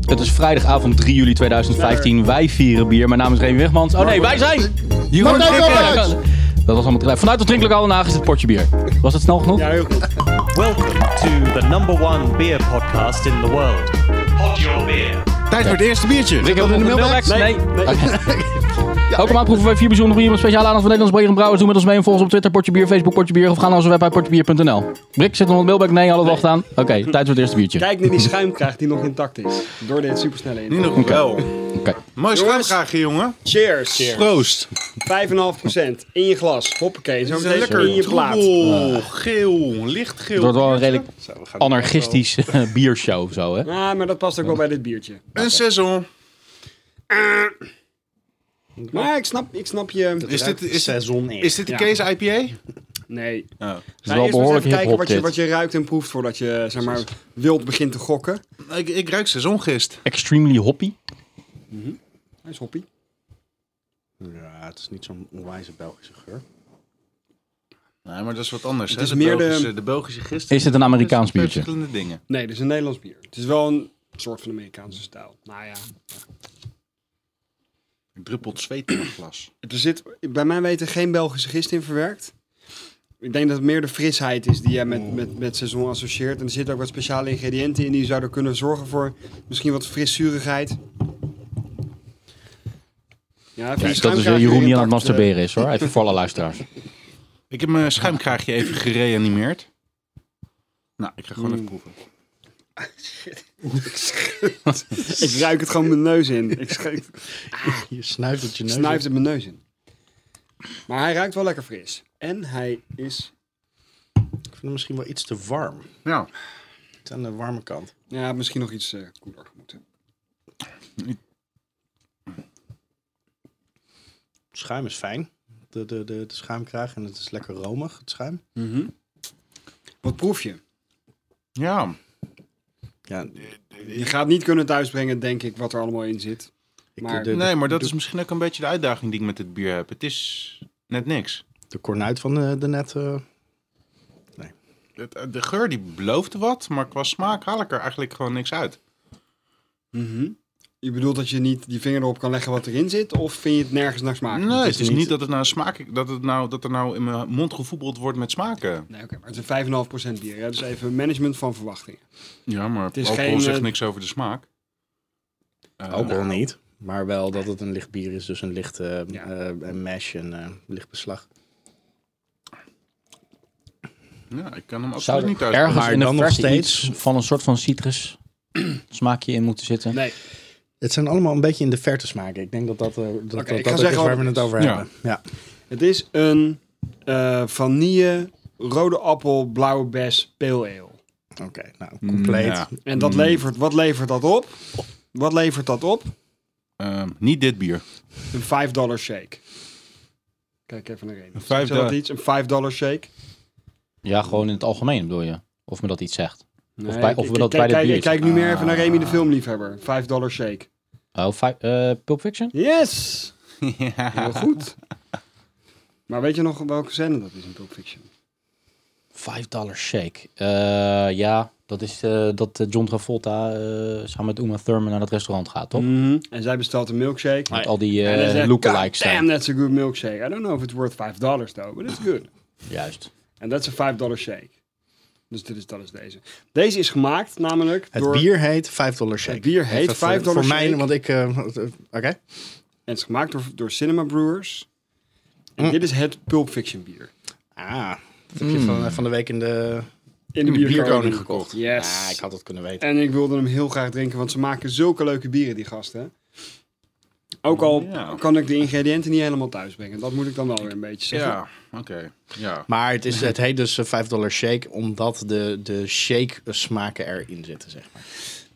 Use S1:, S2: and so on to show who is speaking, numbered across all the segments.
S1: Het is vrijdagavond 3 juli 2015. Wij vieren bier. Mijn naam is Remy Wegmans. Oh nee, wij zijn...
S2: Jeroen
S1: Martijn
S2: Schippers.
S1: Kappers. Dat was allemaal tegelijk. Vanuit de drinklokaal Den Haag is het potje bier. Was dat snel genoeg?
S3: Welcome to the number one beer podcast in the world. Pod your beer.
S2: Tijd voor het eerste biertje. Zit dat in de mailbag?
S1: Nee. Elke maand proeven wij vier bijzondere bieren met speciale aandacht voor Nederlands bier en brouwers. Doe met ons mee en volg ons op Twitter, Portje Bier, Facebook, Portje Bier of ga naar onze website portjebier.nl. Rick, zit er nog een mailbag? Nee, alle wacht aan. Oké, tijd voor het eerste biertje.
S4: Kijk naar die schuimkraag die nog intact is. Door dit supersnelle in.
S2: Nu nog wel.
S1: Oké.
S2: Mooi
S4: Jongens.
S2: schuimgraagje, jongen.
S4: Cheers.
S2: Proost.
S4: 5,5% in je glas. Hoppakee. Zo
S2: Het is een
S4: meteen in je
S2: lekker
S4: plaat.
S2: troebel, geel, lichtgeel.
S1: Het wordt wel een redelijk
S2: Zo, we gaan-
S1: anarchistisch eh, biershow of zo, hè?
S4: Ja, Nou, maar dat past ook wel bij dit biertje.
S2: Een saison.
S4: Maar ik snap, ik snap je.
S2: Is dit, is,
S3: Seizoen in.
S2: is dit de
S4: Ja.
S2: Case IPA?
S4: Nee.
S1: Het is wel
S4: maar
S1: behoorlijk
S4: even kijken
S1: hip-hop
S4: wat je,
S1: dit.
S4: wat je ruikt en proeft voordat je zeg maar, wild begint te gokken.
S2: Ik, ik ruik saisongist.
S1: Extremely hoppy.
S4: Hij is hoppie.
S3: Ja, het is niet zo'n onwijze Belgische geur.
S2: Nee, maar dat is wat anders.
S4: Het
S2: hè?
S4: is
S2: de,
S4: meer de-
S2: Belgische, de Belgische gist.
S1: Is het een Amerikaans
S2: Twee
S1: biertje?
S2: verschillende dingen.
S4: Nee, dit is een Nederlands bier. Het is wel een soort van Amerikaanse stijl. Nou ja.
S2: Er druppelt zweet in het glas.
S4: Er zit bij mijn weten geen Belgische gist in verwerkt. Ik denk dat het meer de frisheid is die jij met, met, met seizoen associeert. En er zitten ook wat speciale ingrediënten in die zouden kunnen zorgen voor misschien wat frissurigheid. Ja,
S1: Kijk, dat is eh, Jeroen die aan het masturberen is, hoor. Even voor alle luisteraars.
S2: Ik heb mijn schuimkraagje even gereanimeerd. Nou, ik ga gewoon even proeven.
S4: Ik ruik het gewoon mijn neus in. Ik schuif,
S3: Je snuift het je neus.
S4: snuift het mijn neus in. Maar hij ruikt wel lekker fris. En hij is...
S3: Ik vind het misschien wel iets te warm.
S2: Nou,
S3: Het is aan de warme kant.
S4: Ja, misschien nog iets eh, koeler moeten.
S3: Het schuim is fijn. De, de, de, de schuimkraag. En het is lekker romig, het schuim.
S4: Wat proef je?
S2: ja.
S3: Ja,
S4: Je gaat niet kunnen thuisbrengen, denk ik, wat er allemaal in zit.
S3: ik,
S4: Maar-
S3: de,
S2: Nee, maar dat is misschien ook een beetje de uitdaging die ik met dit bier heb. Het is net niks.
S3: de kornuit van de, de net. eh,
S2: Het- eh, De geur die belooft wat, maar qua smaak haal ik er eigenlijk gewoon niks uit.
S4: Je bedoelt dat je niet die vinger erop kan leggen wat erin zit? Of vind je het nergens naar smaak?
S2: Nee, het is
S3: niet-
S2: niet dat, het nou smaak, dat, het nou, dat er nou in mijn mond gevoetbald wordt met smaken.
S4: Nee, oké, maar het is een 5,5% bier. Hè? Dus even management van verwachtingen.
S2: Ja, maar
S4: is
S2: alcohol
S4: geen,
S2: zegt
S4: eh,
S2: niks over de smaak. Eh,
S3: Alcohol niet. Maar wel dat het een licht bier is. Dus een licht eh,
S4: Ja.
S3: eh, een mash en eh, licht beslag.
S2: Ja, ik kan hem
S1: Zou
S2: absoluut
S1: er
S2: niet thuis.
S1: ergens
S3: Maar
S1: in de
S3: dan nog
S1: verse
S3: steeds-
S1: iets van een soort van citrus smaakje in moeten zitten?
S4: Nee,
S3: Het zijn allemaal een beetje in de verte smaken. Ik denk dat dat, eh, dat, dat,
S4: ik ga
S3: dat het is
S4: zeggen
S3: waar
S4: wat
S3: we het
S4: het
S3: over
S2: is.
S3: hebben. Ja.
S4: het is een eh, vanille, rode appel, blauwe bes, pale ale.
S3: Oké, nou, compleet.
S4: Mm,
S2: Ja.
S4: En dat levert, wat levert dat op? Wat levert dat op?
S2: Ehm, niet dit bier.
S4: Een 5 dollar shake. Kijk even naar Een
S2: vijf
S4: dat
S2: dollar-
S4: iets? Een 5 dollar shake?
S1: Ja, gewoon in het algemeen bedoel je. Of me dat iets zegt.
S4: Nee,
S1: bij-
S4: ik-
S1: of we
S4: ik-
S1: dat
S4: kijk,
S1: bij Ah. dit
S4: kijk,
S1: biertje-
S4: ik kijk nu meer even naar Remy de filmliefhebber. 5 dollar shake.
S1: Oh, fi- eh, Pulp Fiction?
S4: Yes! Heel goed. Maar weet je nog welke scène dat is in Pulp Fiction?
S1: Vijf dollar shake. Eh, ja, dat is eh, dat eh, John Travolta eh, samen met Uma Thurman naar dat restaurant gaat, toch?
S3: Mhm.
S4: En zij bestelt een milkshake.
S1: Met al die
S4: Mm. en dan
S1: eh
S4: zegt,
S1: lookalikes
S4: "God Damn,
S1: staan.
S4: that's a good milkshake. I don't know if it's worth $5 though, but it's good.
S1: Juist.
S4: En that's a $5 shake. Dus dit is, dat is deze. Deze is gemaakt namelijk
S3: Het
S4: door...
S3: bier heet 5 dollar shake.
S4: Het bier heet
S3: Even voor-
S4: 5 dollar
S3: Voor mij,
S4: shake.
S3: want ik... eh, Oké.
S4: En het is gemaakt door, door Cinema Brewers. En
S3: Hm.
S4: dit is het Pulp Fiction bier.
S3: Ah, dat heb je van, van de week in de...
S4: In de
S3: bierkoning
S4: bierkoning.
S3: gekocht.
S4: Yes.
S3: Ah, ik had dat kunnen weten.
S4: En ik wilde hem heel graag drinken, want ze maken zulke leuke bieren, die gasten. Ook al
S2: Ja.
S4: kan ik de ingrediënten niet helemaal thuis brengen. Dat moet ik dan wel weer een beetje zeggen.
S2: Ja, oké. Ja.
S3: Maar het, is, het heet dus eh, 5 dollar shake, omdat de, de shake smaken erin zitten, zeg maar.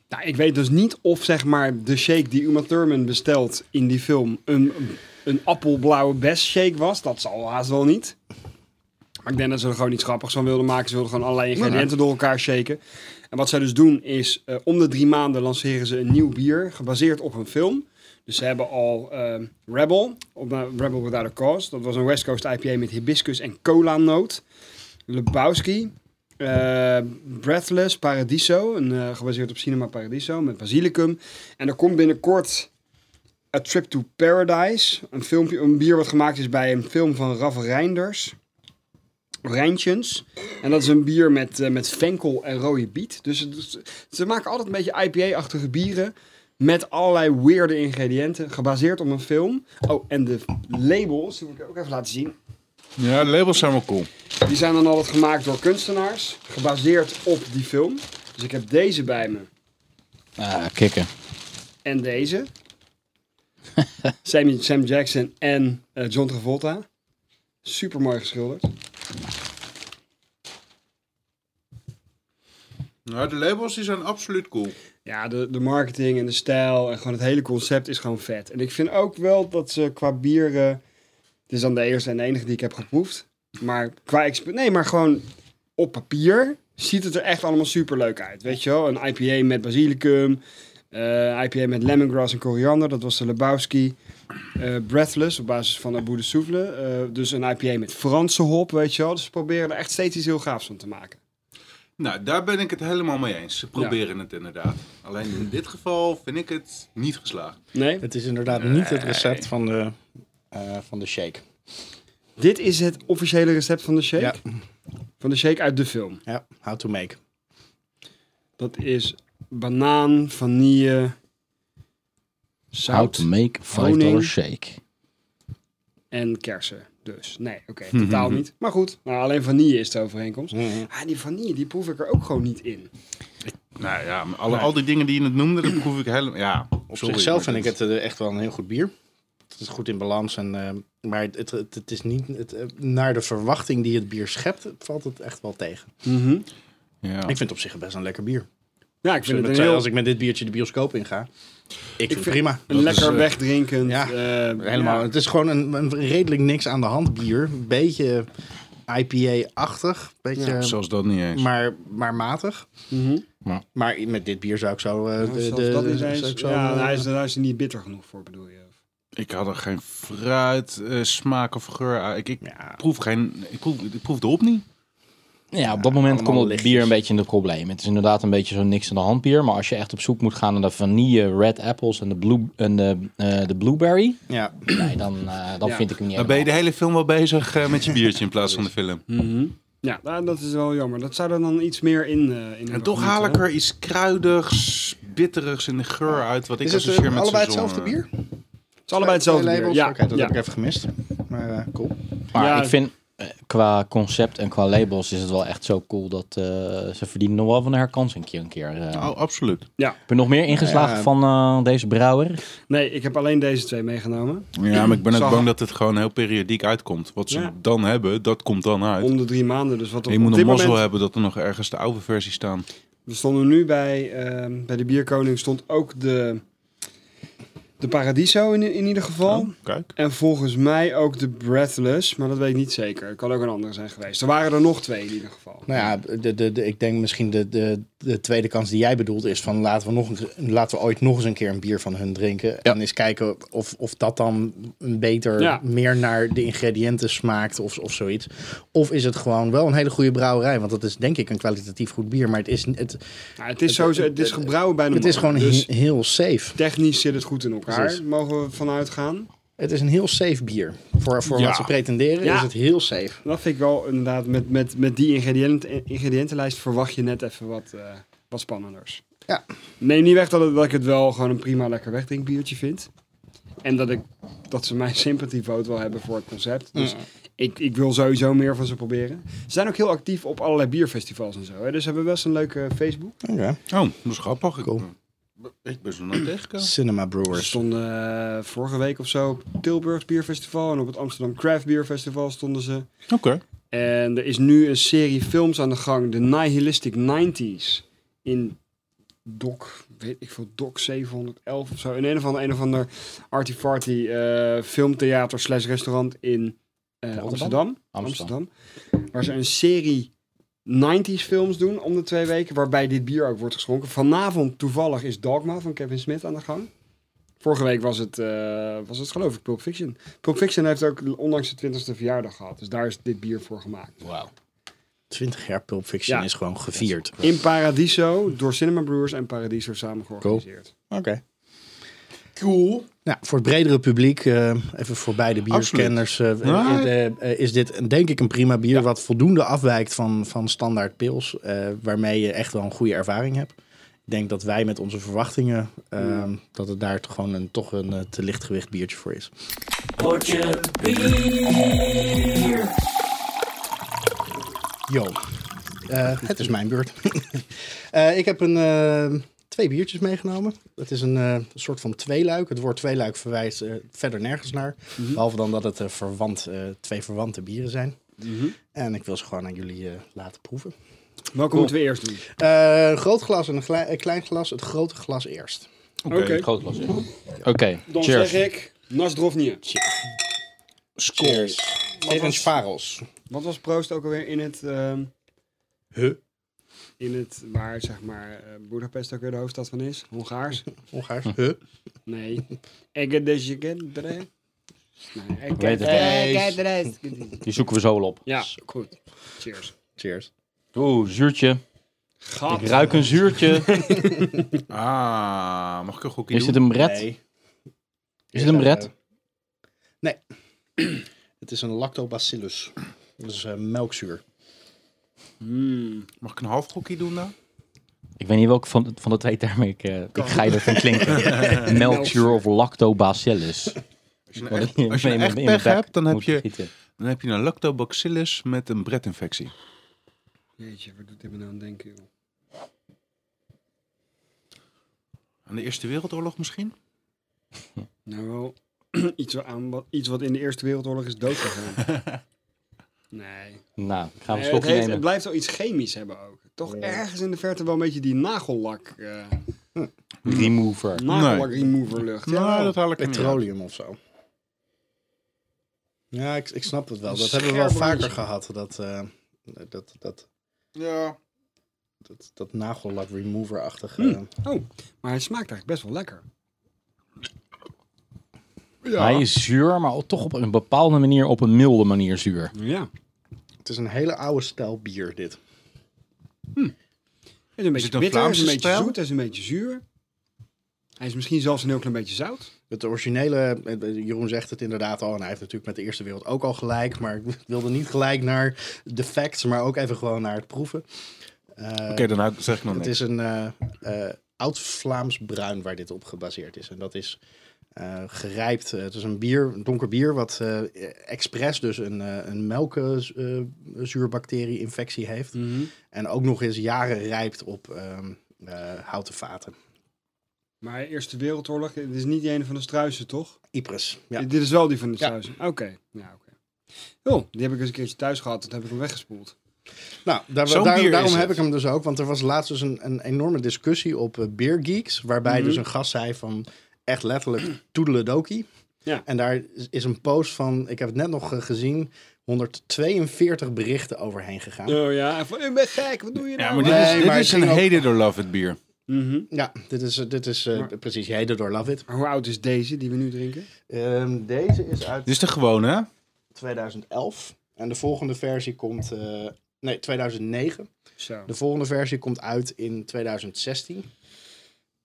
S4: Nou, ik weet dus niet of zeg maar de shake die Uma Thurman bestelt in die film een, een appelblauwe best shake was. Dat zal haast wel niet. Maar ik denk dat ze er gewoon iets grappigs van wilden maken. Ze wilden gewoon allerlei ingrediënten door elkaar shaken. En wat zij dus doen is, eh, om de drie maanden lanceren ze een nieuw bier gebaseerd op een film. Dus ze hebben al eh, Rebel, op, eh, Rebel Without a Cause. Dat was een West Coast IPA met hibiscus en cola noot. Lebowski, eh, Breathless Paradiso, een, eh, gebaseerd op Cinema Paradiso met Basilicum. En er komt binnenkort A Trip to Paradise, een, filmpje, een bier wat gemaakt is bij een film van Raf Reinders. Rijntjens. En dat is een bier met, eh, met venkel en rode biet. Dus het is- ze maken altijd een beetje IPA-achtige bieren. Met allerlei weirde ingrediënten. Gebaseerd op een film. Oh, en de labels, die moet ik ook even laten zien.
S2: Ja, de labels zijn wel cool.
S4: Die zijn dan altijd gemaakt door kunstenaars, gebaseerd op die film. Dus ik heb deze bij me
S1: Ah, kikken.
S4: en deze. Sam, Sam Jackson en eh, John Travolta. Super mooi geschilderd.
S2: Ja, de labels die zijn absoluut cool.
S4: Ja, de, de marketing en de stijl en gewoon het hele concept is gewoon vet. En ik vind ook wel dat ze qua bier. eh, het is dan de eerste en de enige die ik heb geproefd. Maar qua exp- Nee, maar gewoon op papier ziet het er echt allemaal super leuk uit. Weet je wel, een IPA met basilicum. eh, IPA met lemongrass en koriander. Dat was de Lebowski. eh, Breathless op basis van Abu de Souffle. eh, dus een IPA met Franse hop, weet je wel. Dus ze proberen er echt steeds iets heel gaafs van te maken.
S2: Nou, daar ben ik het helemaal mee eens. Ze proberen het inderdaad. Alleen in dit geval vind ik het niet geslaagd.
S4: Nee?
S5: Het is inderdaad niet het recept van de, eh, van de shake.
S4: Dit is het officiële recept van de shake.
S5: Ja.
S4: Van de shake uit de film.
S5: Ja, how to make.
S4: Dat is banaan, vanille,
S1: How
S4: zout
S1: to make $5
S4: Honing.
S1: dollar shake.
S4: en kersen. Dus nee, oké, totaal niet. Maar goed, nou, alleen vanille is de overeenkomst.
S3: Hmm.
S4: Ah, die vanille, die proef ik er ook gewoon niet in.
S2: Nou ja, maar alle, al die dingen die je net noemde, dat proef ik helemaal... Ja,
S5: Op
S2: sorry,
S5: zichzelf
S2: maar
S5: vind ik het eh, echt wel een heel goed bier. Het is goed in balans. En, eh, maar het, het, het, het is niet het, eh, naar de verwachting die het bier schept, valt het echt wel tegen.
S2: Ja.
S5: Ik vind het op zich best een lekker bier.
S4: Ja, ik vind
S5: Met
S4: het een
S5: twee-
S4: heel
S5: Als ik met dit biertje de bioscoop inga, ik, vind het
S4: vind-
S5: prima.
S4: een
S5: Dat
S4: lekker
S5: is, eh,
S4: wegdrinkend.
S5: ja,
S4: eh,
S5: helemaal.
S4: ja.
S5: Het is gewoon een, een redelijk niks aan de hand bier. Een beetje IPA-achtig. Beetje,
S2: Zelfs dat niet eens.
S5: eh, maar, maar matig.
S4: Mhm.
S5: Maar met dit bier zou ik zo... eh,
S4: Maar
S5: de-
S4: zelfs
S5: de-
S4: dat is
S5: zou
S4: eens-
S5: ik zo,
S4: ja,
S5: eh,
S4: hij is, hij is er niet bitter genoeg voor, bedoel je?
S2: Ik had er geen fruit, eh, smaak of geur uit. Ik, ik
S5: Ja.
S2: proef geen... Ik proef, ik proef de hop niet.
S1: Ja, op dat moment
S5: allemaal
S1: komt het
S5: lichtjes.
S1: bier een beetje in het probleem. Het is inderdaad een beetje zo'n niks aan de hand bier. Maar als je echt op zoek moet gaan naar de vanille, red apples en de, blue, en de, eh, de blueberry.
S5: ja.
S1: Nee, dan, eh, dan
S4: Ja.
S1: vind ik hem niet
S2: Dan ben je de
S1: helemaal.
S2: hele film wel bezig eh, met je biertje in plaats van de film.
S5: Mhm.
S4: Ja, nou, dat is wel jammer. Dat zou er dan iets meer in. eh, in
S2: En toch
S4: moeten,
S2: haal
S4: hè?
S2: ik er iets kruidigs, bitterigs in de geur uit. Wat ik
S5: Is het eh,
S2: associeer met
S5: allebei
S2: seizoen.
S5: hetzelfde bier?
S4: Het is allebei hetzelfde. bier.
S5: Ja,
S4: Ja,
S5: dat
S4: ja.
S5: heb ik even gemist. Maar eh, cool.
S1: Maar
S4: Ja.
S1: ik vind eh, qua concept en qua labels is het wel echt zo cool dat eh, ze verdienen nog wel van een herkansing een keer. eh.
S2: Oh, absoluut.
S1: Heb je nog meer ingeslagen
S5: Ja.
S1: van eh, deze brouwer?
S4: Nee, ik heb alleen deze twee meegenomen.
S2: Ja, maar ik ben ook
S4: Zag-
S2: bang dat het gewoon heel periodiek uitkomt. Wat ze
S4: Ja.
S2: dan hebben, dat komt dan uit.
S4: Om de drie maanden. Dus wat op,
S2: je
S4: op
S2: moet een
S4: dit
S2: mazzel
S4: moment...
S2: hebben dat er nog ergens de oude versie staan.
S4: We stonden nu bij, ehm, bij de Bierkoning stond ook de, de Paradiso in, in ieder geval.
S2: Kijk.
S4: En volgens mij ook de Breathless, maar dat weet ik niet zeker. Het kan ook een andere zijn geweest. Er waren er nog twee in ieder geval.
S5: Nou ja, de, de, de- ik denk misschien de, de, de tweede kans die jij bedoelt is van laten we, nog een, laten we ooit nog eens een keer een bier van hun drinken. En eens kijken of, of dat dan een beter
S4: Ja.
S5: meer naar de ingrediënten smaakt of, of zoiets. Of is het gewoon wel een hele goede brouwerij, want dat is denk ik een kwalitatief goed bier. Maar het is, het,
S4: Nou, het is sowieso, het is gebrouwen bij de
S5: het is
S4: man.
S5: gewoon
S4: Dus
S5: he- heel safe.
S4: technisch zit het goed in elkaar,
S5: Precies.
S4: mogen we vanuit gaan.
S5: Het is een heel safe bier. Voor, voor
S2: Ja.
S5: wat ze pretenderen
S4: Ja.
S5: is het heel safe.
S4: Dat vind ik wel inderdaad, met, met, met die ingrediënten, ingrediëntenlijst verwacht je net even wat, eh, wat spannenders.
S5: Ja.
S4: Neem niet weg dat, het- dat ik het wel gewoon een prima lekker wegdrinkbiertje vind. En dat, ik, dat ze mijn sympathy vote wel hebben voor het concept. Dus ik, ik wil sowieso meer van ze proberen. Ze zijn ook heel actief op allerlei bierfestivals en zo. Hè? Dus ze hebben best een leuke Facebook.
S5: Oké.
S2: Oh, dat is grappig. Ik-
S5: Cool.
S2: Ik ben zo nooit tegengekomen.
S5: Cinema
S4: Ze
S5: Brewers.
S4: stonden eh, vorige week of zo op het Tilburgs Bierfestival. En op het Amsterdam Craft Beer Festival stonden ze.
S2: Oké.
S4: En er is nu een serie films aan de gang, de Nihilistic 90s. In Doc, weet ik veel, Doc 711 of zo. In een of ander, een of ander artifarty eh, filmtheater slash restaurant in eh, Amsterdam,
S1: Amsterdam.
S4: Amsterdam. Waar ze een serie 90s films doen om de twee weken, waarbij dit bier ook wordt geschonken. Vanavond toevallig is Dogma van Kevin Smith aan de gang. Vorige week was het, eh, was het geloof ik Pulp Fiction. Pulp Fiction heeft ook onlangs de 20e verjaardag gehad. Dus daar is dit bier voor gemaakt.
S1: Wauw.
S5: 20 jaar Pulp Fiction
S4: Ja.
S5: is gewoon gevierd.
S4: In Paradiso door Cinema Brewers en Paradiso samen georganiseerd.
S5: Oké.
S2: Cool.
S5: Nou, voor het bredere publiek, eh, even voor beide bierkenners, eh,
S2: Ja.
S5: eh, eh, eh, is dit een- denk ik een prima bier wat voldoende afwijkt van, van standaard pils, eh, waarmee je echt wel een goede ervaring hebt. Ik denk dat wij met onze verwachtingen, eh, dat het daar toch gewoon een, toch een eh, te lichtgewicht biertje voor is. Yo, Eh, het is mijn beurt. Eh, ik heb een, eh, twee biertjes meegenomen. Het is een eh, soort van tweeluik. Het woord tweeluik verwijst eh, verder nergens naar.
S1: Hm?
S5: Behalve dan dat het eh, verwant, eh, twee verwante bieren zijn.
S4: Mhm.
S5: En ik wil ze gewoon aan jullie eh, laten proeven.
S4: Welke moeten we eerst doen?
S5: Eh, een groot glas en een glei- een klein glas. Het grote glas eerst.
S2: Oké.
S4: Oké.
S1: Groot glas. Oké,
S4: Dan
S1: cheers.
S4: zeg ik Nasdrovnia.
S5: Cheers. Even sparels.
S4: Wat was Proost ook alweer in het... ehm,
S5: Huh?
S4: In het, waar zeg maar eh, Boedapest ook weer de hoofdstad van is. Hongaars.
S5: Hongaars. Huh?
S4: Nee. Egedezhegendre. Nee,
S1: weet het
S4: Egedezhegendre.
S1: Die zoeken we zo wel op.
S4: Ja, goed. Cheers.
S5: Cheers.
S1: Oeh, zuurtje.
S4: Gat.
S1: Ik ruik een zuurtje.
S2: Ah, mag ik een gokje
S1: Is dit
S2: doen?
S1: een red?
S5: Nee.
S1: Is het een red?
S5: Eh, nee. het is een lactobacillus. Dat is eh, melkzuur.
S4: Hmm.
S2: Mag ik een half gokje doen dan?
S1: Ik weet niet welke van, de- van de twee termen ik, eh ik geiler vind klinken. Melkzuur of lactobacillus.
S2: Als je
S1: Wat
S2: nou echt,
S1: in-
S2: als je nou
S1: in-
S2: echt
S1: in mijn
S2: pech
S1: bek
S2: hebt, dan heb
S1: moet
S2: je,
S1: gieten.
S2: dan heb je een lactobacillus met een bretinfectie.
S4: Jeetje, waar doet dit me nou aan denken, joh?
S2: Aan de Eerste Wereldoorlog misschien?
S4: Nou wel, iets, wa- aan wat, iets wat in de Eerste Wereldoorlog is doodgegaan. nee.
S1: Nou, ik ga een
S4: het,
S1: slokje
S4: heeft-
S1: nemen.
S4: het blijft wel iets chemisch hebben ook. Toch ergens in de verte wel een beetje die nagellak, eh
S1: Remover.
S4: nagellak remover lucht.
S2: Nou, dat haal ik er niet uit.
S5: Petroleum of zo. Ja, ik, ik snap het wel. Dat hebben we wel
S4: scherp
S5: vaker
S4: roze.
S5: gehad. Dat, eh, dat, dat,
S2: Ja.
S5: dat, dat nagellak remover-achtige.
S1: Hm.
S4: Oh, maar hij smaakt eigenlijk best wel lekker.
S1: Hij is zuur, maar toch op een bepaalde manier, op een milde manier zuur.
S4: Ja.
S5: Het is een hele oude stijl bier, dit.
S4: Hij is een
S2: Is
S4: beetje
S2: het een
S4: bitter, hij is
S2: Vlaamse
S4: een beetje
S2: stijl?
S4: zoet, hij is een beetje zuur. Hij is misschien zelfs een heel klein beetje zout.
S5: Het originele, eh, Jeroen zegt het inderdaad al, en hij heeft natuurlijk met de Eerste Wereld ook al gelijk, maar ik wilde niet gelijk naar de facts, maar ook even gewoon naar het proeven. Eh,
S2: Oké, dan hou- zeg ik nog
S5: Het
S2: niks.
S5: is een eh, eh, oud-Vlaams bruin waar dit op gebaseerd is. En dat is eh, gerijpt. Eh, het is een bier, een donker bier, wat eh, expres dus een, eh een melkzuurbacterie-infectie heeft. En ook nog eens jaren rijpt op ehm, eh, houten vaten.
S4: Maar Eerste Wereldoorlog, dit is niet die ene van de struisen, toch?
S5: Ypres. Ja.
S4: Dit is wel die van de
S5: Ja.
S4: struisen. Oké. Ja, oké. Oh, die heb ik eens een keertje thuis gehad. Dat heb ik hem weggespoeld.
S5: Nou, daar,
S2: Zo'n
S5: daar-
S2: bier is
S5: daarom
S2: het.
S5: heb ik hem dus ook. Want er was laatst dus een, een enorme discussie op eh, Beer Geeks. Waarbij
S2: Mhm.
S5: dus een gast zei van echt letterlijk toedeledokie.
S4: Ja.
S5: En daar is- is een post van, ik heb het net nog eh, gezien, 142 berichten overheen gegaan. Ja,
S4: Oh ja, van, ik ben gek, wat doe je
S2: Ja,
S4: nou?
S2: maar dit
S5: Nee,
S2: is, dit
S5: maar
S2: is
S5: het
S2: een
S5: ging ook-
S2: heden door Love It bier.
S4: Mhm.
S5: dit is, eh, dit is eh, precies heden door Love It.
S4: Maar Hoe oud is deze die we nu drinken?
S5: Ehm, deze is uit
S2: Dit is de gewone, hè?
S5: 2011. En de volgende versie komt, eh, nee, 2009.
S4: Zo.
S5: De volgende versie komt uit in 2016.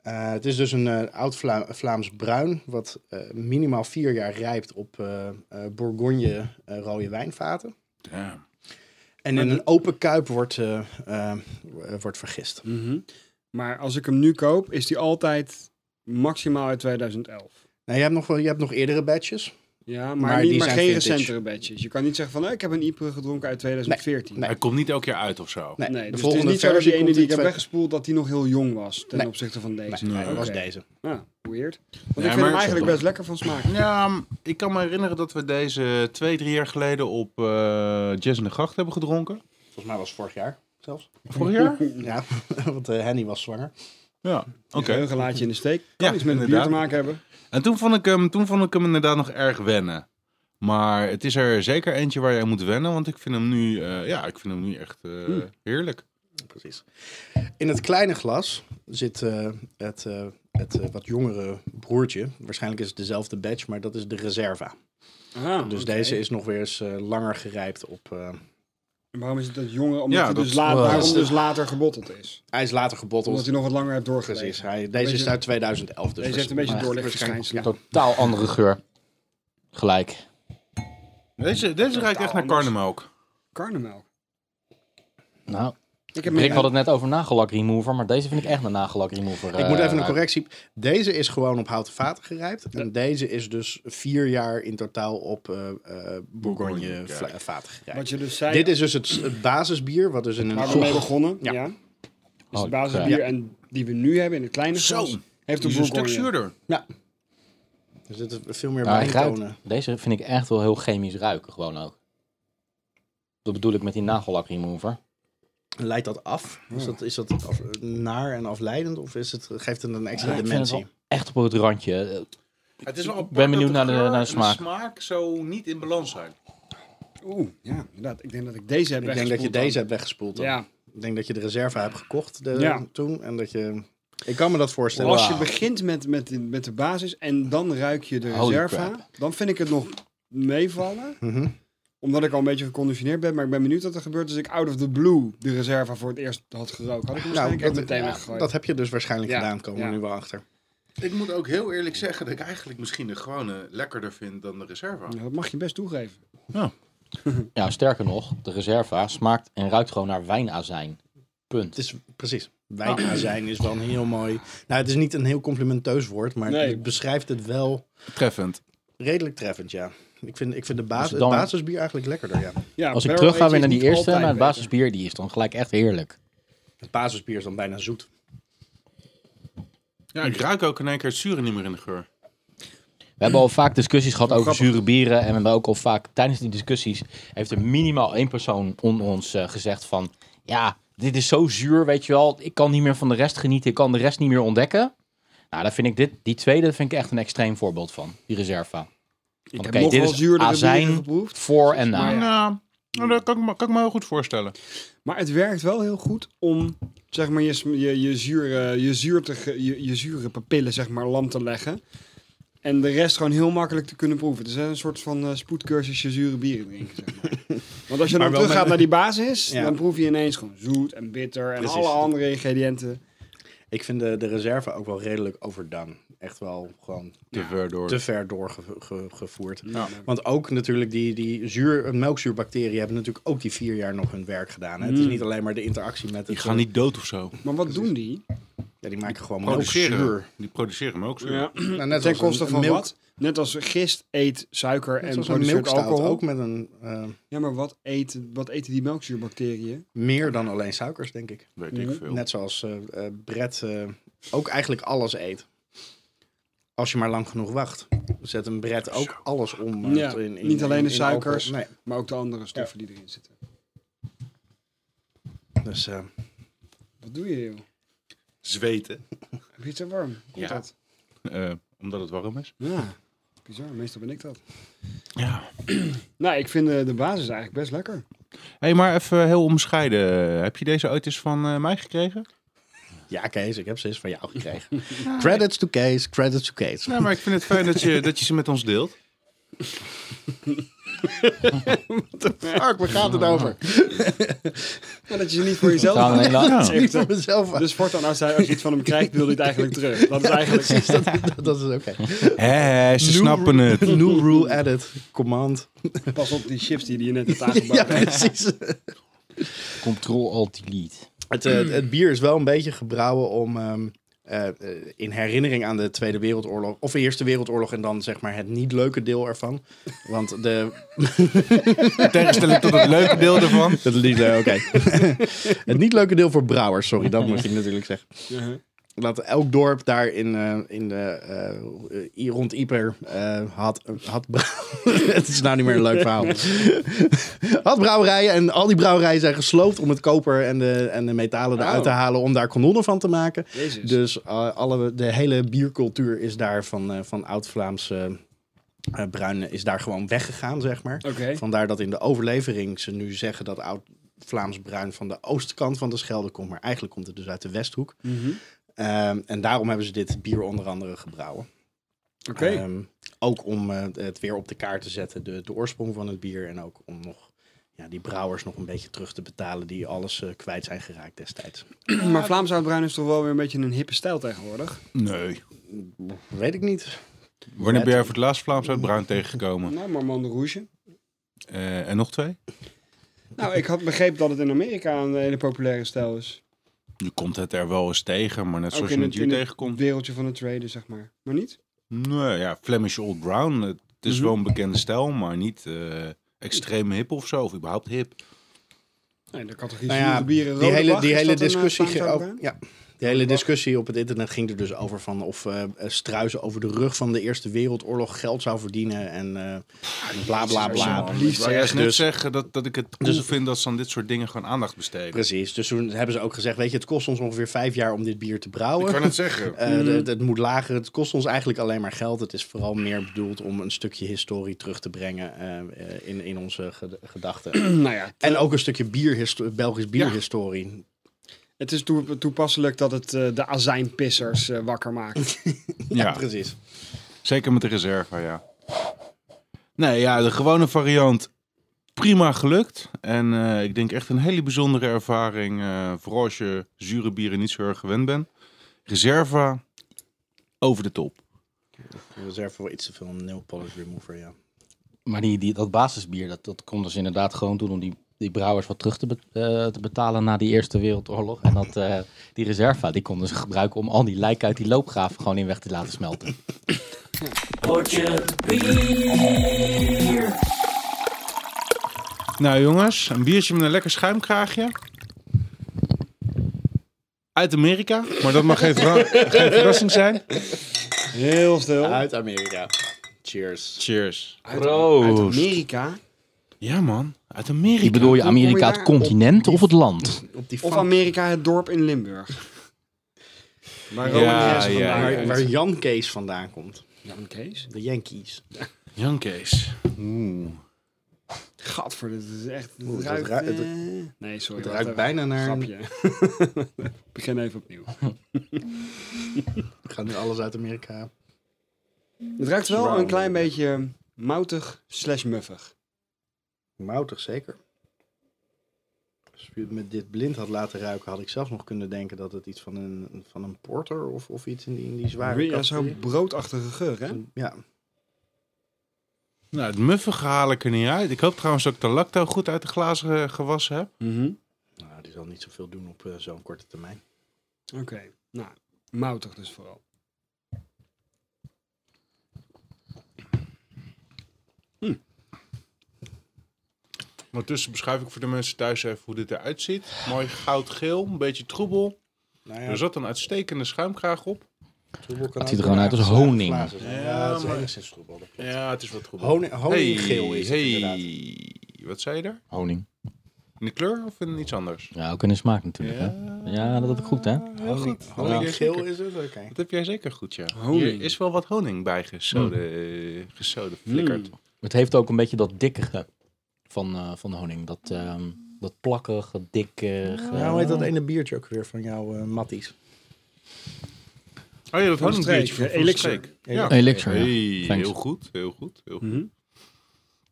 S5: Eh, het is dus een eh, oud Vla- Vlaams bruin, wat eh, minimaal vier jaar rijpt op eh, eh, Bourgogne eh, rode wijnvaten.
S2: Ja.
S5: En in een open kuip wordt, eh, eh, eh, wordt vergist.
S4: Mhm. Maar als ik hem nu koop, is die altijd maximaal uit 2011.
S5: Nou, je, hebt nog, wel- je hebt nog eerdere badges.
S4: Ja, maar,
S5: Maar die
S4: niet, maar
S5: zijn
S4: geen
S5: vintage.
S4: recentere badges. Je kan niet zeggen van, eh, ik heb een Ypres gedronken uit 2014.
S5: Nee.
S2: Hij komt niet elk jaar uit of zo.
S5: Nee,
S4: Nee,
S5: de
S4: dus het is
S5: volgende
S4: niet zo dat die
S5: versie
S4: ene
S5: komt in
S4: die ik heb
S5: twee-
S4: weggespoeld, dat die nog heel jong was ten
S5: Nee.
S4: opzichte van deze.
S5: Nee,
S2: Nee,
S5: dat was
S4: oké.
S5: deze.
S4: Ja, weird. Want ik
S2: Ja,
S4: vind
S2: maar-
S4: hem eigenlijk best lekker van smaak.
S2: Ja, m, ik kan me herinneren dat we deze twee, drie jaar geleden op eh Jazz in de Gracht hebben gedronken.
S5: Volgens mij was het vorig jaar zelfs.
S2: Vorig jaar?
S5: Ja, want eh, Henny was zwanger.
S2: Ja, oké.
S4: Oké. Een laat je in de steek. Kan
S2: Ja,
S4: iets met het bier
S2: inderdaad.
S4: te maken hebben.
S2: En toen vond, ik hem, toen vond ik hem inderdaad nog erg wennen. Maar het is er zeker eentje waar je aan moet wennen, want ik vind hem nu, eh, ja, ik vind hem nu echt eh, heerlijk.
S5: Precies. In het kleine glas zit eh, het, eh, het eh, wat jongere broertje. Waarschijnlijk is het dezelfde badge, maar dat is de Reserva.
S4: Ah,
S5: Dus
S4: oké.
S5: deze is nog weer eens eh, langer gerijpt op, eh,
S4: En waarom is het dat jonger? Omdat
S2: Ja,
S4: hij
S2: dat-
S4: dus, laat,
S5: Oh.
S1: Wow.
S4: waarom dus later gebotteld is.
S5: Hij is later gebotteld.
S4: Omdat hij nog wat langer hebt
S5: Precies.
S4: doorgelezen.
S5: Hij, deze is
S4: Beetje-
S5: uit 2011. Dus
S4: Deze heeft een beetje
S5: waarsch-
S4: doorlichtverschijnselen.
S1: Totaal andere geur. Gelijk.
S2: Deze, deze ruikt echt naar
S4: anders.
S2: karnemelk.
S4: Karnemelk.
S1: Nou,
S4: Ik
S1: Rick
S4: heb meer-
S1: had het net over nagellak remover, maar deze vind ik echt een nagellak remover. eh,
S5: Ik moet even een correctie. Deze is gewoon op houten vaten gerijpt. En deze is dus vier jaar in totaal op eh, eh, Bourgogne
S2: Bourgogne,
S5: vla-
S2: kijk.
S5: vaten gerijpt.
S4: Wat je dus zei,
S5: Dit is dus het, het basisbier, wat dus in een
S4: waar we mee
S5: soort-
S4: begonnen.
S5: Ja.
S4: Ja. Dus
S1: Oh,
S4: de basisbier en die we nu hebben in het kleine
S2: Zo.
S4: glas, heeft
S2: Die
S4: een
S2: is een stuk
S4: bourgogne.
S2: zuurder.
S5: Ja. Er zitten veel meer
S1: Ja, hij
S5: wijntonen.
S1: ruikt- deze vind ik echt wel heel chemisch ruiken, gewoon ook. Dat bedoel ik met die nagellak remover.
S5: Leidt dat af? Is dat, is dat af- naar en afleidend? Of is het, geeft het een extra
S1: Ja, ik vind het wel
S5: dimensie?
S1: echt op het randje.
S2: Het is wel apart
S1: ben benieuwd
S2: dat
S1: naar de-
S2: geur
S1: naar de
S2: en
S1: smaak.
S2: zo niet in balans zijn.
S4: Oeh, ja, inderdaad. Ik denk dat ik deze heb
S5: Ik denk dat je
S4: weggespoeld dan.
S5: deze hebt weggespoeld. dan.
S4: Ja,
S5: Ik denk dat je de reserve hebt gekocht de-
S4: Ja.
S5: toen. En dat je... Ik kan me dat voorstellen. Nou,
S4: als je
S1: Wauw.
S4: begint met, met, de- met de basis en dan ruik je de
S1: Holy
S4: reserva, dan vind ik het nog meevallen.
S5: Mhm.
S4: Omdat ik al een beetje geconditioneerd ben, maar ik ben benieuwd wat er gebeurt als ik out of the blue de reserva voor het eerst had gerookt. Had ik
S5: Nou,
S4: hem waarschijnlijk
S5: dat,
S4: ook dus meteen
S5: ja,
S4: weggegooid.
S5: dat heb je dus waarschijnlijk
S4: Ja,
S5: gedaan, komen
S4: ja.
S5: we nu wel achter.
S2: Ik moet ook heel eerlijk zeggen dat ik eigenlijk misschien de gewone lekkerder vind dan de reserva.
S4: Ja, dat mag je best toegeven.
S1: Ja, sterker nog, de reserva smaakt en ruikt gewoon naar wijnazijn. Punt.
S5: Het is precies. Wijnazijn is wel een heel mooi. Nou, het is niet een heel complimenteus woord, maar
S4: Nee.
S5: het beschrijft het wel
S2: Treffend.
S5: redelijk treffend, ja. Ik vind, ik vind de
S1: Als
S5: basis,
S1: het dan-
S5: het basisbier eigenlijk lekkerder, ja.
S4: Ja,
S1: Als ik
S4: barrel
S1: terug ga weer
S4: aged
S1: naar die
S4: is niet
S1: eerste, naar
S4: altijd
S1: het basisbier, die is dan gelijk echt heerlijk.
S5: Het basisbier is dan bijna zoet.
S2: Ja, ik ruik ook in één keer het zure niet meer in de geur.
S1: We hebben al vaak discussies gehad over
S4: Grappig.
S1: zure bieren. En we hebben ook al vaak tijdens die discussies. heeft er minimaal één persoon onder ons eh, gezegd: van ja, dit is zo zuur, weet je wel. Ik kan niet meer van de rest genieten. Ik kan de rest niet meer ontdekken. Nou, daar vind ik dit, die tweede vind ik echt een extreem voorbeeld van. Die reserva.
S4: beter. Ik
S1: Oké,
S4: heb nog
S1: dit
S4: wel
S1: is
S4: zuurdere
S1: azijn.
S4: bieren geproefd.
S1: Voor en na.
S4: Maar ja.
S2: Nou, nou, dat kan ik, me, kan ik me heel goed voorstellen.
S4: Maar het werkt wel heel goed om zeg maar, je, sm- je, je, zure, je, zuurte, ge- je, je zure papillen zeg maar, lam te leggen. En de rest gewoon heel makkelijk te kunnen proeven. Het is een soort van eh, spoedcursusje zure bieren drinken. Zeg maar. Want als je
S5: Maar
S4: dan
S5: wel
S4: terug gaat
S5: met-
S4: naar die basis,
S5: Ja.
S4: dan proef je ineens gewoon zoet en bitter en
S5: Precies.
S4: alle andere ingrediënten.
S5: Ik vind de, de reserve ook wel redelijk overdone. Echt wel gewoon
S2: Te ver door.
S5: te ver doorgevoerd.
S4: Ja.
S5: Want ook natuurlijk die, die zuur, melkzuurbacteriën hebben natuurlijk ook die vier jaar nog hun werk gedaan. Hè? Het is
S4: Mm.
S5: niet alleen maar de interactie met het... eh,
S2: Die gaan niet dood of zo.
S4: Maar wat doen die?
S5: Ja, die maken gewoon melk zuur.
S2: Produceren. Die produceren hem ook zo.
S5: Nou, net
S4: Ten
S5: als een-
S4: koste
S5: een
S4: van
S5: milk-
S4: wat? Net als gist eet suiker
S5: Net
S4: en
S5: zoals een
S4: produceert
S5: milkstout
S4: alcohol.
S5: ook met een eh,
S4: Ja, maar wat eten, wat eten die melkzuurbacteriën?
S5: meer dan alleen suikers, denk ik.
S2: Weet ik veel.
S5: Net zoals eh eh, Brett eh, ook eigenlijk alles eet. Als je maar lang genoeg wacht, zet een Brett ook alles om. eh,
S4: Ja, niet alleen de suikers.
S5: alcohol.
S4: Maar ook de andere stoffen die erin zitten.
S5: Nee, dus eh,
S4: Wat doe je, joh?
S2: Zweten.
S4: Heb je het zo warm? Komt
S2: Ja.
S4: dat?
S2: Eh, omdat het warm is.
S4: Ja. Bizar, meestal ben ik dat.
S2: Ja.
S4: Nou, ik vind eh, de basis eigenlijk best lekker.
S2: Hé, hey, maar even heel onbescheiden. Eh, Heb je deze ooit eens van eh, mij gekregen?
S5: ja, Kees, ik heb ze eens van jou gekregen. credits to Kees, credits to Kees.
S2: Nee, maar ik vind het fijn dat je, dat je ze met ons deelt.
S5: Mark, waar gaat het over?
S4: Maar dat je ze niet voor jezelf
S1: Totaal
S4: houdt.
S1: een hele-
S2: Ja.
S5: Niet van mezelf.
S4: Dus voortaan, als, hij, als je iets van hem krijgt, wil hij het eigenlijk terug. Dat is eigenlijk...
S5: dat, dat is oké.
S2: Hé, ze
S5: Nieuw-
S2: snappen het.
S5: New rule edit, command.
S4: Pas op die chips die je net hebt aangebakken.
S5: Ja, precies.
S1: Control-alt-delete.
S5: Het, eh, het bier is wel een beetje gebrouwen om ehm, eh, eh, in herinnering aan de Tweede Wereldoorlog, of de Eerste Wereldoorlog en dan zeg maar het niet leuke deel ervan. Want de.
S2: In tegenstelling tot het leuke deel ervan.
S5: Het niet, eh, oké. het niet leuke deel voor brouwers, sorry, dat moest ik natuurlijk zeggen.
S4: Uh-huh.
S5: Dat elk dorp daar in, eh, in de, eh, eh, i- rond Ieper eh, had, had brou- Het is nou niet meer een leuk verhaal. had brouwerijen en al die brouwerijen zijn gesloopt om het koper en de, en de metalen eruit
S4: Oh.
S5: te halen om daar kanonnen van te maken.
S4: Jezus.
S5: Dus eh, alle, de hele biercultuur is daar van, eh, van oud-Vlaams eh eh, bruine is daar gewoon weggegaan, zeg maar.
S4: Oké.
S5: Vandaar dat in de overlevering ze nu zeggen dat oud-Vlaams bruin van de oostkant van de Schelde komt. Maar eigenlijk komt het dus uit de Westhoek.
S4: Mhm.
S5: Ehm, en daarom hebben ze dit bier onder andere gebrouwen.
S4: Oké.
S5: Ehm, ook om eh, het weer op de kaart te zetten, de, de oorsprong van het bier. En ook om nog ja, die brouwers nog een beetje terug te betalen die alles eh, kwijt zijn geraakt destijds.
S4: Maar Vlaams oudbruin is toch wel weer een beetje een hippe stijl tegenwoordig.
S2: Nee.
S5: Weet ik niet.
S2: Wanneer ben jij voor het laatst Vlaams uit Bruin tegengekomen?
S4: Nou, Marmande Rouge.
S2: Eh, en nog twee?
S4: Nou, ik had begrepen dat het in Amerika een hele populaire stijl is.
S2: Je komt het er wel eens tegen, maar net
S4: Ook
S2: zoals
S4: in
S2: je
S4: het-
S2: het hier
S4: in het-
S2: tegenkomt.
S4: Wereldje van de trader, zeg maar. Maar niet?
S2: Nee, ja, Flemish Old Brown. Het is
S4: Mhm.
S2: wel een bekende stijl, maar niet eh, extreem hip of zo. Of überhaupt hip.
S4: Nee, de categorie
S5: Nou ja,
S4: zure bieren.
S5: die
S4: Rode
S5: hele,
S4: Bach,
S5: die
S4: is
S5: hele
S4: dat een, eh,
S5: discussie,
S4: Vlaams
S5: ge-
S4: Oudbruin?
S5: oh, ja, die hele
S4: Wacht.
S5: discussie op het internet ging er dus over van of eh, eh, struizen over de rug van de Eerste Wereldoorlog geld zou verdienen en eh bla bla bla.
S4: Jezus,
S2: Ik wou juist net
S5: Dus-
S2: zeggen dat, dat ik het cool vind dat ze aan dit soort dingen gewoon aandacht besteden.
S5: Precies, dus toen hebben ze ook gezegd, weet je, het kost ons ongeveer vijf jaar om dit bier te
S2: Ik
S5: brouwen.
S2: kan het zeggen.
S5: Eh, het, het moet lager. Het kost ons eigenlijk alleen maar geld. Het is vooral meer bedoeld om een stukje historie terug te brengen eh, eh, in, in onze ged- gedachten.
S4: Nou ja,
S5: en ook een stukje bierhisto- Belgisch bierhistorie.
S4: het is toe- toepasselijk dat het eh, de azijnpissers eh, wakker maakt.
S5: Ja,
S2: Ja.
S5: precies.
S2: Zeker met de reserve, ja. Nee, ja, de gewone variant. Prima gelukt. En eh, ik denk echt een hele bijzondere ervaring. eh, vooral als je zure bieren niet zo erg gewend bent. Reserva over de top.
S5: Reserve voor iets te veel nail polish remover, ja.
S1: Maar die, die, dat basisbier, dat, dat konden ze inderdaad gewoon doen om die, die brouwers wat terug te, be- eh, te betalen na die Eerste Wereldoorlog. En dat, eh, die reserva, die konden ze gebruiken om al die lijken uit die loopgraven gewoon in weg te laten smelten.
S2: Nou jongens, een biertje met een lekker schuimkraagje. Uit Amerika, maar dat mag geen, verra- geen verrassing zijn.
S4: Heel stil.
S5: Uit Amerika. Cheers.
S2: Cheers.
S4: Uit
S1: Proost.
S4: Amerika.
S2: Ja man, uit Amerika.
S1: Die bedoel je
S4: Hoe kom je
S1: Amerika, het
S4: daar
S1: continent of het land?
S5: Op die
S4: Of
S5: funk
S4: Amerika, het dorp in Limburg. Waar Rowan
S2: Ja,
S4: Heersen
S2: ja,
S4: vandaan
S5: waar,
S4: komt.
S5: waar Jan Kees vandaan komt.
S4: Jan Kees.
S5: De Yankees.
S2: Jan Kees. Oeh.
S4: Gadver, dit is echt... Het
S5: Oeh, dat
S4: ruikt,
S5: ruikt- het-
S4: eh, nee, sorry.
S5: Het
S4: wacht
S5: ruikt
S4: even.
S5: bijna naar...
S4: Grapje. Begin even opnieuw.
S5: We gaan nu alles uit Amerika.
S4: Het ruikt wel een klein beetje moutig slash muffig.
S5: Moutig zeker. Als je het met dit blind had laten ruiken, had ik zelf nog kunnen denken dat het iets van een, van een porter of, of iets in die, in die zware
S4: Ja,
S5: categorie.
S4: zo'n broodachtige geur, hè?
S5: Ja,
S2: Nou, het muffige haal ik er niet uit. Ik hoop trouwens dat ik de lacto goed uit de glazen eh, gewassen heb.
S4: Mhm.
S5: nou, die zal niet zoveel doen op eh, zo'n korte termijn.
S4: Oké, nou, moutig dus vooral.
S2: Ondertussen beschrijf ik voor de mensen thuis even hoe dit eruit ziet. Mooi goudgeel, een beetje troebel.
S5: Nou
S2: Er zat een uitstekende schuimkraag op.
S1: Het ziet er gewoon uit als honing.
S5: Ja, dat is
S2: maar-
S5: enigszins troebel. dat klopt.
S2: Ja, het is wat troebel.
S5: Honing, honinggeel is het inderdaad.
S2: Wat zei je daar?
S1: Honing.
S2: In de kleur of in iets anders?
S1: Ja, ook in de smaak natuurlijk. Hè? Ja, dat heb ik goed, hè?
S2: Heel
S5: Honing-
S2: goed.
S5: Honinggeel
S2: is...
S5: is het, oké.
S2: Dat heb jij zeker goed, ja.
S4: Honing.
S2: Hier is wel wat honing bij gesoden, eh, gesoden
S4: Mm.
S2: flikkerd.
S1: Het heeft ook een beetje dat dikkige van, eh, van de honing. Dat, ehm, dat plakkige, eh, dikkige.
S5: Nou, hoe heet dat ene biertje ook weer van jou, eh Matties?
S2: Oh ja, dat
S4: Van de
S2: honingbiertje
S4: streek,
S2: van,
S4: eh,
S2: van de
S4: elixir.
S2: streek. Ja.
S1: Elixir, ja.
S2: Hey,
S1: Thanks.
S2: heel goed, heel goed, heel goed.
S4: Mhm.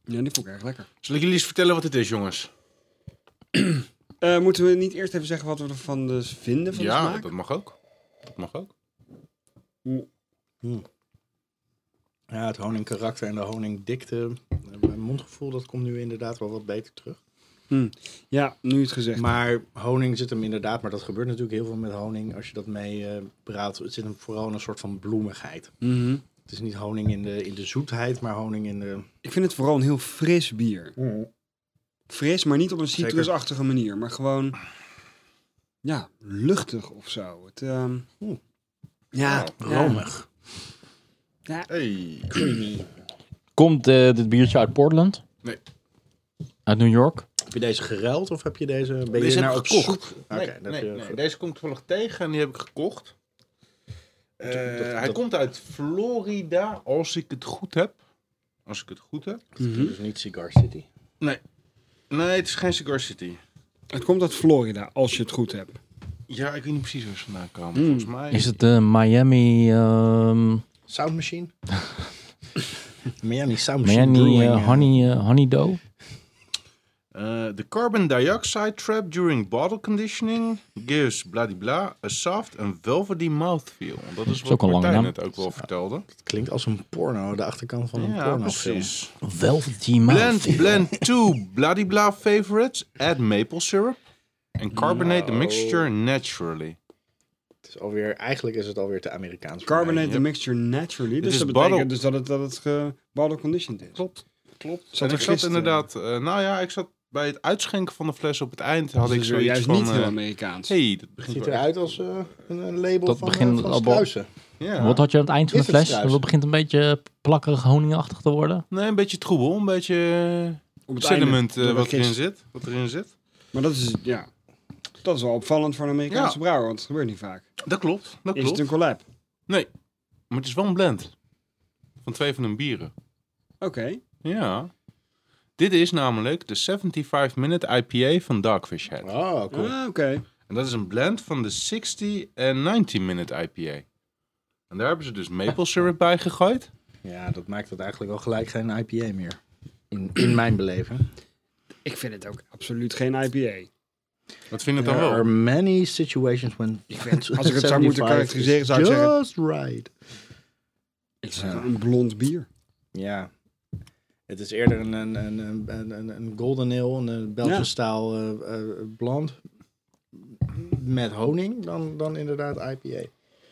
S4: Ja, die vond ik erg lekker.
S2: Zal ik jullie eens vertellen wat het is, jongens?
S4: Eh, moeten we niet eerst even zeggen wat we ervan dus vinden van de
S2: Ja,
S4: smaak?
S2: dat mag ook. Dat mag ook.
S5: Ja, het honingkarakter en de honingdikte. Eh, Mijn mondgevoel, dat komt nu inderdaad wel wat beter terug.
S4: Ja, nu het gezegd.
S5: Maar honing zit hem inderdaad, maar dat gebeurt natuurlijk heel veel met honing. Als je dat mee eh braadt, het zit hem vooral in een soort van bloemigheid.
S4: Mhm.
S5: Het is niet honing in de, in de zoetheid, maar honing in de...
S4: Ik vind het vooral een heel fris bier. Fris, maar niet op een
S5: Mm. Zeker.
S4: citrusachtige manier. Maar gewoon, ja, luchtig of zo. Het, ehm,
S5: Oeh.
S4: ja, ja.
S5: romig.
S2: Hey.
S1: Komt eh, dit biertje uit Portland?
S2: Nee.
S1: Uit New York?
S5: Heb je deze geruild of heb je deze... Ben
S2: Deze
S5: je
S2: heb
S5: naar
S2: ik
S5: op
S2: gekocht.
S5: zoek? Oké,
S2: Nee,
S5: dat
S2: nee,
S5: heb je-
S2: nee, Deze komt toevallig tegen en die heb ik gekocht. Eh,
S5: dat-
S2: hij
S5: dat-
S2: komt uit Florida, als ik het goed heb. Als ik het goed heb.
S4: Mhm.
S5: Dat is Dus niet Cigar City.
S2: Nee, het is geen Cigar City.
S4: Het komt uit Florida, als je het goed hebt.
S2: Ja, ik weet niet precies waar ze vandaan komen.
S4: Hmm.
S2: Volgens mij...
S1: Is het de Miami, ehm,
S5: Sound Machine? Miami Sound Machine
S1: Miami eh,
S5: Brewing, eh.
S1: honey, eh, honey Dough?
S2: Eh, the carbon dioxide trap during bottle conditioning gives bladibla a soft and velvety mouthfeel. Dat is wat
S1: ook een lange
S2: Martijn
S1: naam.
S2: net ook wel vertelde.
S5: Klinkt als een porno, de achterkant van een
S2: Ja,
S5: porno.
S2: precies.
S1: Velvety
S2: Blend, blend two bladibla favorites. Add maple syrup. And carbonate
S4: Nou.
S2: the mixture naturally.
S5: Het is alweer, eigenlijk is het alweer te Amerikaans.
S4: Carbonate
S2: Nee,
S4: the
S2: ja.
S4: mixture naturally. Dus
S2: is
S4: dat betekent
S2: bottle-
S4: dus dat het, dat het ge- bottle conditioned is. Klopt. Klopt.
S2: En ik zat inderdaad... eh, nou ja, ik zat bij het uitschenken van de fles op het eind... had ik zoiets
S4: juist
S2: van...
S4: niet
S2: eh,
S4: heel Amerikaans.
S2: hey, dat
S5: Het
S2: begint
S5: ziet
S2: wel echt-
S5: eruit als eh, een, een label
S1: Dat
S5: van, eh,
S1: begint
S5: van
S1: al bo-
S5: struisen.
S2: Ja.
S1: Wat had je aan het eind van
S5: Is
S1: de
S5: het
S1: fles?
S5: struis?
S1: Dat begint een beetje eh, plakkerig honingachtig te worden.
S2: Nee, een beetje troebel. Een beetje
S4: Op het einde,
S2: sediment
S4: door de
S2: eh, wat, erin
S4: gist.
S2: zit, wat erin zit.
S4: Maar dat is, ja, dat is wel opvallend voor een Amerikaanse
S2: Ja.
S4: brouwer, want het gebeurt niet vaak.
S2: Dat klopt, dat
S4: Is het
S2: klopt.
S4: een collab?
S2: Nee, maar het is wel een blend. Van twee van hun bieren.
S4: Oké.
S2: Ja. Dit is namelijk de 75-minute IPA van Darkfish Head.
S5: Oh, cool.
S4: Ah, Oké.
S2: En dat is een blend van de 60 en 90-minute IPA. En daar hebben ze dus maple syrup bij gegooid.
S5: Ja, dat maakt het eigenlijk al gelijk geen IPA meer. In, in mijn beleving.
S4: Ik vind het ook absoluut geen IPA.
S2: Wat vind je
S5: There
S2: dan
S5: are
S2: wel?
S5: many situations when
S4: Ik vind, als ik het zou
S5: 75
S4: moeten karakteriseren,
S5: is
S4: zou ik zeggen...
S5: Just right.
S4: Ik zeg een blond bier.
S5: Ja. Het is eerder een, een, een, een, een, een golden ale, een, een Belgische
S4: Ja.
S5: staal eh, eh, blond met honing dan, dan inderdaad IPA.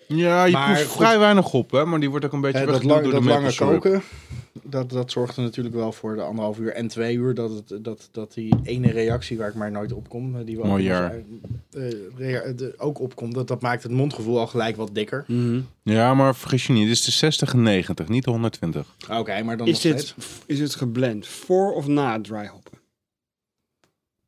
S2: Ja, je
S5: Maar
S2: proeft
S5: goed.
S2: vrij weinig op, hè? Maar die wordt ook een beetje
S5: Eh, dat
S2: weggeduwd
S5: lang,
S2: door
S5: dat
S2: de maple
S5: lange
S2: syrup.
S5: koken, dat, dat zorgt er natuurlijk wel voor de anderhalf uur en twee uur dat, het, dat, dat die ene reactie waar ik maar nooit op kom, eh, die we ook,
S2: Mooi
S5: nog
S2: jaar.
S5: zijn, eh, rea- de- ook opkomt, dat, dat maakt het mondgevoel al gelijk wat dikker.
S2: Hmm. Ja, maar vergis je niet. Dit is de 60 en 90, niet de 120.
S5: Ah, Oké, maar dan
S4: Is,
S5: nog
S4: dit,
S5: steeds.
S4: is het geblend voor of na het dry hoppen?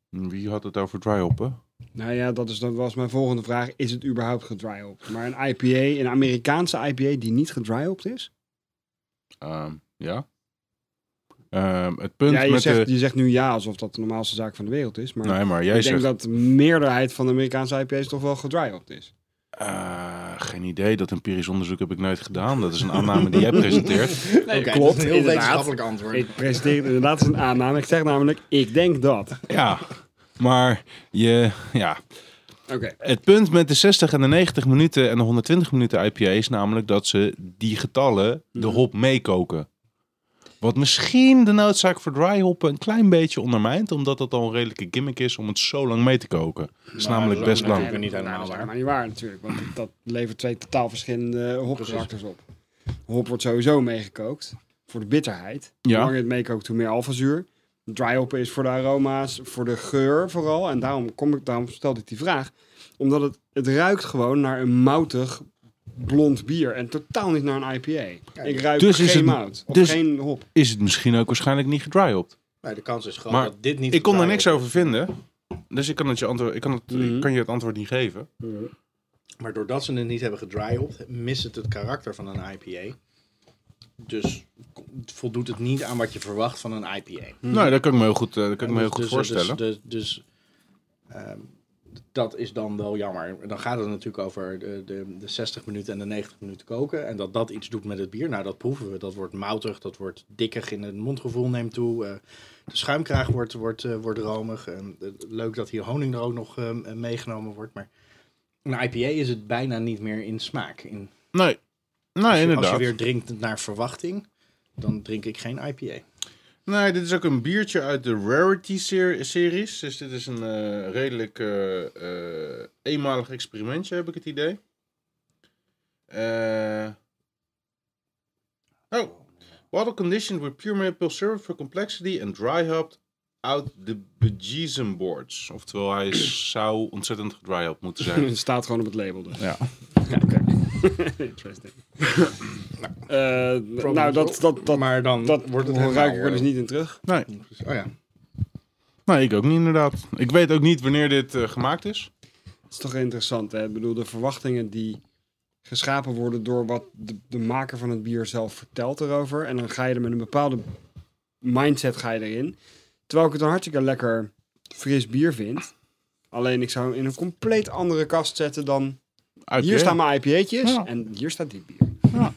S2: Wie had het over dry hoppen?
S4: Nou ja, dat, is, dat was mijn volgende vraag. Is het überhaupt gedryhopped? Maar een IPA, een Amerikaanse IPA die niet gedryhopped is?
S2: Ehm, ja. Ehm, het punt
S4: Ja, je
S2: met
S4: zegt,
S2: de...
S4: je zegt nu ja, alsof dat de normaalste zaak van de wereld is. Maar
S2: Nee, maar
S4: ik
S2: jij
S4: denk
S2: zegt...
S4: dat de meerderheid van de Amerikaanse IPA's toch wel gedryhopped is.
S2: eh, geen idee, dat empirisch onderzoek heb ik nooit gedaan. Dat is een aanname die jij presenteert.
S5: Nee,
S4: klopt,
S5: een heel
S4: inderdaad.
S5: wetenschappelijk antwoord.
S4: Ik presenteer het inderdaad als een aanname. Ik zeg namelijk, ik denk dat.
S2: Ja, maar je... Ja.
S4: Oké.
S2: Het punt met de 60 en de 90 minuten en de 120 minuten IPA is namelijk dat ze die getallen de
S5: Mhm.
S2: hop meekoken. Wat misschien de noodzaak voor dry hoppen een klein beetje ondermijnt, omdat dat al een redelijke gimmick is om het zo lang mee te koken. Dat is
S5: Maar
S2: namelijk
S5: dat is
S2: best
S5: ook
S2: lang.
S5: natuurlijk niet helemaal
S4: Nou, dat is
S5: waar.
S4: helemaal niet waar natuurlijk. Want dat- dat levert twee totaal verschillende hopkarakters op. Hop wordt sowieso meegekookt voor de bitterheid.
S2: Ja.
S4: Hoe langer je het meekookt, hoe meer alfazuur. Dry hoppen is voor de aroma's, voor de geur vooral. En daarom, kom ik, daarom stelde ik die vraag. Omdat het, het ruikt gewoon naar een moutig blond bier. En totaal niet naar een IPA. ik ruik
S2: Dus
S4: geen
S2: is het-
S4: mout of
S2: dus-
S4: geen hop.
S2: Is het misschien ook waarschijnlijk niet gedry hopped?
S5: Maar de kans is gewoon
S2: Maar
S5: dat dit niet...
S2: Ik kon er
S5: daar
S2: niks over vinden, dus ik kan, het je, antwoord, ik kan, het,
S5: Mhm.
S2: ik kan je het antwoord niet geven.
S5: Maar doordat ze het niet hebben gedryhopt, mist het het karakter van een IPA. Dus voldoet het niet aan wat je verwacht van een IPA.
S2: Nou, dat kan ik me heel goed, eh, dat kan ik me heel
S5: Dus-
S2: goed
S5: Mm. dus-
S2: voorstellen.
S5: Dus, dus, dus, ehm, dat is dan wel jammer. Dan gaat het natuurlijk over de, de, de 60 minuten en de 90 minuten koken. En dat dat iets doet met het bier, nou dat proeven we. Dat wordt moutig, dat wordt dikkig in het mondgevoel neemt toe. eh, de schuimkraag wordt, wordt, eh, wordt romig. En, eh, leuk dat hier honing er ook nog eh, meegenomen wordt. Maar een IPA is het bijna niet meer in smaak. In,
S2: Nee,
S5: als
S2: nee
S5: je
S2: Ah, inderdaad.
S5: weer drinkt naar verwachting, dan drink ik geen IPA.
S2: Nee, dit is ook een biertje uit de Rarity ser- series. Dus dit is een eh, redelijk eh, eh, eenmalig experimentje, heb ik het idee. Eh oh. Bottle conditioned with pure maple syrup for complexity and dry hopped out the bejesus boards. Oftewel, hij is- zou ontzettend gedry hopped moeten zijn.
S4: Het staat gewoon op het label dus.
S2: Ja.
S4: Ja, oké. Interesting. Eh, nou, dat, dat, dat,
S5: maar dan
S4: dat
S5: wordt het helemaal,
S4: ruik ik er dus niet in terug.
S2: Nee,
S5: Oh ja.
S2: nee, ik ook niet inderdaad. Ik weet ook niet wanneer dit eh, gemaakt is.
S4: Het is toch interessant, hè? Ik bedoel, de verwachtingen die geschapen worden door wat de, de maker van het bier zelf vertelt erover. En dan ga je er met een bepaalde mindset ga je erin. Terwijl ik het een hartstikke lekker fris bier vind. Alleen ik zou hem in een compleet andere kast zetten dan... Hier
S2: IPA.
S4: staan mijn IPA'tjes
S2: Ja.
S4: en hier staat dit bier.
S5: Mhm.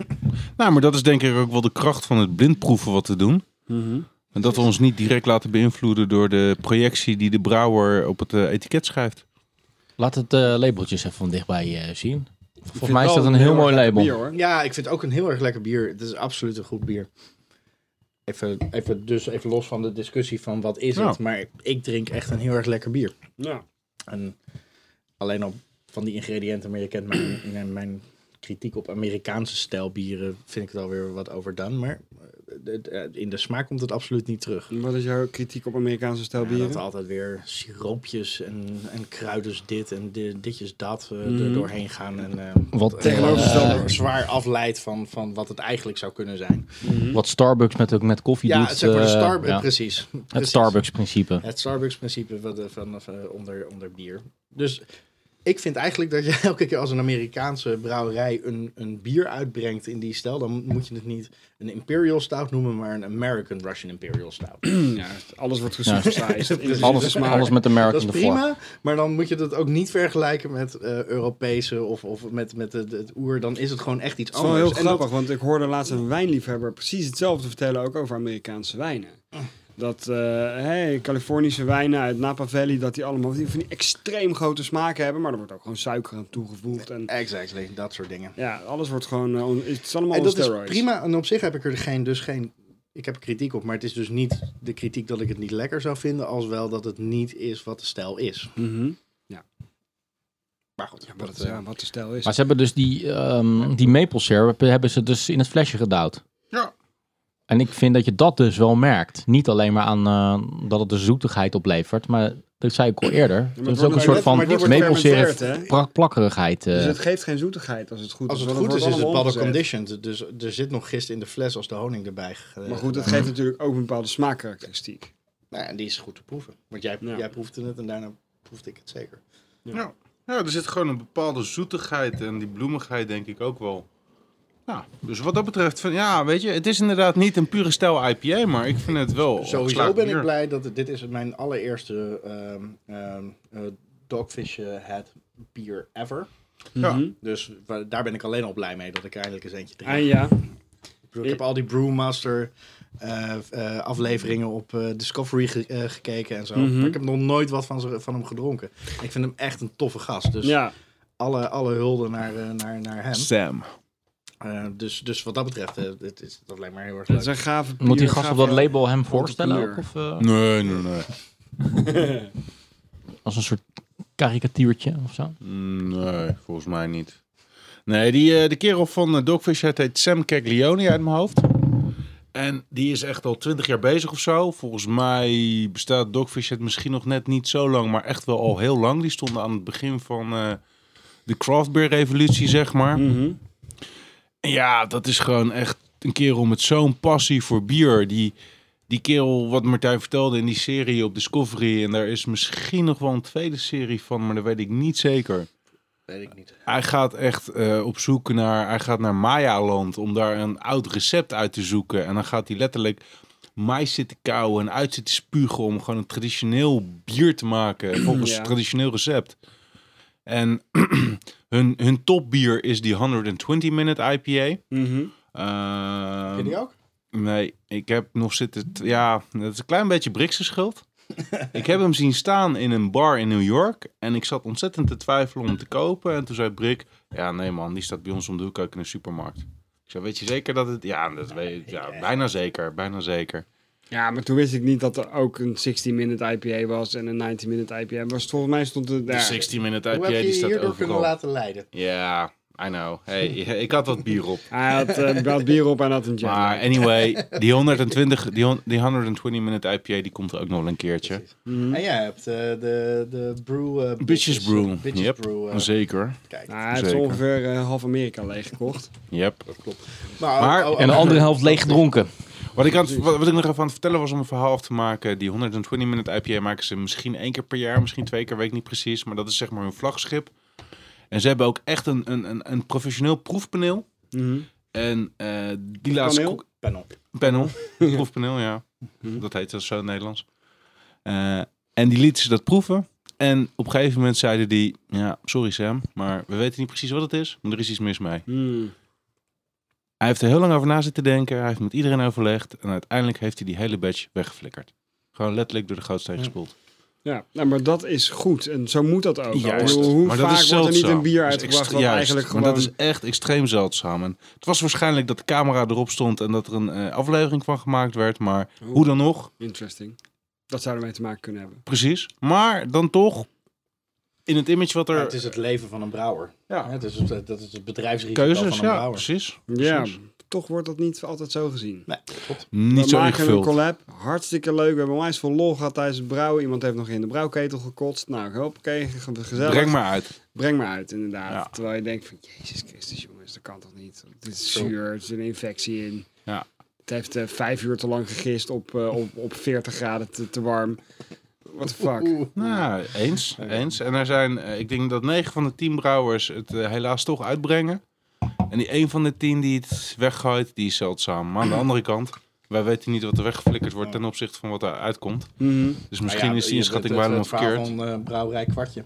S2: Nou, maar dat is denk ik ook wel de kracht van het blindproeven wat we doen. En dat we ons niet direct laten beïnvloeden door de projectie die de brouwer op het eh, etiket schrijft.
S1: Laat het eh, labeltjes even van dichtbij eh, zien. Volgens
S4: vind
S1: mij is
S4: wel
S1: dat een heel mooi
S4: erg lekker
S1: label.
S4: bier, hoor.
S5: Ja, ik vind het ook een heel erg lekker bier. Het is absoluut een goed bier. Even, even, dus even los van de discussie van wat is
S2: Ja.
S5: het. Maar ik drink echt een heel erg lekker bier.
S4: Ja.
S5: En alleen al van die ingrediënten, maar je kent mijn, mijn- mijn kritiek op Amerikaanse stijl bieren, vind ik het alweer wat overdone. Maar eh, het, eh, in de smaak komt het absoluut niet terug.
S4: Wat is jouw kritiek op Amerikaanse stijl
S5: Ja,
S4: bieren?
S5: dat er altijd weer siroopjes en, en kruiders dit en di- ditjes dat eh, er
S4: Mhm.
S5: doorheen gaan. En eh,
S1: Wat,
S5: tegenovergestelde
S1: eh,
S5: zwaar afleidt van, van wat het eigenlijk zou kunnen zijn.
S1: wat Starbucks met, ook met koffie
S5: Ja,
S1: doet.
S5: het zeg maar de
S1: eh,
S5: Starbucks,
S1: ja.
S5: precies.
S1: Het
S5: Precies.
S1: Starbucks-principe.
S5: Het Starbucks-principe van, de- van, van- onder, onder bier. Dus ik vind eigenlijk dat je elke keer als een Amerikaanse brouwerij een, een bier uitbrengt in die stijl, dan moet je het niet een Imperial Stout noemen, maar een American Russian Imperial Stout.
S4: Ja, alles wordt gesubsidized. Inclusief de
S1: Hmm. Alles,
S4: smaak.
S1: alles met American
S5: Dat is
S1: ervoor.
S5: prima, maar dan moet je dat ook niet vergelijken met eh, Europese of, of met, met het, het oer. Dan is het gewoon echt iets
S4: Het is wel
S5: anders.
S4: heel
S5: En dat-
S4: grappig, want ik hoorde laatst een wijnliefhebber precies hetzelfde vertellen ook over Amerikaanse wijnen. Dat eh, hey, Californische wijnen uit Napa Valley, dat die allemaal van die- van die extreem grote smaken hebben, maar er wordt ook gewoon suiker aan toegevoegd. En
S5: exactly, dat soort dingen.
S4: ja, alles wordt gewoon, eh, on- het is allemaal
S5: En
S4: on
S5: dat is
S4: steroids.
S5: prima. En op zich heb ik er geen, dus geen. Ik heb er kritiek op, maar het is dus niet de kritiek dat ik het niet lekker zou vinden, als wel dat het niet is wat de stijl is.
S4: Mhm.
S5: Maar goed,
S4: wat,
S5: dat,
S4: het-
S5: eh,
S4: ja, wat de stijl is.
S1: Maar ze hebben dus die, ehm die maple syrup hebben ze dus in het flesje gedouwd.
S5: Ja.
S1: En ik vind dat je dat dus wel merkt. Niet alleen maar aan eh, dat het de zoetigheid oplevert, maar dat zei ik al eerder.
S4: het
S1: Het is
S4: wordt
S1: ook een
S4: dus
S1: soort
S4: net-
S1: van
S5: maar die wordt
S1: maple syrup
S4: fermenteerd, hè?
S1: plak- plakkerigheid. eh.
S4: Dus het geeft geen zoetigheid als het goed
S5: als
S4: is.
S5: het
S4: want
S5: goed is, is
S4: wordt
S5: het
S4: allemaal
S5: bottle
S4: omgezet.
S5: conditioned. Dus er zit nog gist in de fles als de honing erbij. ge-
S4: Maar goed, dat geeft natuurlijk ook een bepaalde smaakkarakteristiek.
S5: Nou ja, en die is goed te proeven. Want jij,
S4: Ja. Oh,
S5: jij proefde het en daarna proefde ik het zeker.
S2: Ja. ja, er zit gewoon een bepaalde zoetigheid en die bloemigheid denk ik ook wel. Ja, dus wat dat betreft, van, ja, weet je, het is inderdaad niet een pure stijl IPA, maar ik vind het wel
S5: Sowieso
S2: geslaagd
S5: ben
S2: bier.
S5: ik blij dat het- dit is mijn allereerste ehm, ehm, eh, Dogfish eh, Head bier ever.
S2: Ja.
S4: Mhm.
S5: Dus wa- daar ben ik alleen al blij mee dat ik eindelijk eens eentje drink.
S4: En ja,
S5: Ik bedoel, Ik heb al die Brewmaster eh, eh, afleveringen op eh, Discovery ge- eh, gekeken en zo.
S4: Mhm.
S5: Maar ik heb nog nooit wat van, ze- van hem gedronken. Ik vind hem echt een toffe gast. Dus
S4: ja.
S5: alle, alle hulde naar, eh, naar, naar hem.
S2: Sam.
S5: Eh, dus, dus wat dat betreft, eh, het is dat alleen maar heel erg
S4: dat is
S5: leuk.
S4: een gave bier,
S1: Moet die gast op dat
S4: gave-
S1: label hem voorstellen
S4: kleur.
S1: ook? Of, eh,
S2: Nee, nee, nee.
S1: als een soort karikatuurtje of zo?
S2: Nee, volgens mij niet. Nee, die, eh, de kerel van eh, Dogfish Head heet Sam Caglioni uit mijn hoofd. En die is echt al twintig jaar bezig of zo. Volgens mij bestaat Dogfish Head misschien nog net niet zo lang, maar echt wel al heel lang. Die stonden aan het begin van eh, de craft beer revolutie, zeg maar.
S4: Mhm.
S2: En Ja, dat is gewoon echt een kerel met zo'n passie voor bier. Die, die kerel, wat Martijn vertelde in die serie op Discovery. En daar is misschien nog wel een tweede serie van, maar dat weet ik niet zeker.
S5: Weet ik niet.
S2: Hij gaat echt eh, op zoek naar, hij gaat naar Maya-land om daar een oud recept uit te zoeken. En dan gaat hij letterlijk mais zitten kauwen en uit zitten spugen om gewoon een traditioneel bier te maken volgens
S4: Ja.
S2: het traditioneel recept. En hun, hun topbier is die 120 minute IPA.
S4: Mhm.
S2: Ehm,
S5: Ken je die ook?
S2: Nee, ik heb nog zitten. t- Ja, dat is een klein beetje Brikse schuld. ik heb hem zien staan in een bar in New York. En ik zat ontzettend te twijfelen om hem te kopen. En toen zei Brik: Ja, nee man, die staat bij ons om de hoek ook in de supermarkt. Ik zei: Weet je zeker dat het. Ja, dat weet ik. Ja, bijna zeker. Bijna zeker.
S4: Ja, maar toen wist ik niet dat er ook een 16-minute IPA was en een 90-minute IPA. Was het- volgens mij stond het
S2: De
S4: daar.
S2: 16-minute
S5: Hoe
S2: IPA
S5: heb je
S2: die
S5: je
S2: staat
S5: hierdoor kunnen
S2: overal.
S5: laten leiden?
S2: Ja, I know. Hey, ik had wat bier op.
S4: Hij had, eh, hij had bier op en had een jam.
S2: Maar anyway, die 120, die, hon- die 120 minute IPA die komt er ook nog wel een keertje.
S5: En jij hebt eh, de, de brew... eh,
S2: Mhm. Bitches Brew.
S5: Bitches
S2: Yep.
S5: brew. eh,
S2: Zeker.
S5: kijk.
S4: Nou, hij heeft
S2: Zeker.
S4: ongeveer eh, half Amerika leeggekocht.
S2: Yep.
S5: Maar,
S2: Maar-
S5: oh, oh,
S1: En de
S5: oh,
S1: andere helft leeg gedronken.
S2: Wat ik, aan het- wat, wat ik nog even aan het vertellen was om een verhaal af te maken. Die 120 minute IPA maken ze misschien één keer per jaar, misschien twee keer, weet ik niet precies. Maar dat is zeg maar hun vlaggenschip. En ze hebben ook echt een, een, een, een professioneel proefpaneel. Mhm. En eh, die laatste...
S4: Paneel?
S2: ko-
S5: panel.
S2: Panel. proefpaneel, ja.
S4: Mhm.
S2: Dat heet dat zo in het Nederlands. Eh, en die lieten ze dat proeven. En op een gegeven moment zeiden die...
S4: Mhm.
S2: Ja, sorry Sam, maar we weten niet precies wat het is. Maar er is iets mis mee.
S4: Hmm.
S2: Hij heeft er heel lang over na zitten denken. Hij heeft met iedereen overlegd. En uiteindelijk heeft hij die hele badge weggeflikkerd. Gewoon letterlijk door de gootsteen gespoeld.
S4: Ja, nou, maar dat is goed. En zo moet dat ook.
S2: Juist.
S4: Hoe, hoe
S2: Maar dat
S4: vaak
S2: is
S4: wordt er niet
S2: zeldzaam.
S4: een bier
S2: Dat is
S4: uitgebracht
S2: extre-
S4: wat
S2: juist.
S4: eigenlijk gewoon...
S2: Maar dat is echt extreem zeldzaam. En het was waarschijnlijk dat de camera erop stond en dat er een eh, aflevering van gemaakt werd. Maar
S4: Oeh.
S2: hoe dan nog,
S4: Interesting. Dat zou ermee te maken kunnen hebben.
S2: precies. Maar dan toch, in het image wat
S5: Ja, het
S2: er...
S5: is het leven van een brouwer. Ja,
S2: Ja,
S5: het is het, dat is het bedrijfsrisico
S2: keuzes,
S5: van een
S2: ja,
S5: brouwer.
S2: precies.
S4: Ja,
S2: Precies.
S4: toch wordt dat niet altijd zo gezien.
S5: Nee, klopt.
S2: Niet
S4: we
S2: zo
S4: maken een
S2: ingevuld.
S4: collab. Hartstikke leuk. We hebben onwijs veel lol gehad tijdens het brouwen. Iemand heeft nog in de brouwketel gekotst. Nou, hoppakee, ge- gezellig.
S2: Breng maar uit.
S4: Breng maar uit, inderdaad.
S2: Ja.
S4: Terwijl je denkt van, jezus Christus jongens, dat kan toch niet? Dit is zuur, er zit een infectie in.
S2: Ja.
S4: Het heeft eh, vijf uur te lang gegist op, eh, op, op 40 graden te, te warm. What the fuck?
S2: Nou, eens, eens. En er zijn, eh, ik denk dat negen van de tien brouwers het eh, helaas toch uitbrengen. En die één van de tien die het weggooit, die is zeldzaam. Maar aan de andere kant, wij weten niet wat er weggeflikkerd wordt ten opzichte van wat er uitkomt.
S4: Mhm.
S5: Nou
S2: Dus misschien is die inschatting wel
S5: wel
S2: helemaal verkeerd.
S5: van eh, Brouwerij Kwartje.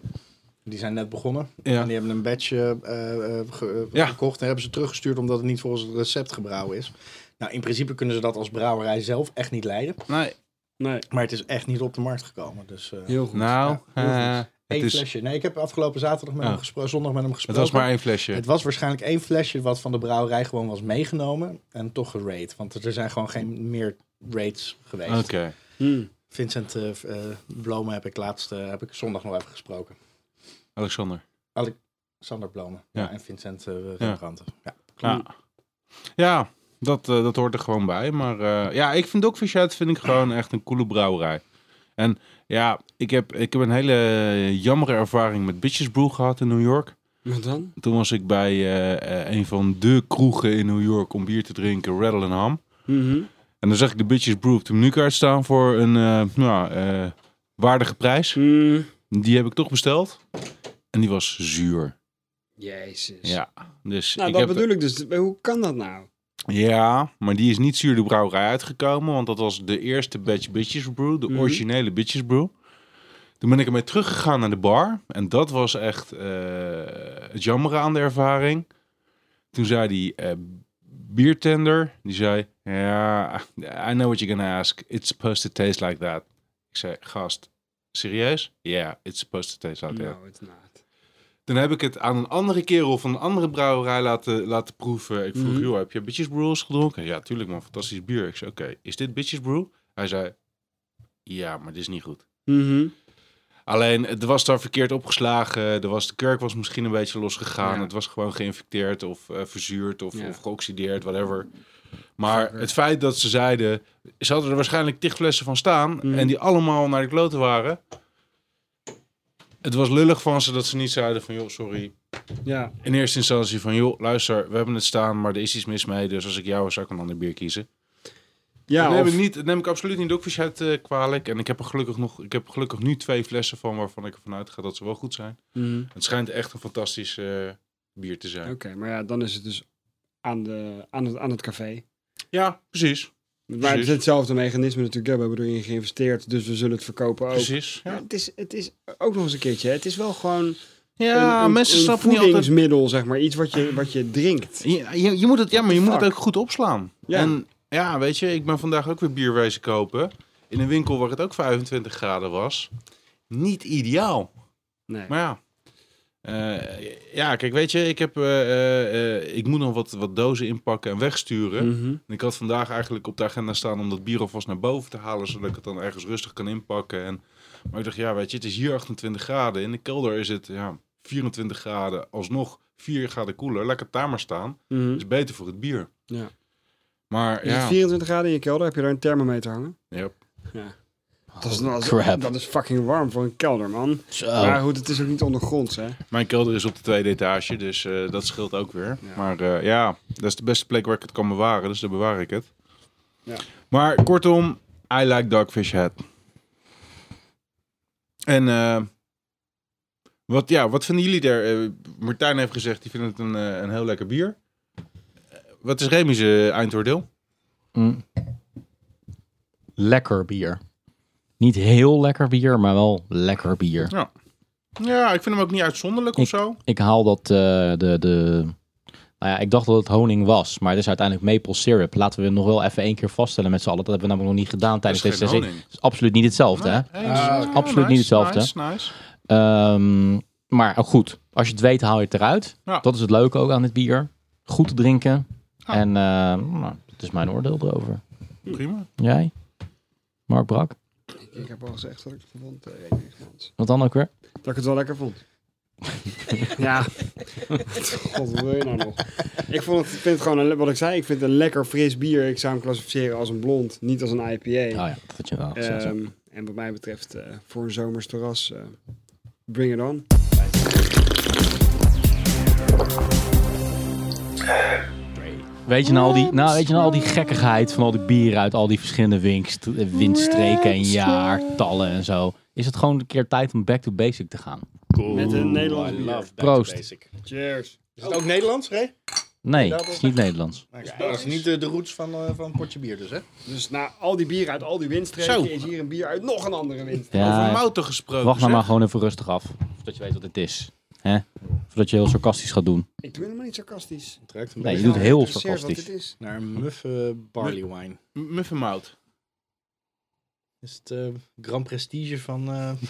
S5: Die zijn net begonnen.
S2: Ja.
S5: En die hebben een badge eh, eh, ge- eh,
S2: Ja.
S5: gekocht. En hebben ze teruggestuurd omdat het niet volgens het recept gebrouwen is. Nou, in principe kunnen ze dat als brouwerij zelf echt niet leiden.
S2: Nee,
S4: Nee,
S5: Maar het is echt niet op de markt gekomen. Dus eh,
S4: heel goed.
S2: nou,
S5: Ja, heel
S2: eh, het,
S5: één
S2: is,
S5: flesje. Nee, ik heb afgelopen zaterdag met
S2: Ja.
S5: hem gesproken. Zondag met hem
S2: het
S5: gesproken.
S2: was maar één flesje.
S5: Het was waarschijnlijk één flesje wat van de brouwerij gewoon was meegenomen en toch gerate. Want er zijn gewoon geen meer rates geweest.
S2: Oké.
S4: Hm.
S5: Vincent eh eh, Blomen heb ik laatst eh, heb ik zondag nog even gesproken.
S2: Alexander.
S5: Sander Blomen
S2: Ja.
S5: ja. en Vincent eh Rembrandt. Ja.
S2: Ja, ja dat, eh, dat hoort er gewoon bij. Maar eh, ja, ik vind Dogfishhead vind ik gewoon echt een coole brouwerij. En ja, ik heb, ik heb een hele jammere ervaring met Bitches Brew gehad in New York.
S4: Wat dan?
S2: Toen was ik bij eh, eh, een van de kroegen in New York om bier te drinken, Rattle and Ham.
S4: Mhm.
S2: En dan zag ik de Bitches Brew op de menukaart staan voor een eh, nou, eh, waardige prijs.
S4: Hm.
S2: Die heb ik toch besteld. En die was zuur.
S4: Jezus.
S2: Ja, dus
S4: Nou,
S2: ik
S4: dat
S2: heb...
S4: bedoel ik dus. Hoe kan dat nou?
S2: Ja, maar die is niet zuur de brouwerij uitgekomen, want dat was de eerste batch Bitches Brew, de
S4: Mhm.
S2: originele Bitches Brew. Toen ben ik ermee teruggegaan naar de bar en dat was echt eh, het jammer aan de ervaring. Toen zei die eh biertender, die zei, ja, I know what you're gonna ask, it's supposed to taste like that. Ik zei, gast, serieus? Ja, it's supposed to taste like that.
S4: Nou, het naad.
S2: Dan heb ik het aan een andere kerel van een andere brouwerij laten, laten proeven. Ik vroeg,
S4: Mhm.
S2: joh, heb je Bitches Brew al eens gedronken? Ja, tuurlijk man, fantastisch bier. Ik zei, oké, is dit Bitches Brew? Hij zei, ja, maar dit is niet goed.
S4: Mhm.
S2: Alleen, het was daar verkeerd opgeslagen. Er was, de kurk was misschien een beetje losgegaan.
S4: Ja.
S2: Het was gewoon geïnfecteerd of eh, verzuurd of,
S4: Ja.
S2: of geoxideerd, whatever. Maar het feit dat ze zeiden... Ze hadden er waarschijnlijk tig flessen van staan...
S4: Mhm.
S2: en die allemaal naar de kloten waren. Het was lullig van ze dat ze niet zeiden van... joh, sorry,
S4: Ja.
S2: in eerste instantie van, joh, luister, we hebben het staan, maar er is iets mis mee. Dus als ik jou was, zou ik een ander bier kiezen.
S4: Ja,
S2: dat, neem
S4: of-
S2: ik niet, dat neem ik absoluut niet ook uit eh, kwalijk. En ik heb er gelukkig nog, ik heb er gelukkig nu twee flessen van, waarvan ik ervan uitga dat ze wel goed zijn.
S4: Mhm.
S2: Het schijnt echt een fantastisch eh, bier te zijn.
S4: Oké, maar ja, dan is het dus aan, de, aan, het, aan het café.
S2: Ja, precies,
S4: Maar het
S2: Precies.
S4: is hetzelfde mechanisme natuurlijk. hè, We hebben erin geïnvesteerd, dus we zullen het verkopen ook.
S2: precies.
S4: Ja,
S2: Ja,
S4: het, is, het is ook nog eens een keertje. hè. Het is wel gewoon
S2: Ja,
S4: een, een,
S2: mensen
S4: een
S2: snappen niet altijd.
S4: voedingsmiddel, zeg maar. Iets wat je, wat je drinkt.
S2: Je, je, je moet het, ja, maar je moet het
S4: Fuck.
S2: ook goed opslaan.
S4: Ja.
S2: En ja, weet je, ik ben vandaag ook weer bierwezen kopen. In een winkel waar het ook 25 graden was. Niet ideaal.
S4: Nee.
S2: Maar ja. Eh, ja, kijk, weet je, ik, heb, eh, eh, eh, ik moet nog wat, wat dozen inpakken en wegsturen.
S4: Mhm.
S2: En ik had vandaag eigenlijk op de agenda staan om dat bier alvast naar boven te halen, zodat ik het dan ergens rustig kan inpakken. En, maar ik dacht, ja, weet je, het is hier 28 graden. In de kelder is het ja, 24 graden, alsnog 4 graden koeler. Laat ik het daar maar staan.
S4: Mhm.
S2: Dat is beter voor het bier.
S4: Ja.
S2: Maar
S4: Is het
S2: ja,
S4: 24 graden in je kelder? Heb je daar een thermometer hangen?
S2: Yep. Oh,
S4: Dat is, dat, is,
S1: crap.
S4: dat is fucking warm voor een kelder, man.
S1: Zo.
S2: Oh.
S4: Maar goed, het is ook niet ondergronds, hè?
S2: mijn kelder is op de tweede etage, dus eh, dat scheelt ook weer.
S4: Ja.
S2: Maar eh, ja, dat is de beste plek waar ik het kan bewaren, dus daar bewaar ik het.
S4: Ja.
S2: Maar kortom, I like Dogfish Head. En eh, wat, ja, wat vinden jullie daar? Eh, Martijn heeft gezegd, die vindt het een, eh, een heel lekker bier. Eh, wat is Remy's eh, eindoordeel?
S1: Mm. Lekker bier. Niet heel lekker bier, maar wel lekker bier.
S2: Ja, ik vind hem ook niet uitzonderlijk of
S1: Ik-
S2: zo.
S1: Ik haal dat eh, de, de, Nou ja, ik dacht dat het honing was, maar het is uiteindelijk maple syrup. Laten we nog wel even één keer vaststellen met z'n allen. Dat hebben we namelijk nog niet gedaan tijdens
S2: geen
S1: deze sessie.
S2: honing.
S1: Het is absoluut niet hetzelfde, hè?
S2: Nee,
S5: Ah,
S2: ja,
S1: absoluut niet hetzelfde.
S2: Dus, eh, Nice, nice.
S1: Ehm, maar ook goed, als je het weet, haal je het eruit.
S2: Ja.
S1: Dat is het leuke ook aan dit bier. Goed te drinken.
S2: Ja.
S1: En eh, nou, dat is mijn oordeel erover.
S2: Prima.
S1: Jij? Mark Brak?
S4: Ik heb al gezegd dat ik het vond. eh, weet ik niet, vond.
S1: Wat dan ook weer?
S4: Dat ik het wel lekker vond. ja. God, wat wil je nou nog? Ik vond het, ik vind het gewoon, een, wat ik zei, ik vind het een lekker fris bier. Ik zou hem classificeren als een blond, niet als een IPA.
S1: Oh ja, dat had je wel gezegd.
S4: Ehm, en wat mij betreft, eh, voor een zomers terras, eh, bring it on.
S1: Weet je, nou al die, nou, weet je nou al die gekkigheid van al die bieren uit al die verschillende winst, eh, windstreken en jaartallen en zo? Is het gewoon een keer tijd om back to basic te gaan?
S4: Met een Nederlands bier.
S1: Proost.
S4: Cheers.
S5: Is het ook Nederlands, Ray?
S1: Nee, het is niet Nederlands.
S5: dat is niet de, de roots van, eh, van een potje bier dus, hè?
S4: Dus na al die bieren uit al die windstreken
S2: Zo.
S4: is hier een bier uit nog een andere windstreek.
S2: Over
S1: Ja,
S2: mouten gesproken.
S1: wacht nou
S2: zeg.
S1: maar gewoon even rustig af. Voordat je weet wat het is. hè? Voordat je heel sarcastisch gaat doen.
S4: Ik ben helemaal niet sarcastisch.
S5: Het ruikt een
S1: Nee, je
S5: beetje
S1: doet
S4: Ik ben
S1: heel
S4: geïnteresseerd
S1: sarcastisch.
S4: Wat dit is.
S5: naar een muffe barley wine.
S2: M- Muffenmout.
S5: Is het eh, Grand Prestige van, eh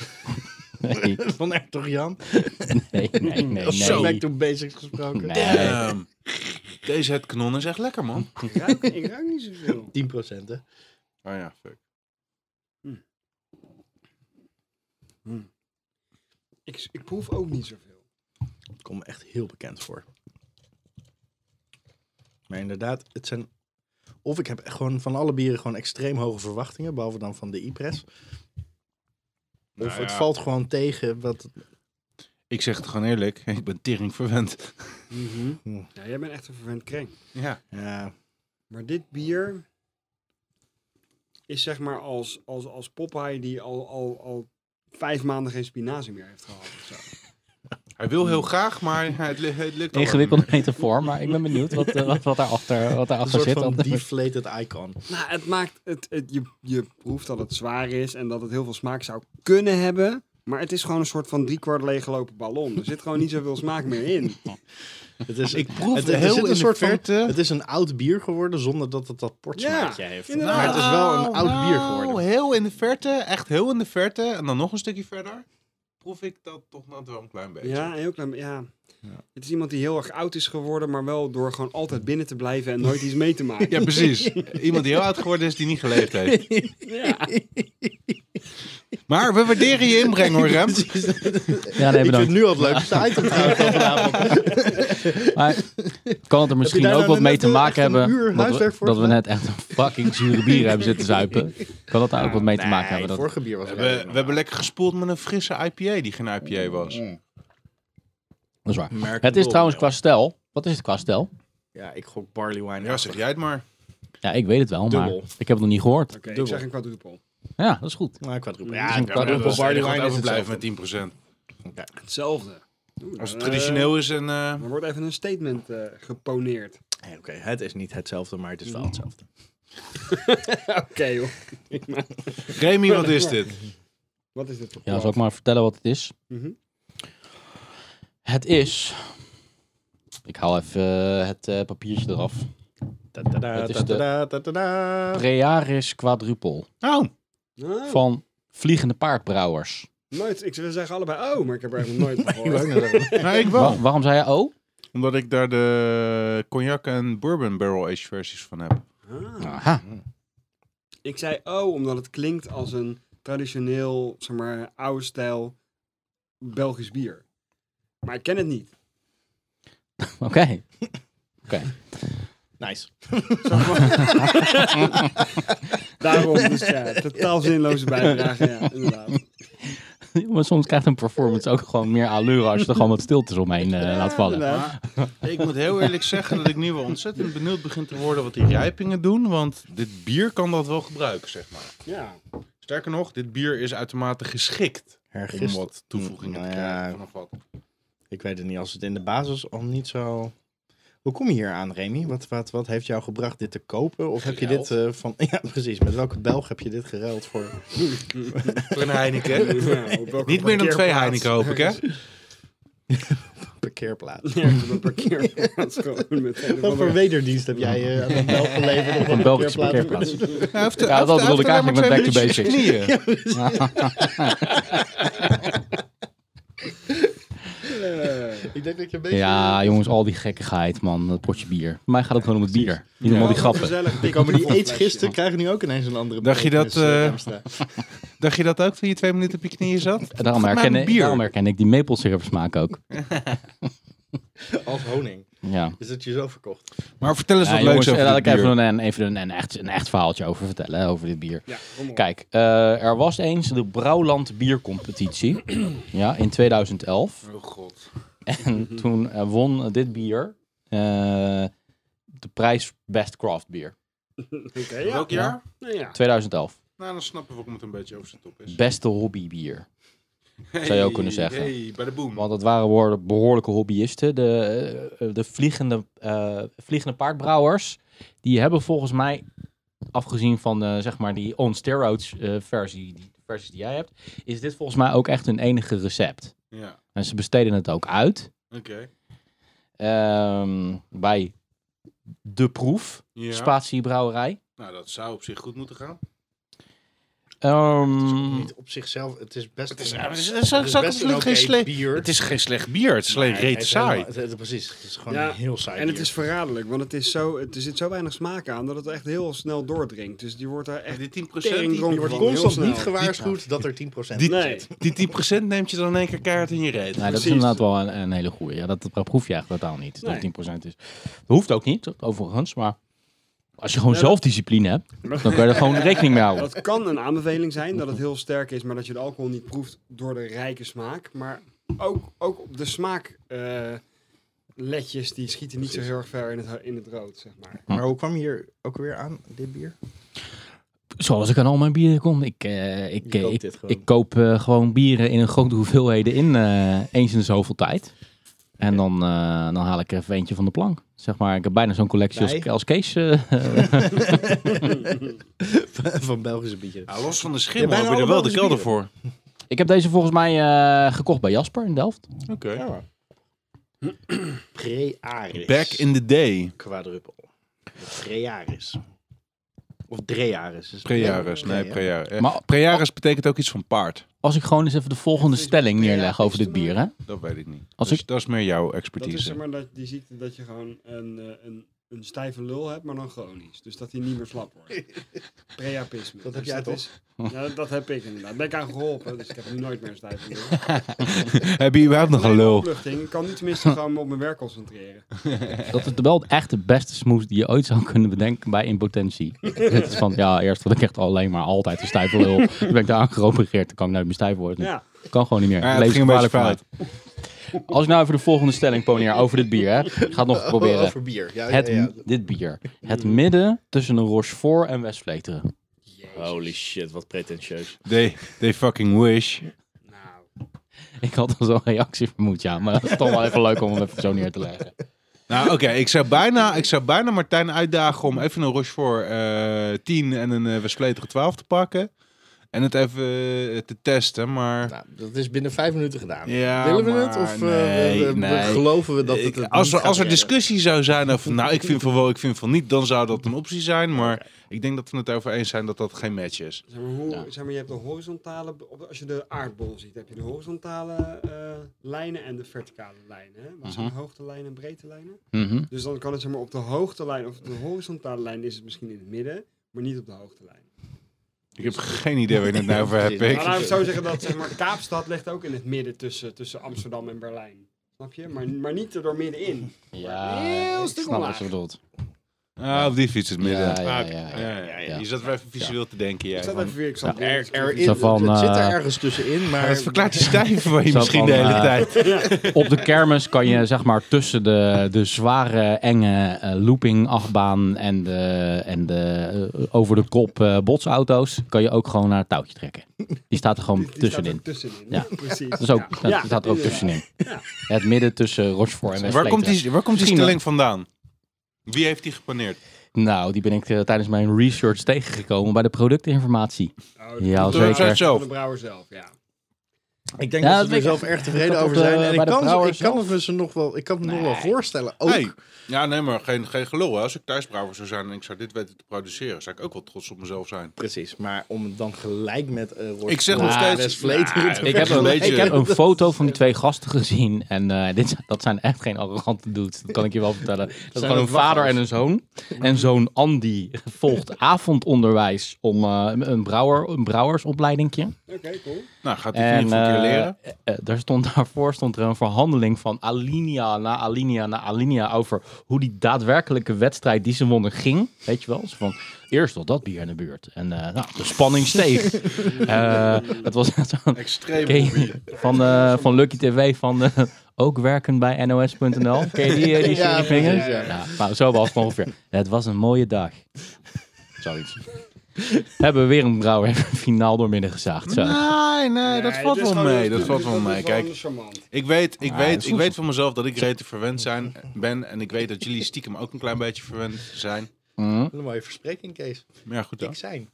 S1: Nee,
S5: van Ertog Jan?
S1: nee, nee, nee.
S5: Zo back
S1: nee.
S5: to basics gesproken.
S1: Nee.
S2: Ehm, Deze het kanon is echt lekker, man.
S4: Ik ruik, ik ruik niet zoveel.
S5: 10% hè?
S2: Oh ja, fuck.
S4: Ik, ik proef ook niet zoveel.
S5: Dat komt me echt heel bekend voor. Maar inderdaad, het zijn... Of ik heb echt gewoon van alle bieren gewoon extreem hoge verwachtingen, behalve dan van de Ypres. Of
S2: Nou
S5: het
S2: ja.
S5: valt gewoon tegen wat...
S2: Ik zeg het gewoon eerlijk, ik ben tering verwend.
S1: Mhm.
S4: Ja, jij bent echt een verwend kreng.
S2: Ja.
S5: Ja,
S4: Maar dit bier is zeg maar als, als, als Popeye die al, al, al vijf maanden geen spinazie meer heeft gehad. Of zo.
S2: Hij wil heel graag, maar het, lu- het lukt al.
S1: Ingewikkelde metafoor, maar ik ben benieuwd wat, eh, wat, wat daarachter, wat
S5: een
S1: daarachter
S5: soort
S1: zit.
S5: van
S1: Want-
S5: deflated icon.
S4: Nou, het maakt het, het, je, je proeft dat het zwaar is en dat het heel veel smaak zou kunnen hebben. Maar het is gewoon een soort van driekwart leeggelopen ballon. Er zit gewoon niet zoveel smaak meer in.
S5: Het is,
S2: Ik proef
S5: het,
S2: het,
S5: heel
S2: heel
S5: een
S2: in
S5: soort
S2: soort verte.
S5: van, het is een oud bier geworden zonder dat het dat portsmaakje
S4: Ja,
S5: heeft.
S4: inderdaad.
S5: Maar het is wel
S2: Oh,
S5: een oud bier geworden.
S2: Nou, Heel in de verte, echt heel in de verte. En dan nog een stukje verder. Proef ik dat toch nog wel een klein beetje.
S4: Ja, een heel klein. Ja. Het is iemand die heel erg oud is geworden, maar wel door gewoon altijd binnen te blijven en nooit iets mee te maken.
S2: Ja, precies. Iemand die heel oud geworden is, die niet geleefd heeft. Maar we waarderen je inbreng hoor,
S1: Ja,
S2: Rem.
S1: nee,
S5: ik vind
S1: bedankt.
S5: nu al het leukste item trouwens van vanavond.
S1: Maar kan het er misschien
S5: daar
S1: ook
S5: nou
S1: wat
S5: net
S1: mee
S5: echt
S1: te
S5: een-
S1: maken
S5: echt een
S1: hebben
S5: uur
S1: dat we,
S5: huiswerk voor
S1: dat we
S5: gedaan?
S1: net echt een fucking zure bier hebben zitten zuipen? Kan dat daar ook wat mee te maken hebben? Dat...
S5: het vorige bier was
S2: We, we hebben lekker gespoeld met een frisse IPA die geen IPA was.
S1: Dat is waar. Het is trouwens qua stijl. Wat is het qua stijl?
S5: Ja, ik gok barley wine.
S2: Ja, zeg jij het maar.
S1: Ja, ik weet het wel, maar
S5: Dubbel.
S1: ik heb het nog niet gehoord.
S4: Oké, ik
S5: Dubbel.
S4: zeg een quadruple.
S1: Ja, dat is goed.
S5: Nou, quadruple.
S1: Ja,
S5: Ja, ik
S1: maar dat
S5: quadruple
S1: is
S5: barley wine is
S2: overblijven
S5: hetzelfde.
S2: met 10%.
S4: Hetzelfde. Oeh,
S2: Als het
S4: eh,
S2: traditioneel is en... eh,
S4: Er wordt even een statement eh, geponeerd.
S5: Nee, Oké, het is niet hetzelfde, maar het is wel hetzelfde.
S4: Oké joh.
S2: Remy, wat is dit?
S4: Wat is dit voor
S1: Ja,
S4: plaat?
S1: zal ik maar vertellen wat het is?
S4: Mhm.
S1: Het is... Ik haal even eh, het eh, papiertje eraf. Het is de- Prearis quadruple
S2: Oh,
S4: Oh,
S1: van Vliegende Paardbrouwers.
S4: Ah, Nooit. Ik zou zeggen allebei, oh, maar ik heb er echt nog nooit van gehoord.
S5: Prearis.
S2: nou ik wel.
S1: Wa- waarom zei je oh?
S2: Omdat ik daar de cognac en bourbon barrel age versies van heb.
S4: Ah.
S1: Aha.
S4: Ik zei oh, omdat het klinkt als een traditioneel, zeg maar, oude stijl Belgisch bier. Maar ik ken het niet.
S1: Oké.
S5: Nice.
S4: Daarom dus ja, totaal zinloze bijdrage, ja, inderdaad.
S1: Maar soms krijgt een performance ook gewoon meer allure als je er gewoon wat stiltes omheen eh, laat vallen.
S4: Inderdaad.
S2: Ik moet heel eerlijk zeggen dat ik nu wel ontzettend benieuwd begin te worden wat die rijpingen doen. Want dit bier kan dat wel gebruiken, zeg maar.
S4: Ja.
S2: Sterker nog, dit bier is uitermate geschikt om
S5: Hergist.
S2: wat toevoegingen te
S5: Nou ja.
S2: krijgen. Vanaf wat.
S5: Ik weet het niet, als het in de basis al niet zo... Hoe kom je hier aan, Remy? Wat, wat, wat heeft jou gebracht dit te kopen? Of heb je dit eh, van... Ja, precies. Met welke Belg heb je dit geruild voor?
S2: Voor een Heineken.
S4: Ja, op welke
S2: Niet meer dan twee
S4: parkeerplaats
S2: Heineken, hoop ik, hè?
S4: ergens.
S5: parkeerplaats.
S4: Ergens op een parkeerplaats gewoon met een
S5: Wat
S4: of
S5: voor
S4: andere-
S5: wederdienst heb jij eh, aan een Belg geleverd op
S1: Een
S5: een
S1: Belgische
S5: parkeerplaats?
S1: parkeerplaats.
S2: Nou,
S1: Ja, dat bedoelde ik eigenlijk met back to basics.
S5: Ik denk dat je een beetje... eh,
S1: Ja, jongens, al die gekkigheid, man. Dat potje bier. Voor mij gaat het gewoon om het bier. Niet om al die grappen.
S4: Gezellig
S5: Die komen die
S4: dikkie
S5: aidsgisten krijgen nu ook ineens een andere
S2: Dacht je dat,
S5: betekenis, eh,
S2: eh,
S5: Hamstra?
S2: Dacht je dat ook toen je twee minuten op je knieën zat?
S1: En Daarom
S2: Geef mij een
S1: herken, ik,
S2: bier.
S1: daarom herken ik die maple syrup smaak ook.
S5: Als honing.
S1: Ja.
S5: Is dat je zo verkocht?
S2: Maar vertel eens
S1: Ja,
S2: wat leuks
S1: jongens, eh,
S2: over
S1: laat
S2: dit
S1: ik even
S2: bier.
S1: een, een- even een, een, echt, een echt verhaaltje over vertellen, hè, over dit bier.
S4: Ja, kom op.
S1: Kijk, eh, er was eens de Brouwland Biercompetitie ja, in 2011.
S2: Oh god.
S1: En toen eh, won dit bier eh, de prijs Best Craft Bier.
S4: Oké, ja.
S2: Welk jaar?
S4: Nou ja.
S1: 2011.
S2: Nou, dan snappen we waarom het een beetje over zijn top is.
S1: Beste hobbybier. Zou je ook kunnen zeggen.
S2: Hey, bij de boom.
S1: Want dat waren behoor- behoorlijke hobbyisten. De, eh, de vliegende, eh, vliegende paardbrouwers. Die hebben volgens mij, afgezien van eh, zeg maar die on-steroids eh, versie, die versies die jij hebt, is dit volgens mij ook echt hun enige recept.
S2: Ja,
S1: En ze besteden het ook uit
S2: oké.
S1: ehm, bij De Proef,
S2: Ja.
S1: Spatiebrouwerij.
S2: Nou, dat zou op zich goed moeten gaan.
S5: Het is ook
S1: Ehm,
S5: niet op zichzelf. Het is best.
S2: Het is,
S5: een-
S2: het is,
S5: het is best een
S2: geen
S5: oké
S2: slecht
S5: bier.
S2: Het is geen slecht bier. Het is alleen
S5: Maar het
S2: reet
S5: heeft
S2: saai.
S5: helemaal- het- het- precies. Het is gewoon
S4: Ja,
S5: een heel saai.
S4: En het
S5: bier.
S4: is verraderlijk, want het is zo, het, er zit zo weinig smaak aan dat het echt heel snel doordringt. Dus die wordt daar echt
S2: Die 10%,
S4: tering
S2: die,
S4: dronken
S5: je wordt
S4: van, heel
S5: constant
S4: snel.
S5: niet gewaarschuwd dat er 10%
S2: Die-
S5: in
S4: Nee.
S5: zit.
S2: die 10% neemt je dan in één keer kaart in je reet.
S1: Nee, dat is
S4: Precies.
S1: inderdaad wel een, een hele goede. Ja, dat, dat proef je eigenlijk totaal niet.
S4: Nee.
S1: Dat 10% is. Dat hoeft ook niet, overigens. Maar als je gewoon
S4: Nou, dat-
S1: zelfdiscipline hebt, dan kan je er gewoon rekening mee houden.
S4: Dat kan een aanbeveling zijn, dat het heel sterk is, maar dat je de alcohol niet proeft door de rijke smaak. Maar ook, ook op de smaak eh, ledjes, die schieten niet zo heel erg ver in het, in het rood, zeg maar.
S2: Hm.
S5: Maar hoe kwam je hier ook weer aan, dit bier?
S1: Zoals ik aan al mijn bieren kom. Ik, eh, ik,
S5: Je
S1: eh,
S5: koopt
S1: ik,
S5: dit gewoon.
S1: ik koop eh, gewoon bieren in een grote hoeveelheden in. eh, eens in de zoveel tijd. En dan, eh, dan haal ik er even eentje van de plank. Zeg maar, ik heb bijna zo'n collectie als,
S5: Wij?
S1: als Kees. eh,
S5: Van Belgische bier.
S2: Ja, Nou, dus los van de
S5: Ja,
S2: schimmel
S5: bijna
S2: heb je er wel de
S5: allemaal
S2: kelder voor.
S1: ik heb deze volgens mij eh, gekocht bij Jasper in Delft.
S2: Oké.
S5: Prearis.
S2: Back in the day.
S5: Quadruple. Prearis. Of Drearis. is-
S2: Prejaris. Nee,
S5: ja.
S2: prejaris. Eh,
S1: Maar-
S2: Prejaris betekent ook iets van paard.
S1: Als ik gewoon eens even de volgende stelling neerleg over dit bier. Hè?
S2: Dat weet ik niet.
S1: Als
S2: dus
S1: ik-
S2: dat is meer jouw
S4: Dat is zeg
S2: expertise.
S4: maar dat, die ziekte dat je gewoon een, eh, een, een stijve lul hebt, maar dan chronisch. Dus dat hij niet meer slap wordt. Preapisme.
S5: Dat heb
S4: Dus
S5: jij toch?
S4: is- ja, dat heb ik inderdaad. Ben ik aan geholpen, dus ik heb nu nooit meer een stijve lul.
S2: Heb je überhaupt nog een
S4: Alleen
S2: lul?
S4: opluchting. Ik kan nu tenminste gewoon me op mijn werk concentreren.
S1: Dat is wel echt de beste smoes die je ooit zou kunnen bedenken bij impotentie. Het is van, ja, eerst had ik echt alleen maar altijd een stijve lul. Toen ben ik daar aangeropereerd, dan kan ik nooit meer stijf worden.
S4: Ja.
S1: Kan gewoon niet meer.
S2: Ja, het ging een beetje
S1: Levensgevaarlijk voor
S2: fout.
S1: mij. Als ik nou even de volgende stelling poneer over dit bier, hè. Ik ga het nog
S5: Oh,
S1: proberen.
S5: Over bier. Ja,
S1: Het,
S5: ja, ja.
S1: Dit bier. Het midden tussen een Rochefort en West-Vleteren.
S6: Holy shit, wat pretentieus.
S2: They, they fucking wish.
S4: Nou,
S1: Ik had al zo'n reactie vermoed, ja. Maar dat is toch wel even leuk om hem even zo neer te leggen.
S2: Nou, oké, ik, zou bijna, ik zou bijna Martijn uitdagen om even een Rochefort eh 10 en een eh Westpletige 12 te pakken. En het even eh, te testen, maar...
S5: Nou, dat is binnen vijf minuten gedaan.
S2: Ja,
S5: Willen we
S2: maar
S5: het? Of eh,
S2: nee,
S5: we- we- we
S2: nee.
S5: geloven we dat het.
S2: Ik-
S5: het
S2: als,
S5: niet
S2: er,
S5: gaat
S2: als er
S5: redden?
S2: discussie zou zijn over, nou, ik vind van wel, ik vind van niet, dan zou dat een optie zijn. Maar ik denk dat we het over eens zijn dat dat geen match is.
S4: zeg maar, hoe,
S1: Ja.
S4: zeg maar, je hebt de horizontale, op- als je de aardbol ziet, heb je de horizontale eh, lijnen en de verticale lijnen. Hè? Wat zijn de hoogtelijnen en breedte lijnen?
S1: Mhm.
S4: Dus dan kan het zeg maar, op de hoogtelijn of op de horizontale lijn is het misschien in het midden, maar niet op de hoogtelijn.
S2: Ik heb geen idee waar je het nou over hebt.
S5: Precies.
S4: Maar
S2: Ik.
S4: laten we zo zeggen dat zeg maar, Kaapstad ligt ook in het midden tussen, tussen Amsterdam en Berlijn. Snap je? Maar, maar niet er door middenin.
S1: Ja,
S4: Heel
S1: ik
S4: stuk
S1: snap wat
S4: omlaag.
S1: je bedoelt.
S2: Ah, op die fiets is het midden.
S1: Ja, ja, ja, ja.
S2: Ah, ja, ja, ja. Je zat wel even visueel te denken.
S4: Ik
S2: jij.
S4: zat even weer, ik zat
S5: Er,
S4: weer-
S5: er is,
S1: Zo van,
S5: het zit er
S1: eh,
S5: ergens tussenin, maar.
S2: dat verklaart die stijf van je
S1: Zo
S2: misschien
S1: van,
S2: de hele
S1: eh,
S2: tijd.
S1: Op de kermis kan je zeg maar tussen de, de zware, enge eh, looping achtbaan en de, en de eh, over de kop eh, botsauto's, kan je ook gewoon naar het touwtje trekken. Die staat er gewoon
S4: die staat er
S1: tussenin.
S4: tussenin.
S1: Ja.
S4: precies.
S1: Dat, is ook,
S4: Ja.
S1: dat
S4: Ja,
S1: staat er ook
S4: inderdaad.
S1: tussenin. Het midden tussen Rochefort en
S2: Waar komt,
S1: Westvleteren.
S2: die, waar komt die
S1: Misschien wel.
S2: stelling vandaan? Wie heeft die gepaneerd?
S1: Nou, die ben ik eh, tijdens mijn research tegengekomen bij de productinformatie.
S4: Oh, dat
S1: Ja,
S4: komt
S2: zeker.
S4: Van de
S2: Zelf.
S4: brouwer zelf, ja.
S5: Ik denk
S1: Ja,
S5: dat eh,
S1: dat
S5: ze
S1: weet
S5: er
S1: ik
S5: zelf
S1: echt
S5: erg
S1: niet.
S5: tevreden
S1: Dat op
S5: over
S1: de-
S5: zijn. En
S1: bij de
S5: ik kan, ze,
S1: brouwers
S5: ik kan
S1: zelf?
S5: het me ze nog wel, ik kan het me nog wel voorstellen. Ook.
S2: Nee. Ja, nee, maar geen, geen gelul. hè. Als ik thuisbrouwer zou zijn en ik zou dit weten te produceren, zou ik ook wel trots op mezelf zijn.
S5: Precies, maar om het dan gelijk met eh Roy
S2: Ik zeg nog
S5: West-
S2: steeds-
S5: Westvleteren
S2: Ja,
S5: te
S1: Ik heb,
S2: een
S1: een,
S2: beetje-
S1: ik heb een
S5: Dat-
S1: foto van die twee gasten gezien. En eh, dit, zijn- dat zijn echt geen arrogante dudes. Dat kan ik je wel vertellen. Dat is gewoon
S5: het
S1: een vader en
S5: waggels?
S1: een zoon. En zoon Andy volgt avondonderwijs om eh, een, brouwer, een brouwersopleidingje.
S4: Oké, cool.
S2: Nou, gaat die
S1: En
S2: vier keer
S1: eh,
S2: leren?
S1: eh, daar stond, daarvoor stond er een verhandeling van alinea na alinea na alinea over hoe die daadwerkelijke wedstrijd die ze wonnen ging. Weet je wel? Zo van, eerst wel dat bier in de buurt. En eh, nou, de spanning steeg. Eh, het was echt zo'n
S2: Extreem.
S1: Ken je- van, eh, van Lucky TV van eh, ook werken bij NOS.nl. Ken je die, eh, die
S5: Ja,
S1: serie vingers?
S5: precies,
S1: Ja, nou, zo was het ongeveer. Het was een mooie dag. Zoiets. Hebben we weer een brouwer finaal doormidden gezaagd. Zo.
S2: Nee, nee, dat
S4: Nee,
S2: valt
S4: dit is
S2: wel
S4: gewoon-
S2: mee. Dat
S4: dit-
S2: valt
S4: dit-
S2: wel
S4: dit is
S2: mee. Kijk,
S4: charmant.
S2: Ik weet, ik
S1: Ah, dat
S2: weet,
S1: is
S2: ik
S1: goed.
S2: weet van mezelf dat ik rete verwend zijn, ben. En ik weet dat jullie stiekem ook een klein beetje verwend zijn.
S1: Mm.
S5: Een mooie verspreking, Kees.
S2: Maar ja, goed dan.
S5: Ik zijn.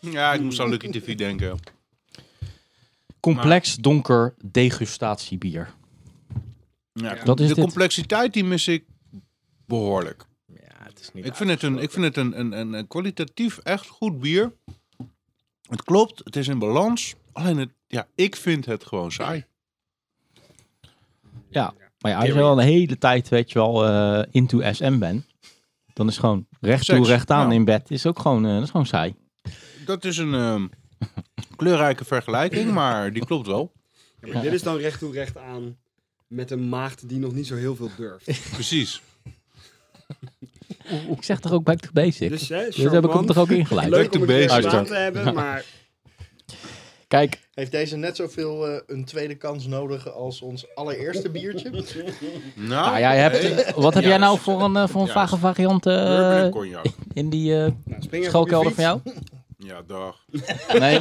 S2: Ja, ik moest aan Lucky TV denken.
S1: Complex donker degustatiebier.
S2: Ja,
S1: Dat is
S2: de
S1: dit.
S2: complexiteit die mis ik behoorlijk.
S5: Ja, het is niet
S2: Ik vind het, een, ik vind het een, een, een, een kwalitatief echt goed bier. Het klopt, het is in balans. Alleen, het, ja, ik vind het gewoon saai.
S1: Ja, maar ja, als je al een hele tijd, weet je wel, eh, into SM bent, dan is gewoon recht toe,
S2: Seks,
S1: recht aan
S2: ja.
S1: in bed. Is ook gewoon, eh, dat is gewoon saai.
S2: Dat is een ehm, kleurrijke vergelijking, maar die klopt wel.
S4: Ja, maar Dit is dan recht toe recht aan met een maagd die nog niet zo heel veel durft.
S2: Precies.
S1: Ik zeg toch ook back to basic.
S4: Dus hè,
S1: dat heb ik hem
S4: charmant.
S1: toch ook ingeleid.
S4: Leuk om
S2: Leuk
S4: een
S2: te
S4: keer
S1: bezig.
S4: gedaan te hebben, maar
S1: Kijk,
S5: Heeft deze net zoveel eh, een tweede kans nodig als ons allereerste biertje?
S2: Nou,
S1: Nou, jij hebt,
S2: hey,
S1: wat heb jij nou
S2: juist.
S1: voor een, eh, voor een
S2: Juist.
S1: vage variant eh,
S2: Bourbon en cognac.
S1: in die eh,
S4: nou, spring even op je
S1: schoolkelder
S4: fiets.
S1: van jou?
S2: Ja, dag.
S1: Nee.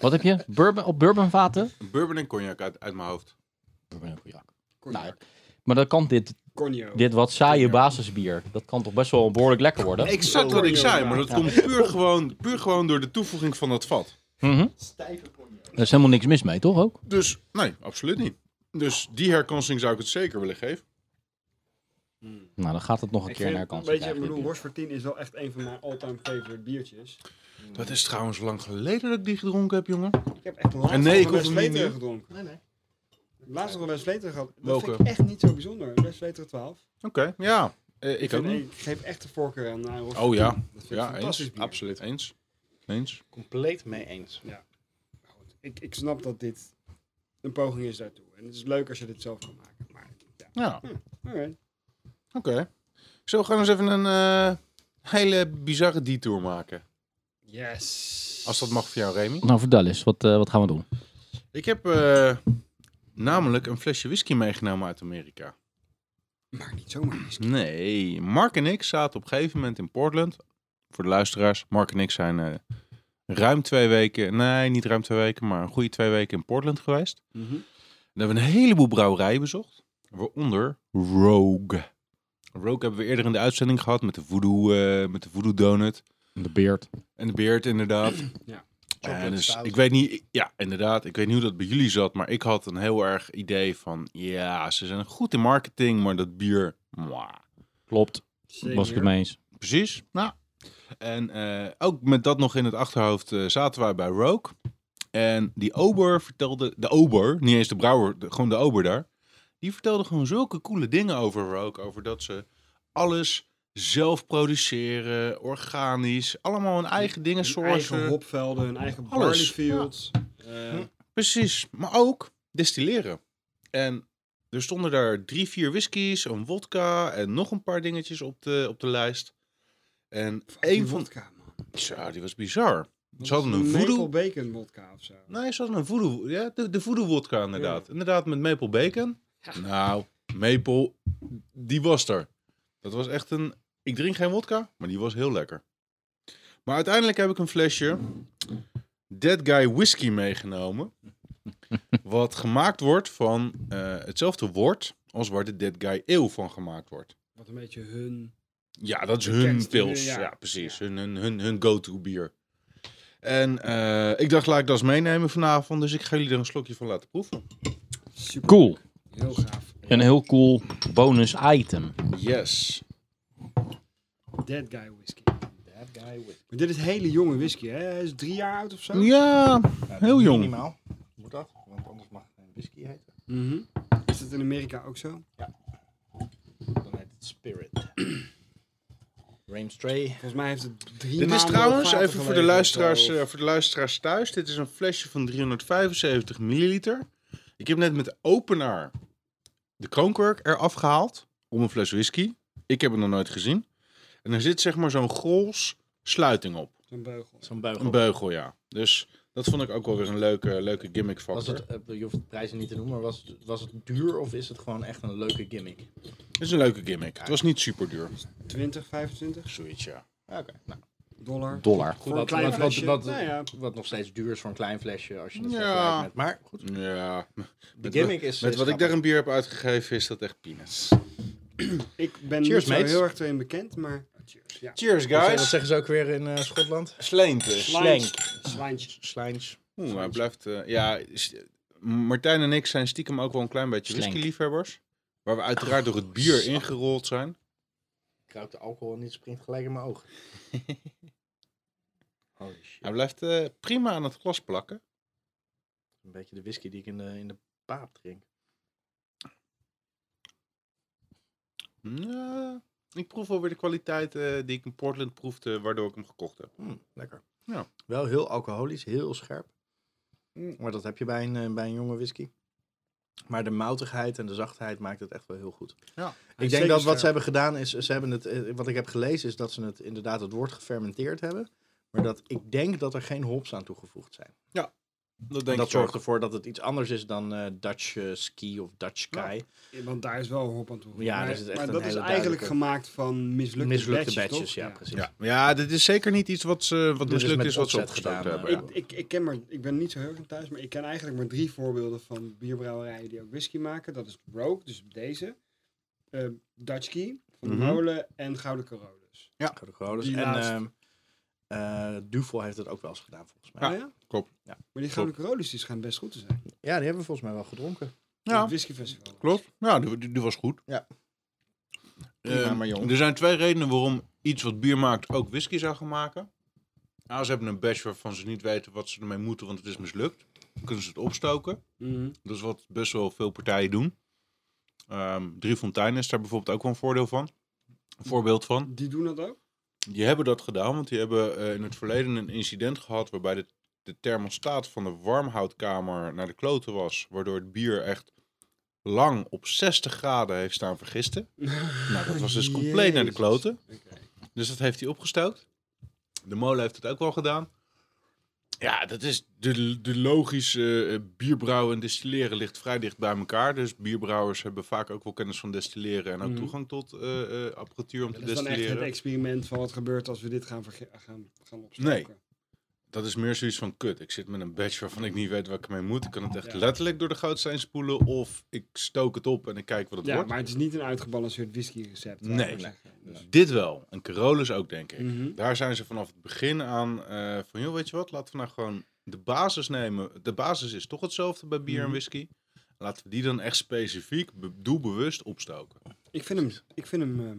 S1: wat heb je? Bourbon, op bourbonvaten?
S2: Bourbon en cognac uit, uit mijn hoofd.
S4: Cognac.
S1: Nou, maar dat kan dit,
S4: Cornio.
S1: dit wat saaie basisbier. Dat kan toch best wel behoorlijk lekker worden?
S2: Exact wat ik zei, maar dat komt puur gewoon, puur gewoon door de toevoeging van dat vat.
S1: Mhm. Er is helemaal niks mis mee, toch ook?
S2: Dus nee, absoluut niet. Dus die herkansing zou ik het zeker willen geven.
S1: Nou, dan gaat het nog een
S4: Ik
S1: keer
S4: vind
S1: naar
S4: het een
S1: kans.
S4: beetje, ik bedoel, Horst voor 10 is wel echt een van mijn all-time favorite biertjes.
S2: Dat is trouwens lang geleden dat ik die gedronken heb, jongen.
S4: Ik heb echt laatst
S2: En nee,
S4: nog
S2: ik
S4: een West
S2: hoef hem niet
S4: Vleteren
S2: nu.
S4: gedronken.
S5: Nee, nee.
S4: Laatst nog een West Vleteren gehad. Dat
S2: Welke?
S4: vind ik echt niet zo bijzonder. West Vleteren 12.
S2: Oké, ja. Eh, ik
S4: Ik,
S2: ook
S4: vind,
S2: niet.
S4: ik geef echt de voorkeur aan aan Horst
S2: Oh
S4: voor
S2: ja.
S4: 10. Dat vind ik
S2: Ja,
S4: fantastisch
S2: eens.
S4: bier.
S2: Absoluut. Eens. Eens.
S5: Compleet mee eens.
S4: Ik, ik snap dat dit een poging is daartoe. En het is leuk als je dit zelf kan maken. Maar ja,
S2: Ja,
S4: oké.
S2: oké. Zo, we gaan eens even een eh, hele bizarre detour maken.
S4: Yes.
S2: Als dat mag voor jou, Remy.
S1: Nou, vertel eens, wat, eh, wat gaan we doen?
S2: Ik heb eh, namelijk een flesje whisky meegenomen uit Amerika.
S4: Maar niet zomaar.
S2: Nee, Mark en ik zaten op een gegeven moment in Portland. Voor de luisteraars, Mark en ik zijn eh, ruim twee weken, nee, niet ruim twee weken, maar een goede twee weken in Portland geweest. En hebben we een heleboel brouwerijen bezocht, waaronder Rogue. Rogue hebben we eerder in de uitzending gehad met de Voodoo, eh, met de voodoo Donut
S1: De beard.
S2: en de Beard inderdaad.
S4: Ja.
S2: Eh, dus
S5: Chocolade
S2: ik weet niet, ja, inderdaad, ik weet niet hoe dat bij jullie zat, maar ik had een heel erg idee van, ja, ze zijn goed in marketing, maar dat bier, mwah.
S1: Klopt, was ik het mee eens.
S2: Precies. Nou. En eh, ook met dat nog in het achterhoofd eh, zaten wij bij Rogue. En die ober vertelde, de ober, niet eens de brouwer, de- gewoon de ober daar. Die vertelde gewoon zulke coole dingen over Rogue. Over dat ze alles zelf produceren, organisch. Allemaal hun eigen dingen
S4: Een
S2: sourcen.
S4: eigen hopvelden, een eigen
S2: eh, Alles.
S4: barleyfield. Eh,
S2: Precies, maar ook destilleren. En er stonden daar drie, vier whiskies, een wodka en nog een paar dingetjes op de, op de lijst. En één
S4: die
S2: van...
S4: wodka, man.
S2: Zo, die was bizar.
S4: Dat
S2: Ze hadden
S4: is
S2: een voodoo...
S4: Maple bacon vodka of zo.
S2: Nee, ze hadden een voodoo... Ja, de, de voodoo wodka inderdaad. Inderdaad, met maple bacon. Nou, maple, die was er. Dat was echt een... Ik drink geen wodka, maar die was heel lekker. Maar uiteindelijk heb ik een flesje Dead Guy Whiskey meegenomen. wat gemaakt wordt van eh, hetzelfde woord als waar de Dead Guy Eeuw van gemaakt wordt.
S4: Wat een beetje hun...
S2: Ja, dat is
S4: De
S2: hun
S4: tekst die we-
S2: pils. Ja,
S4: ja.
S2: precies.
S4: Ja.
S2: Hun, hun, hun, hun go-to bier. En eh, ik dacht, laat ik dat eens meenemen vanavond. Dus ik ga jullie er een slokje van laten proeven.
S4: Super.
S1: Cool.
S4: Heel gaaf.
S1: Een heel cool bonus item.
S2: Yes.
S4: Dead Guy Whisky. Maar dit is hele jonge whisky, hè? Hij is drie jaar oud of zo.
S2: Ja, heel jong.
S7: Minimaal. Moet dat, want anders mag het geen whisky heten.
S4: Mhm. Is dat in Amerika ook zo?
S5: Dan heet het Spirit. Ramstray.
S4: Volgens mij heeft het drie
S2: Dit is
S4: maanden op
S2: trouwens,
S4: water
S2: even voor de,
S4: gelegen.
S2: luisteraars, eh, voor de luisteraars thuis. Dit is een flesje van 375 milliliter. Ik heb net met de openaar de kroonkurk eraf gehaald. Om een fles whisky. Ik heb het nog nooit gezien. En er zit zeg maar zo'n gols sluiting op.
S4: Een beugel.
S5: Zo'n buigel.
S2: Een beugel, ja. Dus dat vond ik ook wel weer een leuke, leuke gimmick
S5: Was
S2: factor.
S5: het, eh, je hoeft de prijzen niet te noemen, maar was het, was het duur of is het gewoon echt een leuke gimmick?
S2: Het is een leuke gimmick. Het was niet super duur.
S4: 20, 25
S2: Zoiets, ja.
S5: Oké, nou.
S4: dollar.
S1: Dollar.
S4: Voor een
S5: wat-
S4: klein
S5: wat- wat-
S4: flesje.
S5: wat-
S4: Nou ja.
S5: Wat nog steeds duur is voor een klein flesje als je het
S2: Ja.
S5: vergelijkt met... Maar goed,
S2: Ja.
S5: de gimmick is...
S2: Met
S5: is
S2: wat ik daar
S5: grappig.
S2: een bier heb uitgegeven is dat echt peanuts.
S4: Ik ben
S5: Cheers,
S4: niet zo
S5: mates.
S4: heel erg erin bekend, maar... Cheers, ja.
S2: Cheers,
S5: Wat
S2: guys.
S5: zeggen ze ook weer in eh, Schotland?
S2: Sleentjes.
S4: Slijntje.
S5: Slijns.
S2: Oeh, hij blijft... eh, ja, is- Martijn en ik zijn stiekem ook wel een klein beetje
S1: Slank.
S2: whisky-liefhebbers. Waar we uiteraard door het bier ingerold zijn.
S5: Ik ruik de alcohol en dit springt gelijk in mijn ogen. Holy shit.
S2: Hij blijft eh, prima aan het glas plakken.
S5: Een beetje de whisky die ik in de, in de paap drink.
S2: Ja, ik proef alweer de kwaliteit eh, die ik in Portland proefde, waardoor ik hem gekocht heb.
S5: Mm, lekker.
S2: Ja.
S5: Wel heel alcoholisch, heel scherp.
S2: Mm.
S5: Maar dat heb je bij een, eh, bij een jonge whisky. Maar de moutigheid en de zachtheid maakt het echt wel heel goed.
S2: Ja.
S5: Ik denk
S4: Zeker
S5: dat wat
S4: scherp.
S5: ze hebben gedaan is, ze hebben het, eh, wat ik heb gelezen is dat ze het inderdaad het woord gefermenteerd hebben. Maar dat ik denk dat er geen hops aan toegevoegd zijn.
S2: Dat
S5: En
S2: denk
S5: dat
S2: ik ook.
S5: zorgt ervoor dat het iets anders is dan eh, Dutch eh, ski of Dutch Sky.
S4: Ja, Want daar is wel een hop aan toe.
S5: Ja,
S4: maar,
S5: dus het is echt
S4: maar
S5: een
S4: dat is
S5: hele
S4: eigenlijk
S5: duidelijke-
S4: gemaakt van mislukte,
S5: Mislukte
S4: batches,
S5: batches,
S4: toch?
S5: ja, precies.
S2: Ja. ja, dit is zeker niet iets wat, ze, wat
S5: Dit is
S2: mislukt
S5: met
S2: is, wat ze
S5: opzet
S2: opgestookt
S5: gedaan, eh,
S2: hebben. ja.
S4: Ik, ik, ik, ken maar, ik ben niet zo heel erg in thuis, maar ik ken eigenlijk maar drie voorbeelden van bierbrouwerijen die ook whisky maken. Dat is Rogue, dus deze, eh Dutch Key van de
S2: Mhm.
S4: Molen en Gouden Carolus.
S5: Gouden Carolus.
S4: Die
S5: En
S4: laatst.
S5: ehm eh, Duvel heeft het ook wel eens gedaan, volgens mij.
S2: Ja.
S4: Ah, ja?
S2: klopt.
S5: Ja.
S4: Maar die Gouden Carolus die schijnt best goed te zijn.
S5: Ja, die hebben we volgens mij wel gedronken.
S2: Ja.
S4: Het whiskyfestival.
S2: Klopt. Ja, die, die- die was goed.
S5: Ja.
S2: Prima,
S5: Ehm,
S2: maar jong. Er zijn twee redenen waarom iets wat bier maakt ook whisky zou gaan maken. A, ze hebben een bash waarvan ze niet weten wat ze ermee moeten, want het is mislukt. Dan kunnen ze het opstoken.
S4: Mhm.
S2: Dat is wat best wel veel partijen doen. Ehm Drie Fonteinen is daar bijvoorbeeld ook wel een voordeel van. Een voorbeeld van.
S4: Die doen dat ook?
S2: Die hebben dat gedaan, want die hebben eh, in het verleden een incident gehad waarbij de, de thermostaat van de warmhoutkamer naar de kloten was, waardoor het bier echt lang op 60 graden heeft staan vergisten. nou, dat was dus compleet naar de
S4: Jezus.
S2: kloten.
S4: Oké.
S2: Dus dat heeft hij opgestookt. De molen heeft het ook wel gedaan. Ja, dat is de, de logische eh, bierbrouwen en destilleren ligt vrij dicht bij elkaar. Dus bierbrouwers hebben vaak ook wel kennis van destilleren en ook
S4: Mhm.
S2: toegang tot eh, eh, apparatuur om te
S4: Dat is dan echt het
S2: destilleren.
S4: experiment van wat gebeurt als we dit gaan, verge- gaan, gaan opstoken.
S2: Nee. Dat is meer zoiets van kut. Ik zit met een badge waarvan ik niet weet waar ik mee moet. Ik kan het echt
S4: Ja.
S2: letterlijk door de goodsteen spoelen. Of ik stook het op en ik kijk wat het
S4: Ja,
S2: wordt.
S4: maar het is niet een uitgebalanceerd whisky-recept. laat
S2: Nee.
S4: maar zeggen. Dus-
S2: Dit wel. En Carolus ook, denk ik.
S4: Mhm.
S2: Daar zijn ze vanaf het begin aan eh, van... joh, weet je wat? Laten we nou gewoon de basis nemen. De basis is toch hetzelfde bij bier en
S4: Mhm.
S2: whisky. Laten we die dan echt specifiek, be- doelbewust opstoken.
S4: Ik vind hem, ik vind hem ehm,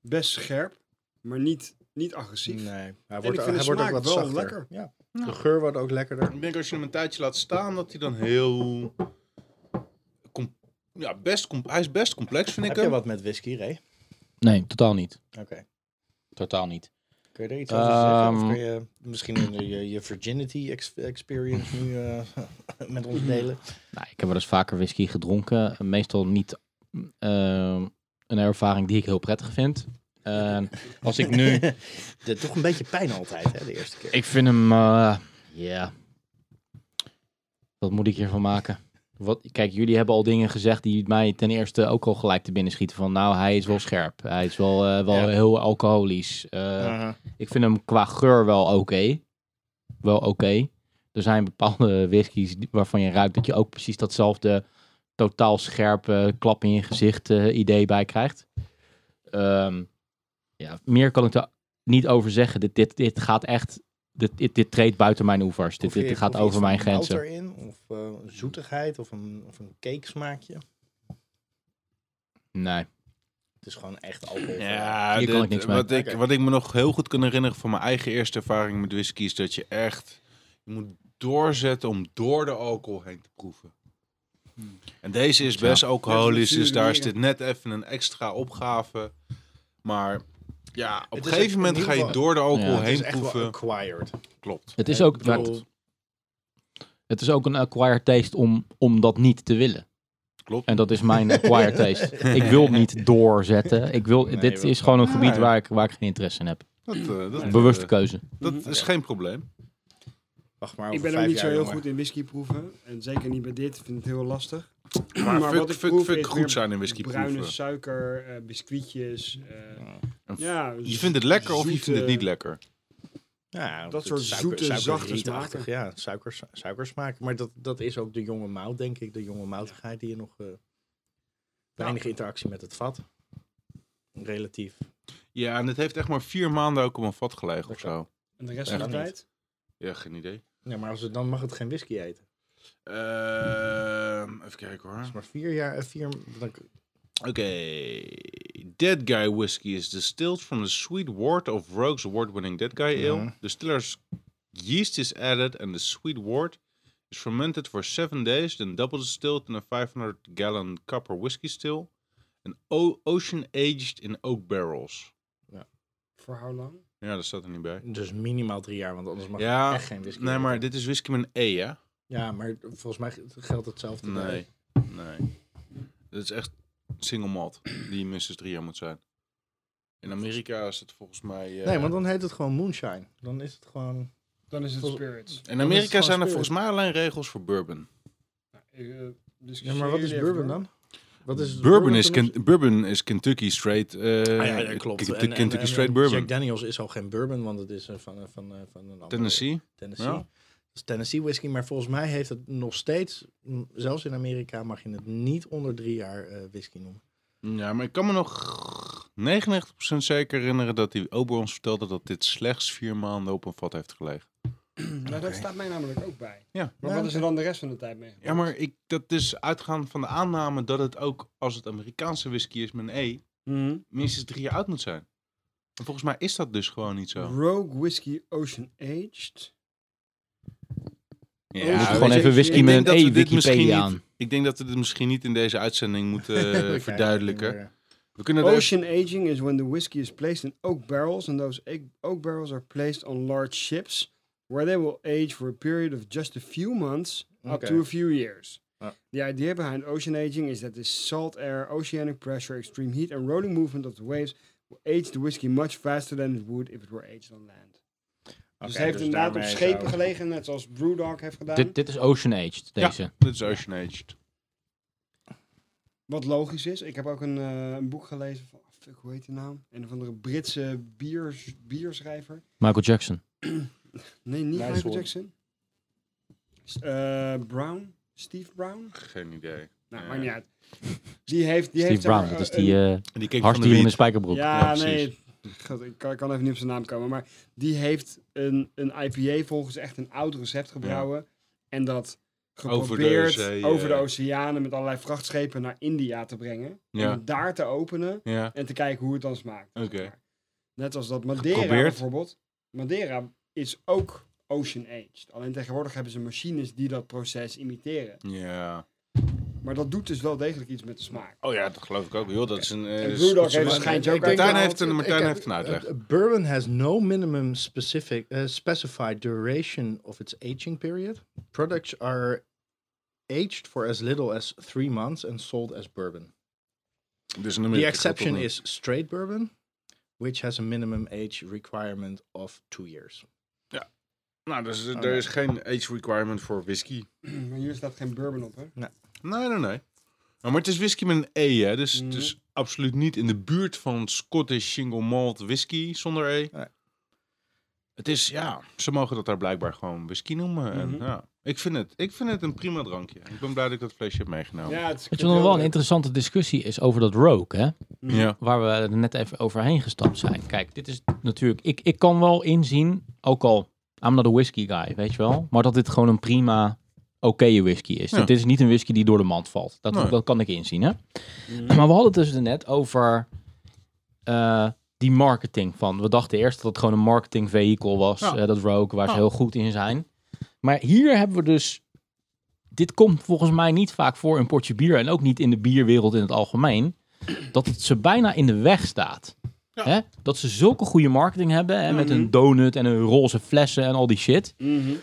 S4: best scherp, maar niet, niet agressief.
S5: Nee. Hij
S4: ik
S5: wordt,
S4: vind
S5: ook- hij
S4: de
S5: wordt ook
S4: smaak
S5: wat
S4: wel
S5: zachter.
S4: lekker.
S5: Ja.
S2: Ja.
S5: De geur wordt ook lekkerder.
S2: Ik denk als je hem een tijdje laat staan, dat hij dan heel... com- ja, best com- hij is best complex, vind ik
S5: Heb je
S2: hem.
S5: wat met whisky, Ray?
S1: Nee, totaal niet.
S5: Oké.
S1: Totaal niet.
S5: Kun je er iets over zeggen? Of
S1: Ehm,
S5: kun je misschien je, je, je virginity ex- experience nu eh, met ons delen?
S1: Nou, ik heb wel eens vaker whisky gedronken. Meestal niet ehm, een ervaring die ik heel prettig vind. En als ik nu...
S5: Dat toch een beetje pijn altijd, hè, de eerste keer.
S1: Ik vind hem. eh, Ja. Wat moet ik hiervan maken? Wat, kijk, jullie hebben al dingen gezegd die mij ten eerste ook al gelijk te binnen schieten. Van nou, hij is wel scherp. Hij is wel, eh, wel
S5: Ja.
S1: heel alcoholisch. Eh,
S5: Aha.
S1: Ik vind hem qua geur wel oké. Wel oké. Er zijn bepaalde whiskies die- waarvan je ruikt dat je ook precies datzelfde totaal scherpe klap in je gezicht eh, idee bij krijgt. Ehm, ja, meer kan ik er niet over zeggen. Dit, dit, dit gaat echt dit, dit, dit treedt buiten mijn oevers. Dit,
S5: Of je-
S1: dit gaat
S5: of je iets
S1: over mijn
S5: van mout
S1: grenzen.
S5: erin, of eh, zoetigheid, of een, of een cake smaakje.
S1: Nee.
S5: Het is gewoon echt alcohol.
S2: Ja,
S1: Hier kan
S2: dit-
S1: ik niks mee.
S2: Wat ik,
S5: Oké.
S2: wat ik me nog heel goed kan herinneren van mijn eigen eerste ervaring met whisky is dat je echt je moet doorzetten om door de alcohol heen te proeven.
S1: Hm.
S2: En deze is best alcoholisch,
S4: Ja,
S2: dus daar is
S4: zuur,
S2: dit net even een extra opgave. Maar ja, op
S5: Het
S2: een
S5: is
S2: gegeven
S5: in
S2: moment ga
S5: ieder
S2: je
S5: geval-
S2: door de alcohol
S1: Ja,
S5: Het is
S2: heen
S5: echt wel
S2: proeven.
S5: acquired.
S2: Klopt.
S1: Het
S5: Ik
S1: is ook, maar
S5: bedoel,
S1: het, het is ook een acquired taste om, om dat niet te willen.
S2: Klopt.
S1: En dat is mijn acquired taste. Ik wil niet doorzetten. Ik wil,
S5: Nee,
S1: dit
S5: wel.
S1: is gewoon een gebied
S2: ja.
S1: waar ik, waar ik geen interesse in heb.
S2: Dat, eh, dat,
S1: Bewuste
S2: eh,
S1: keuze.
S2: dat
S4: Mhm.
S2: is geen probleem.
S5: wacht maar,
S4: Ik
S5: over
S4: ben ook
S5: vijf
S4: niet zo
S5: jaar,
S4: heel
S5: jongen.
S4: goed in whisky proeven. En zeker niet bij dit. Ik vind het heel lastig.
S2: Maar, fuck,
S4: ik
S2: fuck,
S4: proef
S2: fuck
S4: is
S2: goed
S4: meer
S2: zijn in whisky
S4: Bruine
S2: proeven.
S4: suiker, eh, biscuitjes. eh,
S2: En f-
S4: ja, dus
S2: Je vindt het lekker of je vindt het
S4: zoete-
S2: niet lekker.
S5: Ja,
S4: Dat
S5: het
S4: soort zoete, zachte
S5: rietachtig,
S4: smaken.
S5: Ja, suikers, suikersmaak. Maar dat, dat is ook de jonge mout, denk ik. De jonge moutigheid die je nog... eh, weinig interactie met het vat. Relatief.
S2: Ja, en het heeft echt maar vier maanden ook op een vat gelegen of
S5: Oké.
S2: zo.
S4: En de rest
S2: Echt
S4: van de
S5: niet.
S4: tijd?
S2: Ja, geen idee.
S5: Ja, maar als het, dan mag het geen whisky eten.
S2: Ehm, even kijken hoor.
S5: Als maar vier jaar... eh, Vier, dan,
S2: Oké. Dead Guy Whiskey is distilled from the sweet wort of Rogue's award-winning Dead Guy Ale. The stiller's yeast is added and the sweet wort is fermented for seven days, then double distilled in a 500-gallon copper whiskey still and o- ocean aged in oak barrels.
S4: Voor hoe lang?
S2: Ja, dat staat er niet bij.
S5: dus minimaal drie jaar, want anders mag
S2: ja,
S5: het echt geen whisky
S2: nee,
S5: eten.
S2: maar dit is whisky met een E, hè?
S5: Ja, maar volgens mij geldt hetzelfde. bij-
S2: Nee, nee. Dit is echt single malt die minstens drie jaar moet zijn. In Amerika is het volgens mij. eh,
S5: Nee, want dan heet het gewoon moonshine. Dan is het gewoon...
S4: Dan is het
S5: Vol-
S4: spirits.
S2: In Amerika
S5: gewoon
S2: zijn er
S5: spirit.
S2: volgens mij alleen regels voor bourbon.
S4: Nou, ik, eh,
S5: Ja,
S4: discussieer
S5: maar wat is
S4: jullie
S5: bourbon
S4: even
S5: dan? Wat is
S2: Bourbon is,
S5: Kentucky.
S2: Ken- bourbon is Kentucky Straight. eh,
S5: Ah, ja, ja, klopt.
S2: K-
S5: En- en-
S2: Kentucky
S5: en- en
S2: Straight Bourbon.
S5: Jack Daniels is al geen bourbon, want het is eh, van, eh, van, eh, van een andere-
S2: Tennessee.
S5: Tennessee.
S2: ja.
S5: Dat is Tennessee whisky, maar volgens mij heeft het nog steeds, m, zelfs in Amerika, mag je het niet onder drie jaar eh, whisky noemen.
S2: Ja, maar ik kan me nog 99% zeker herinneren dat die ober ons vertelde dat dit slechts vier maanden op een vat heeft gelegen.
S4: hoor. Nou, dat staat mij namelijk ook bij.
S2: Ja.
S4: Maar wat is er dan de rest van de tijd mee?
S2: Ja, maar ik, dat is uitgaan van de aanname dat het ook als het Amerikaanse whisky is met een E,
S4: Mhm.
S2: minstens drie jaar oud moet zijn. En volgens mij is dat dus gewoon niet zo.
S4: Rogue Whiskey Ocean Aged.
S2: Ja,
S4: moet
S1: Dus
S4: weet
S1: gewoon
S4: je,
S1: even
S4: ik
S1: whisky
S4: denk
S1: met een
S2: dat we
S1: E
S2: dit misschien
S1: Wikipedia
S2: niet-
S1: aan.
S2: Ik denk dat we dit misschien niet in deze uitzending moeten eh,
S5: We kijken
S2: verduidelijken.
S5: weer.
S2: We kunnen het
S4: Ocean aging is when the whiskey is placed in oak barrels, and those ag- oak barrels are placed on large ships, where they will age for a period of just a few months up
S5: Okay.
S4: to a few years.
S5: Ah.
S4: The idea behind ocean aging is that the salt air, oceanic pressure, extreme heat, and rolling movement of the waves will age the whiskey much faster than it would if it were aged on land.
S5: Oké,
S4: dus het heeft inderdaad op
S5: daarmee
S4: schepen
S5: zou-
S4: gelegen, net zoals Brewdog heeft gedaan.
S1: Dit, dit is Ocean Aged,
S2: Ja.
S1: deze.
S2: even- Dit is Ocean Aged.
S4: Wat logisch is. Ik heb ook een, eh, een boek gelezen van, fuck, hoe heet die naam? Een of andere Britse bier, bierschrijver.
S1: Michael Jackson.
S4: Nee, niet
S2: Nice
S4: Michael
S2: one.
S4: Jackson. S- eh, Brown? Steve Brown?
S2: Geen idee.
S4: Nou,
S2: Ja.
S4: maakt niet uit. Die
S1: Steve
S4: heeft... Die heeft zeg
S1: Brown,
S4: maar,
S1: dat is
S4: eh,
S1: die
S4: een-
S1: eh
S2: Die keek
S1: hars
S2: van de
S1: die in de
S2: wiet.
S1: spijkerbroek.
S4: ja,
S2: Ja,
S4: nee. God, ik kan, ik kan even niet op zijn naam komen. Maar die heeft een, een IPA volgens echt een oud recept gebrouwen. En dat geprobeerd
S2: Over
S4: over
S2: de
S4: de,
S2: zee, eh.
S4: oceanen met allerlei vrachtschepen naar India te brengen.
S2: Ja.
S4: Om het daar te openen
S2: Ja.
S4: en te kijken hoe het dan smaakt. zeg
S2: Oké.
S4: maar. Net als dat Madeira
S2: Geprobeerd.
S4: bijvoorbeeld. Madeira is ook Ocean Aged. Alleen tegenwoordig hebben ze machines die dat proces imiteren.
S2: ja.
S4: Maar dat doet dus wel degelijk iets met de smaak.
S2: Oh ja, dat geloof ik ook. Joh, dat is een...
S4: En
S2: eh,
S4: Brewdog
S2: Schotse
S4: heeft
S2: whisky.
S4: een schijntje ook
S5: Ik denk
S2: Martijn
S5: wel-
S2: heeft een, Martijn
S5: ik-
S2: heeft een uitleg.
S5: Eh, Bourbon has no minimum specific, eh, specified duration of its aging period. Products are aged for as little as three months and sold as bourbon.
S2: Dus in Amerika
S5: The
S2: gaat
S5: exception
S2: dat nog.
S5: is straight bourbon, which has a minimum age requirement of two years.
S2: Nou, dus er er is geen age requirement voor whisky.
S4: Maar hier staat geen bourbon op, hè?
S2: Nee, nee, nee. Maar het is whisky met een E, hè? Dus het is absoluut niet in de buurt van Scottish single malt whisky zonder E.
S5: Nee.
S2: Het is, ja, ze mogen dat daar blijkbaar gewoon whisky noemen. En, ja, ik, vind het, ik vind het een prima drankje. Ik ben blij dat ik dat flesje heb meegenomen.
S4: Ja, het is
S1: Weet je wat nog wel een interessante discussie is over dat rogue, hè?
S2: Ja.
S1: waar we er net even overheen gestapt zijn. Kijk, dit is natuurlijk. Ik, ik kan wel inzien, ook al I'm not a whisky guy, weet je wel. Maar dat dit gewoon een prima, oké whisky is.
S2: Ja.
S1: Dit is niet een whisky die door de mand valt. Dat,
S2: Nee. Mm.
S1: dat kan ik inzien, hè. Maar we hadden het dus net over eh, die marketing van. We dachten eerst dat het gewoon een marketing vehicle was,
S2: Ja.
S1: eh, dat Rogue, waar ze
S2: Ja.
S1: heel goed in zijn. Maar hier hebben we dus... Dit komt volgens mij niet vaak voor in potje bier en ook niet in de bierwereld in het algemeen. Dat het ze bijna in de weg staat. Hè? Dat ze zulke goede marketing hebben. Hè? Met
S2: Mhm.
S1: een donut en een roze flessen en al die shit.
S4: Mhm.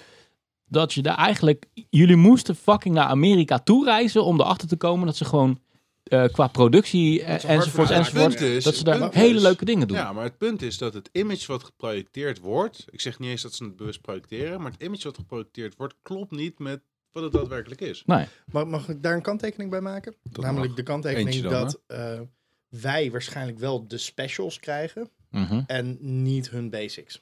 S1: Dat je daar eigenlijk... Jullie moesten fucking naar Amerika toe reizen om erachter te komen dat ze gewoon... eh, qua productie eh, enzovoort
S2: Ja, maar het
S1: enzovoort.
S2: punt is-
S1: dat ze daar
S2: het punt
S1: hele
S2: is-
S1: leuke dingen doen.
S2: Ja, maar het punt is dat het image wat geprojecteerd wordt... Ik zeg niet eens dat ze het bewust projecteren... maar het image wat geprojecteerd wordt klopt niet met wat het daadwerkelijk is.
S1: Nee.
S6: Mag, mag ik daar een kanttekening bij maken? Namelijk
S2: mag.
S6: de kanttekening
S2: Eentje dan,
S6: dat eh, wij waarschijnlijk wel de specials krijgen
S1: Mhm.
S6: en niet hun basics.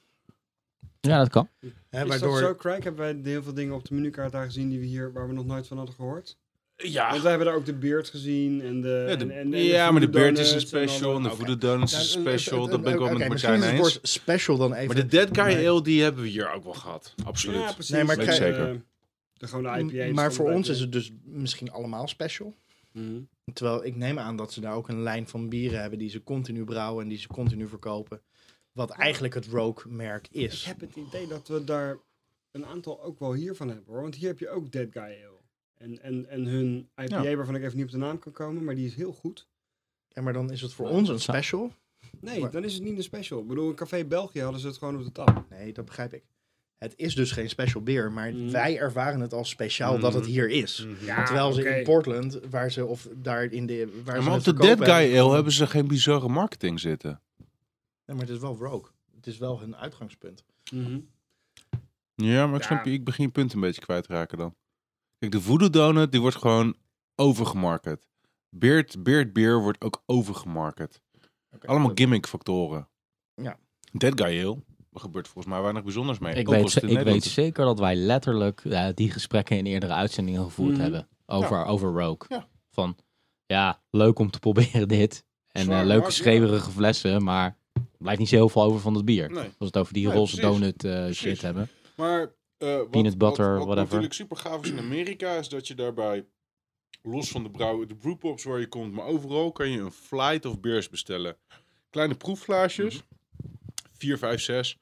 S1: Ja, dat kan.
S6: Hè,
S4: Is
S6: waardoor,
S4: dat zo, Craig? Hebben wij heel veel dingen op de menukaart daar gezien die we hier, waar we nog nooit van hadden gehoord?
S2: Ja,
S4: Want we hebben daar ook de beard gezien en de...
S2: Ah. Ja, de-
S4: en, en- en
S2: ja, maar de
S4: voodoo
S2: beard is een
S4: donuts en
S2: special en de
S4: alle-
S2: voodoo donuts
S6: Ja,
S2: is
S6: het-
S2: een
S6: het-
S2: special.
S6: het-
S2: Dat ben ik ook
S6: Nou, eh, oké,
S2: met
S6: misschien
S2: Martijn
S6: is
S2: eens.
S6: het woord special dan even...
S2: Maar de Dead Guy
S6: Nee.
S2: Ale, die hebben we hier ook wel gehad. Absoluut.
S4: Ja, precies.
S6: Nee, maar
S4: De-
S6: kijk,
S2: zeker.
S4: de gewone IPA.
S6: maar voor ons is het dus misschien allemaal special.
S4: Mhm.
S6: Terwijl ik neem aan dat ze daar ook een lijn van bieren hebben die ze continu brouwen en die ze continu verkopen. Wat eigenlijk het Rogue-merk
S4: Ik
S6: is.
S4: heb het idee dat we daar een aantal ook wel hiervan hebben hoor. Want hier heb je ook Dead Guy Ale. En, en, en hun IPA,
S2: Ja.
S4: waarvan ik even niet op de naam kan komen, maar die is heel goed.
S6: Ja, maar dan is het voor ons een special.
S4: Nee,
S6: Maar-
S4: dan is het niet een special. Ik bedoel, in Café België hadden ze het gewoon op de tap.
S6: Nee, dat begrijp ik. Het is dus geen special beer, maar
S4: Mm.
S6: wij ervaren het als speciaal dat
S2: Mm.
S6: het hier is. Terwijl ze
S4: oké.
S6: in Portland, waar ze of daar in de. Waar
S2: Ja,
S6: ze
S2: maar
S6: het
S2: op de Dead
S6: verkopen
S2: Guy
S6: hebben-
S2: Ale hebben ze geen bizarre marketing zitten.
S6: Nee, maar het is wel rogue. Het is wel hun uitgangspunt.
S4: Mhm.
S2: Ja, maar ik snap je, ik begin je punt een beetje kwijtraken dan. Kijk, de voodoo donut, die wordt gewoon overgemarket. Beard, beard beer wordt ook overgemarket. Allemaal gimmick factoren.
S6: Ja.
S2: Dead Guy Ale, er gebeurt volgens mij weinig bijzonders mee.
S1: Ik
S2: Ook
S1: weet,
S2: als het
S1: ze-
S2: in
S1: ik
S2: Nederland
S1: weet zeker dat wij letterlijk eh, die gesprekken in eerdere uitzendingen gevoerd
S4: Mhm.
S1: hebben. Over, over Rogue.
S2: Ja.
S1: Van, ja, leuk om te proberen dit. En
S2: Zwaar,
S1: eh,
S2: hard,
S1: leuke
S2: ja.
S1: schreeuwerige flessen, maar er blijft niet zo heel veel over van dat bier.
S2: is. Nee.
S1: Als we het over die
S2: Nee,
S1: roze
S2: precies.
S1: donut eh, shit
S2: Precies.
S1: hebben.
S2: Maar eh, wat,
S1: Peanut butter,
S2: wat, wat
S1: whatever.
S2: natuurlijk super gaaf is in Amerika is dat je daarbij los van de brouwen, de brewpops waar je komt, maar overal kan je een flight of beers bestellen. Kleine proefflaasjes,
S1: Mhm.
S2: 4, 5, 6.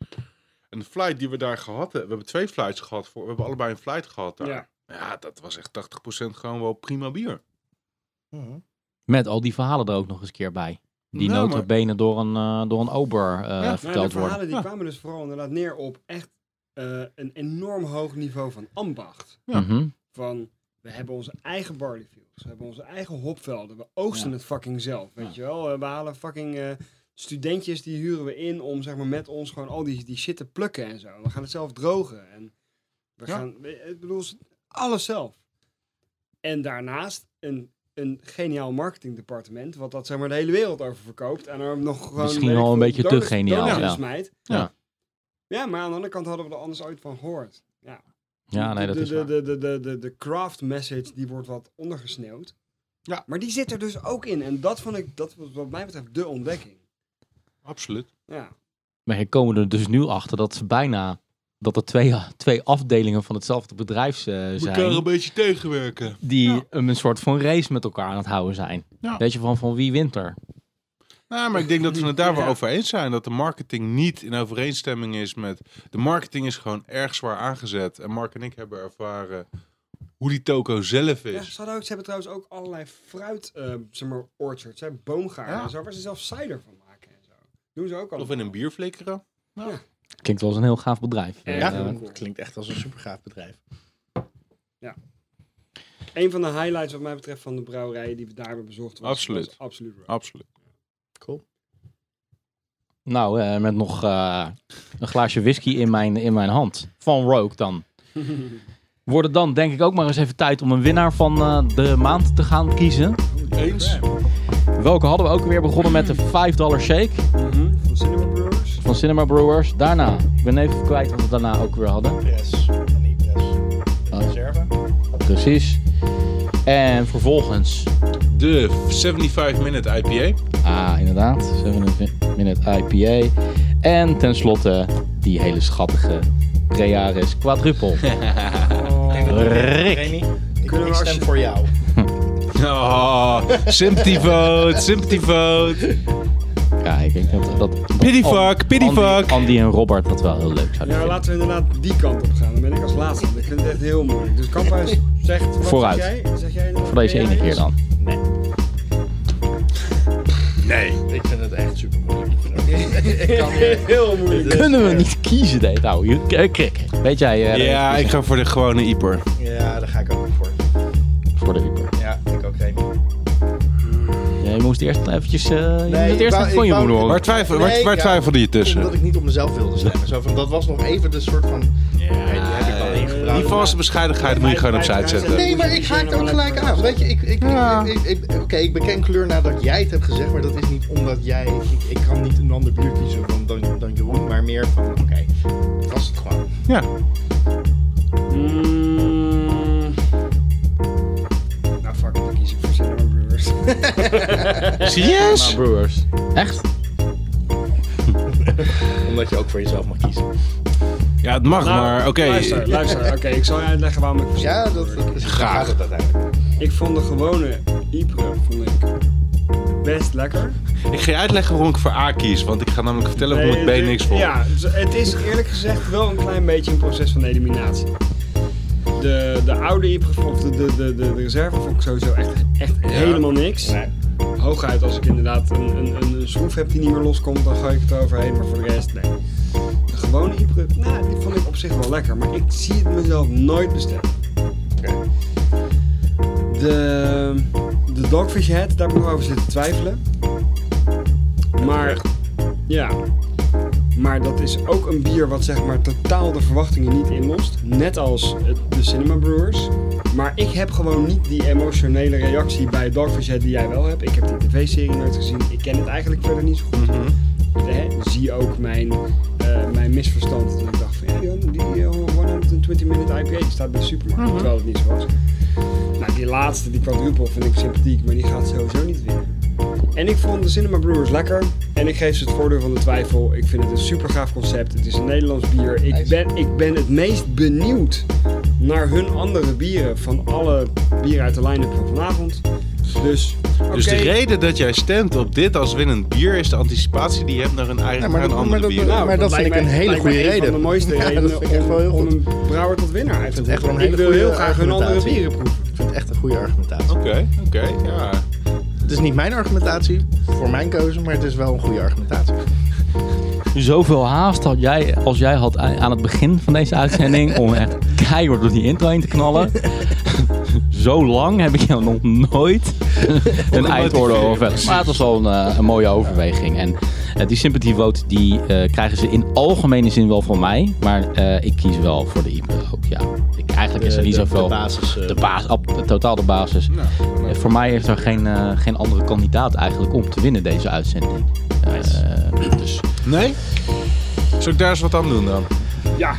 S2: En de flight die we daar gehad hebben, we hebben twee flights gehad, voor, we hebben allebei een flight gehad daar. Ja,
S4: Ja. Nou,
S2: dat was echt 80% gewoon wel prima bier.
S6: Mhm.
S1: Met al die verhalen er ook nog eens een keer bij. Die
S2: Nou, maar-
S1: nota bene door een, eh, door een ober eh,
S2: de
S1: verteld
S4: Nou, de
S1: worden.
S4: verhalen die
S2: Ja.
S4: kwamen dus vooral inderdaad neer op echt eh, een enorm hoog niveau van ambacht.
S2: Ja.
S1: Mhm.
S4: Van, we hebben onze eigen barleyfields, we hebben onze eigen hopvelden, we oogsten het fucking zelf, weet je wel. Eh, We halen fucking eh, studentjes, die huren we in om zeg maar met ons gewoon al die, die shit te plukken en zo. We gaan het zelf drogen en we
S2: Ja.
S4: gaan, we- ik bedoel, alles zelf. En daarnaast een, een geniaal marketingdepartement, wat dat zeg maar de hele wereld over verkoopt. En er nog gewoon
S1: Misschien
S4: weet ik
S1: wel een
S4: veel,
S1: beetje te
S4: donuts-
S1: geniaal,
S4: donuts
S1: ja.
S4: smijt.
S1: Ja.
S4: Ja, maar aan de andere kant hadden we er anders ooit van gehoord. Ja.
S1: Ja, nee,
S4: De-
S1: dat
S4: de,
S1: is
S4: de,
S1: waar.
S4: de, de, de, de, de craft message, die wordt wat ondergesneeuwd.
S2: Ja.
S4: Maar die zit er dus ook in. En dat vond ik, dat was wat mij betreft, de ontdekking.
S2: Absoluut.
S4: Ja.
S1: Maar je komen er dus nu achter dat ze bijna... Dat er twee, twee afdelingen van hetzelfde bedrijf eh, zijn.
S2: beetje tegenwerken.
S1: die
S2: Ja.
S1: een een soort van race met elkaar aan het houden zijn.
S2: Ja.
S1: Weet je, van, van wie wint er?
S2: Nou, maar ik denk dat we het daar wel
S4: Ja.
S2: over eens zijn. Dat de marketing niet in overeenstemming is met... De marketing is gewoon erg zwaar aangezet. En Mark en ik hebben ervaren hoe die toko zelf
S4: ja
S2: is.
S4: ze, hadden ook, ze hebben trouwens ook allerlei fruit, eh, zeg maar, orchards, hè, boomgaarden
S2: Ja.
S4: en zo, waar ze zelf cider van maken en zo. Doen ze ook al.
S2: Of in een bier flikkeren.
S1: Klinkt wel eens een heel gaaf bedrijf.
S4: Ja.
S1: Eh,
S6: Ja,
S4: heel
S6: dat
S4: cool.
S6: klinkt echt als een supergaaf bedrijf.
S4: Een van de highlights wat mij betreft van de brouwerijen die we daar hebben bezocht. Was,
S2: Absoluut.
S4: was absoluut. Rogue.
S2: Absoluut.
S6: Cool.
S1: nou, eh, met nog eh, een glaasje whisky in mijn, in mijn hand. Van Rogue dan. Wordt het dan denk ik ook maar eens even tijd om een winnaar van eh, de maand te gaan kiezen.
S2: Eens?
S1: Welke hadden we ook weer begonnen met de $5 shake
S4: Mhm, Van Cinema Brewers.
S1: van Cinema Brewers. Daarna, ik ben even kwijt wat we daarna ook weer hadden.
S6: Press en niet press.
S1: Oh.
S2: Ah.
S6: Reserve.
S1: Precies. En vervolgens
S2: De 75-minute IPA.
S1: Ah, inderdaad. 7 minute IPA. En tenslotte die hele schattige Crearis quadruple. Rick.
S6: Remy,
S4: Kunnen
S6: ik
S4: we
S6: stem
S4: alsje-
S6: voor jou.
S2: Oh, sympathy vote, sympathy vote.
S1: Ja, ik denk dat... dat
S2: Pity
S1: dat-
S2: fuck, pity
S1: Andy,
S2: fuck.
S1: Andy en Robert dat wel heel leuk zouden
S4: Ja,
S1: vinden.
S4: laten we inderdaad die kant op gaan. Dan ben ik als laatste. Ik vind het echt heel moeilijk. Dus Kamphuis zegt... Wat
S1: Vooruit.
S4: Zeg jij? Zeg jij nou
S1: Voor deze ene keer dan.
S6: Ik vind het echt super moeilijk.
S4: Heel moeilijk.
S1: Kunnen we niet kiezen, dit nou? Je- eh, Krik, weet jij... eh,
S2: Ja, ik ga voor de gewone Ieper.
S6: Ja, daar ga ik ook voor.
S1: Voor de Uber.
S6: Ja, ik ook Remy.
S1: Je moest eerst eventjes... eh, je
S6: ik
S1: moet eerst
S6: wou-
S1: even van
S6: ik
S1: je
S6: wou-
S1: moeder
S2: Waar,
S1: horen.
S2: twijfel, waar,
S6: Nee,
S2: waar
S6: ja,
S2: twijfelde je tussen?
S6: Omdat ik niet op mezelf wilde stemmen. Zo van, dat was nog even de soort van... Hey, die heb ik wel ingebracht.
S2: Die valse bescheidenheid moet je gewoon opzij zetten.
S6: Nee, maar ik haak het ook gelijk aan. Weet je, ik, ik, ik, ik, ik- Oké, ik beken kleur nadat jij het hebt gezegd, maar dat is niet omdat jij... Ik, ik kan niet een ander buur kiezen dan, dan, dan Jeroen, maar meer van, oké, dat was het gewoon.
S2: Ja.
S4: Mm. Nou, fuck it, dan kies ik voor Cinema Brewers.
S2: Serieus?
S1: Brewers. Echt?
S6: Omdat je ook voor jezelf mag kiezen.
S2: Ja, het mag, maar oké.
S4: Nou, Luister, luister. Oké, ik zal je uitleggen waarom ik voor
S6: Ja,
S4: Cinema
S6: dat,
S4: Brewers
S6: dat gaat het uiteindelijk.
S4: Ik vond de gewone Ypres vond ik best lekker.
S2: Ik ga je uitleggen waarom ik voor A kies, want ik ga namelijk vertellen waarom ik
S4: Nee,
S2: B niks vond.
S4: Ja, het is eerlijk gezegd wel een klein beetje een proces van eliminatie. De, de oude Ypres, of de, de, de, de, de reserve vond ik sowieso echt, echt helemaal niks.
S6: Nee.
S4: Hooguit als ik inderdaad een, een, een, een schroef heb die niet meer loskomt, dan gooi ik het overheen. Maar voor de rest, nee. De gewone Ypres, nou, die vond ik op zich wel lekker. Maar ik zie het mezelf nooit bestellen. De, de Dogfish Head, daar heb ik nog over zitten twijfelen. Maar, ja. Maar dat is ook een bier wat zeg maar totaal de verwachtingen niet inlost. Net als het, de Cinema Brewers. Maar ik heb gewoon niet die emotionele reactie bij Dogfish Head die jij wel hebt. Ik heb die tv-serie nooit gezien. Ik ken het eigenlijk verder niet zo goed. Hè, Zie ook mijn, eh, mijn misverstand. Dat ik dacht van ja, die, die eh, 120 minute IPA die staat bij de supermarkt. Terwijl het niet zo was. Nou, die laatste, die quadruple, vind ik sympathiek, maar die gaat sowieso niet winnen. En ik vond de Cinema Brewers lekker. En ik geef ze het voordeel van de twijfel. Ik vind het een super gaaf concept. Het is een Nederlands bier. Ik ben, ik ben het meest benieuwd naar hun andere bieren van alle bieren uit de line-up van vanavond. Dus,
S2: Dus
S4: oké.
S2: de reden dat jij stemt op dit als winnend bier is de anticipatie die je hebt naar een
S5: Ja,
S2: eigen
S5: maar
S2: naar een
S5: dat-
S2: andere
S5: maar dat-
S2: bier.
S5: nou, maar dat
S4: lijkt
S5: vind ik
S4: mij-
S5: een hele
S4: lijkt mij
S5: goede
S4: Een
S5: reden.
S4: van de mooiste
S5: Ja, dat
S4: redenen
S5: vind ik echt
S4: om,
S5: wel heel
S4: om
S5: goed.
S4: een brouwer tot winnaar uit te
S5: vind het echt wel
S4: roepen.
S5: een
S4: Ik
S5: hele
S4: wil heel
S5: goede
S4: graag hun andere
S5: argumentatie.
S4: bieren proeven.
S6: Ik vind het echt een goede argumentatie.
S2: Oké, oké, ja.
S6: Het is niet mijn argumentatie voor mijn keuze, maar het is wel een goede argumentatie.
S1: Zoveel haast had jij als jij had a- aan het begin van deze uitzending om echt keihard door die intro heen te knallen. Zo lang heb ik jou nog nooit een eindwoord over. Maar het was wel een, eh, een mooie overweging. En eh, die sympathy vote die eh, krijgen ze in algemene zin wel van mij. Maar eh, ik kies wel voor de IPRO. ook. Ja, ik, eigenlijk is er niet
S6: de,
S1: zoveel.
S6: de basis. eh,
S1: De baas, ab- de- totaal de basis. Eh, voor mij is er geen, eh, geen andere kandidaat eigenlijk om te winnen deze uitzending. Eh, dus
S2: Nee? Zou ik daar eens wat aan doen dan?
S4: Ja,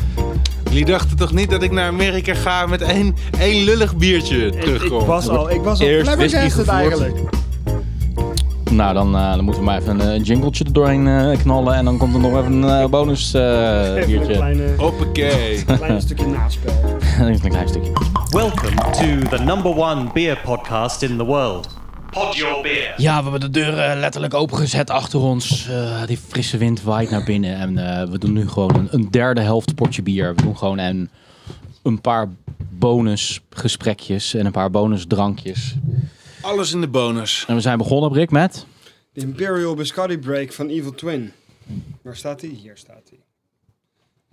S2: Jullie dachten toch niet dat ik naar Amerika ga met één, één lullig biertje
S4: ik, ik
S2: terugkom?
S4: was al, ik was al
S1: Eerst
S4: flabbergasted
S1: whisky gevoerd.
S4: eigenlijk.
S1: Nou, dan, eh, dan moeten we maar even een jingletje er doorheen eh, knallen. En dan komt er nog even een eh, bonus eh
S4: Even een
S1: biertje.
S4: kleine,
S2: Hoppakee.
S4: klein stukje naspel.
S1: Even een klein stukje.
S3: Welcome to the number one beer podcast in the world. Pod Your Beer.
S1: Ja, we hebben de deuren letterlijk opengezet achter ons. Eh, die frisse wind waait naar binnen. En eh, we doen nu gewoon een, een derde helft potje bier. We doen gewoon een, een paar bonusgesprekjes en een paar bonusdrankjes.
S2: Alles in de bonus.
S1: En we zijn begonnen, Brik, met...
S4: De Imperial Biscotti Break van Evil Twin. Waar staat hij? Hier staat hij.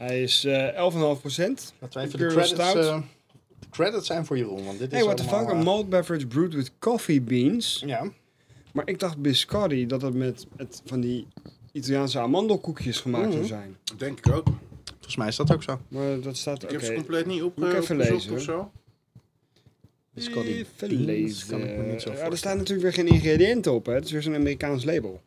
S4: Hij is eh 11,5 procent.
S6: Laten we even de
S4: Imperial
S6: credits,
S4: Stout.
S6: eh, de credits zijn voor Jeroen, want dit is
S4: Hey, what the fuck?
S6: allemaal,
S4: A
S6: eh,
S4: malt beverage brewed with coffee beans.
S6: Ja,
S4: Maar ik dacht Biscotti dat het met het, van die Italiaanse amandelkoekjes gemaakt
S6: Mhm.
S4: zou zijn.
S2: Denk ik ook.
S6: volgens mij is dat ook zo.
S4: Maar dat staat... oké.
S2: niet op,
S4: Moet ik even
S2: opgezocht
S4: lezen, hoor.
S2: zo.
S4: Biscotti
S6: Even
S4: beans.
S6: kan ik me niet zo
S4: Eh, ja, er
S6: voorstellen.
S4: staan natuurlijk weer geen ingrediënten op. Hè? Het is weer zo'n Amerikaans label.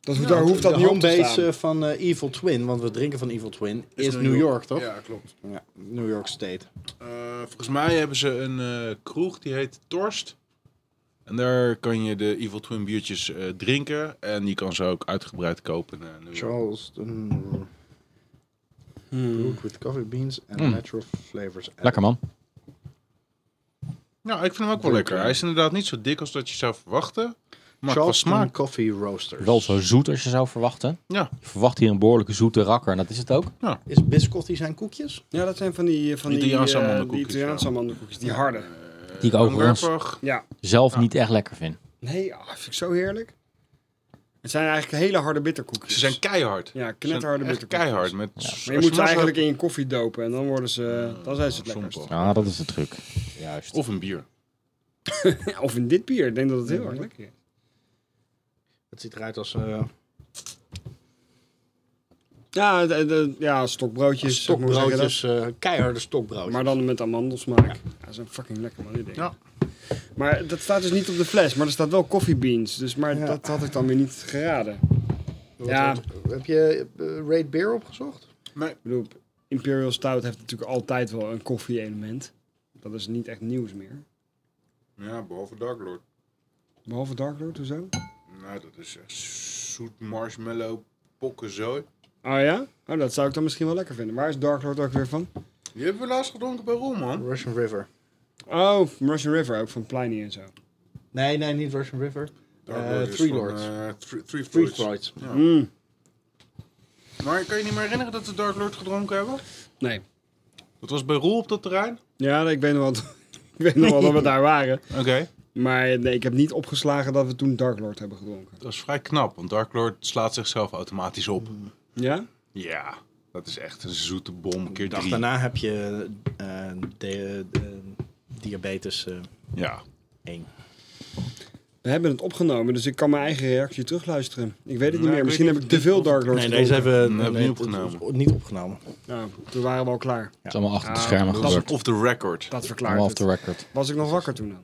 S4: Dat, daar hoeft dat
S6: de
S4: niet op te
S6: homebase
S4: staan.
S6: eh, van eh, Evil Twin, want we drinken van Evil Twin, is, New York, toch? Ja.
S2: klopt.
S6: New York State.
S2: Eh, volgens mij hebben ze een eh, kroeg die heet Torst. En daar kan je de Evil Twin biertjes eh, drinken. En je kan ze ook uitgebreid kopen. eh, in New York.
S6: Charleston. brewed with coffee beans and
S1: Mm.
S6: natural flavors. added.
S1: Hmm. Lekker man.
S2: Nou, ik vind hem ook wel lekker. Hij is inderdaad niet zo dik als dat je zou verwachten. Maar qua
S6: Charleston
S2: smaak.
S6: Coffee Roasters.
S1: Wel zo zoet als je zou verwachten.
S2: Ja.
S1: Je verwacht hier een behoorlijke zoete rakker en dat is het ook.
S5: Is biscotti zijn koekjes?
S4: Ja, dat zijn van die... eh, Van die
S2: Italiaanse
S4: eh,
S2: amandelkoekjes,
S4: Die Italiaanse amandelkoekjes, die harde.
S1: Die ik overigens
S2: Langwerpig.
S4: Ja.
S1: zelf niet echt lekker vind.
S4: Nee, ah, vind ik zo heerlijk. Het zijn eigenlijk hele harde bitterkoekjes.
S2: Ze zijn keihard.
S4: Ja,
S2: Ze zijn
S4: knetharde
S2: echt
S4: bitterkoekjes.
S2: keihard. Met
S4: Maar je moet ze eigenlijk in je koffie dopen en dan worden ze... dan zijn ze het
S2: Soms
S4: lekkerst.
S2: wel.
S1: Ja, Ah, dat is de truc. Juist.
S2: Of een bier.
S4: Ja, of in dit bier. Ik denk dat het heel erg lekker is.
S5: Het ziet eruit als eh
S4: Ja, de- de- ja stokbroodjes. zeg maar, hoe zeg je dat?
S5: stokbroodjes, eh, keiharde stokbroodjes.
S4: Maar dan met amandelsmaak. Ja, ze zijn fucking lekker man, die dingen.
S2: Ja.
S4: Maar dat staat dus niet op de fles, maar er staat wel coffee beans. Dus, maar
S5: Ja.
S4: dat had ik dan weer niet geraden.
S6: Wat-
S4: Ja.
S6: wat- heb je eh, Raid Beer opgezocht?
S4: Ik bedoel, Imperial Stout heeft natuurlijk altijd wel een koffie-element. Dat is niet echt nieuws meer.
S2: Ja, behalve Dark Lord.
S4: Behalve Dark Lord of zo.
S2: Nou, dat is echt zoet marshmallow pokkenzooi.
S4: Oh ja? Oh, dat zou ik dan misschien wel lekker vinden. Waar is Dark Lord ook weer van?
S2: Die hebben we laatst gedronken bij Ron, man.
S6: Russian River.
S4: Oh, van Russian River, ook van Pliny en zo.
S5: Nee, nee, niet Russian River.
S2: Dark
S5: Eh,
S2: Lord is
S5: Three
S2: van,
S5: Lords.
S2: eh, Three- Three
S5: Free
S2: Lords. Ja.
S4: Mm,
S2: Maar kan je niet meer herinneren dat we Dark Lord gedronken hebben?
S4: Nee.
S2: Dat was bij Roel op dat terrein.
S4: Ja, ik weet nog wel, ik weet nog wel dat we daar waren.
S2: Oké.
S4: Maar nee, ik heb niet opgeslagen dat we toen Dark Lord hebben gedronken.
S2: Dat is vrij knap, want Dark Lord slaat zichzelf automatisch op.
S4: Ja?
S2: Ja, dat is echt een zoete bom keer
S5: De dag
S2: drie.
S5: daarna heb je eh, de- de- diabetes eh,
S2: Ja.
S5: 1.
S4: We hebben het opgenomen, dus ik kan mijn eigen reactie terugluisteren. Ik weet het niet
S2: Ja,
S4: meer.
S2: Nou, ik
S4: Misschien
S2: weet
S4: heb ik
S2: niet
S4: te
S2: of-
S4: veel Dark Lord
S5: Nee, deze hebben
S2: Nee,
S5: we nee,
S2: hebben we niet
S5: het-
S2: opgenomen.
S5: Niet opgenomen.
S4: Nou, toen waren we al klaar.
S1: Het is allemaal achter de
S4: Ah,
S1: schermen
S2: Dat is
S1: gebeurd.
S2: off the record.
S4: Dat verklaart
S1: Allemaal off
S4: het.
S1: the record.
S4: Was ik nog wakker toen dan?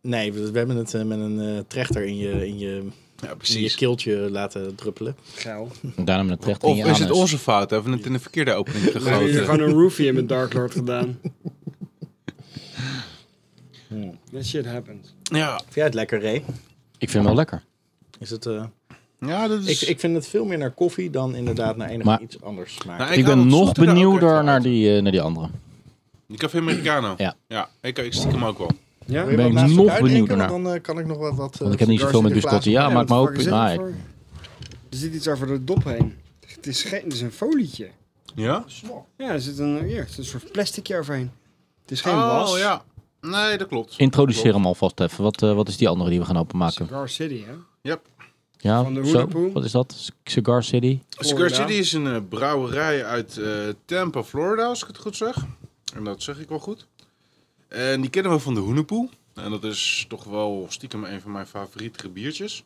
S5: Nee, we, we hebben het eh, met een eh, trechter in je, in, je,
S2: Ja,
S5: in je
S2: precies.
S5: keeltje laten druppelen.
S4: Geil.
S1: En daarna met het recht in
S2: Of
S1: je
S2: is het
S1: anus.
S2: onze fout? Hebben we het in de verkeerde opening
S4: We hebben hier
S2: gegoten?
S4: gewoon een roofie in met Dark Lord gedaan. That shit happens.
S2: Ja.
S5: Vind jij het lekker, Ray?
S1: Ik vind hem wel lekker.
S5: Is het, eh,
S2: ja, dat
S5: ik,
S2: is...
S5: ik vind het veel meer naar koffie dan inderdaad naar enig
S1: Maar-
S5: iets anders smaak.
S2: Nou,
S1: Ik,
S2: haal
S1: ben
S2: het
S1: nog
S2: zoete er ook echt
S1: benieuwder
S2: uit.
S1: naar die, eh, naar die andere.
S2: Die Café Americano.
S1: Ja.
S2: Ja, ik, ik stiekem ook wel.
S4: Ja?
S5: Wil
S1: ben
S5: je wat
S1: ik
S5: naast
S1: nog
S5: elkaar
S1: benieuwd
S5: drinken?
S1: naar.
S5: Want Dan eh, kan ik nog wat... wat
S1: Want ik heb niet zoveel met biscotti. Ja, maakt me
S4: wat
S1: ook...
S4: de fuck is dit
S1: Ah, ik-
S4: voor- Er zit iets over de dop heen. Het is, geen, het is een folietje.
S2: Ja?
S4: Ja, er zit een, ja, er zit een soort plasticje overheen. Het is geen
S2: oh,
S4: was.
S2: ja. Nee, dat klopt.
S1: Introduceer hem alvast even. Wat, eh, wat is die andere die we gaan openmaken?
S4: Cigar City, hè?
S2: Yep.
S1: Ja,
S4: Van de
S1: zo?
S4: Hoedepoe.
S1: Wat is dat? C- Cigar City?
S2: Cigar City is een eh, brouwerij uit eh, Tampa, Florida, als ik het goed zeg. En dat zeg ik wel goed. En die kennen we van de Hoenepoel. En dat is toch wel stiekem een van mijn favoriete biertjes.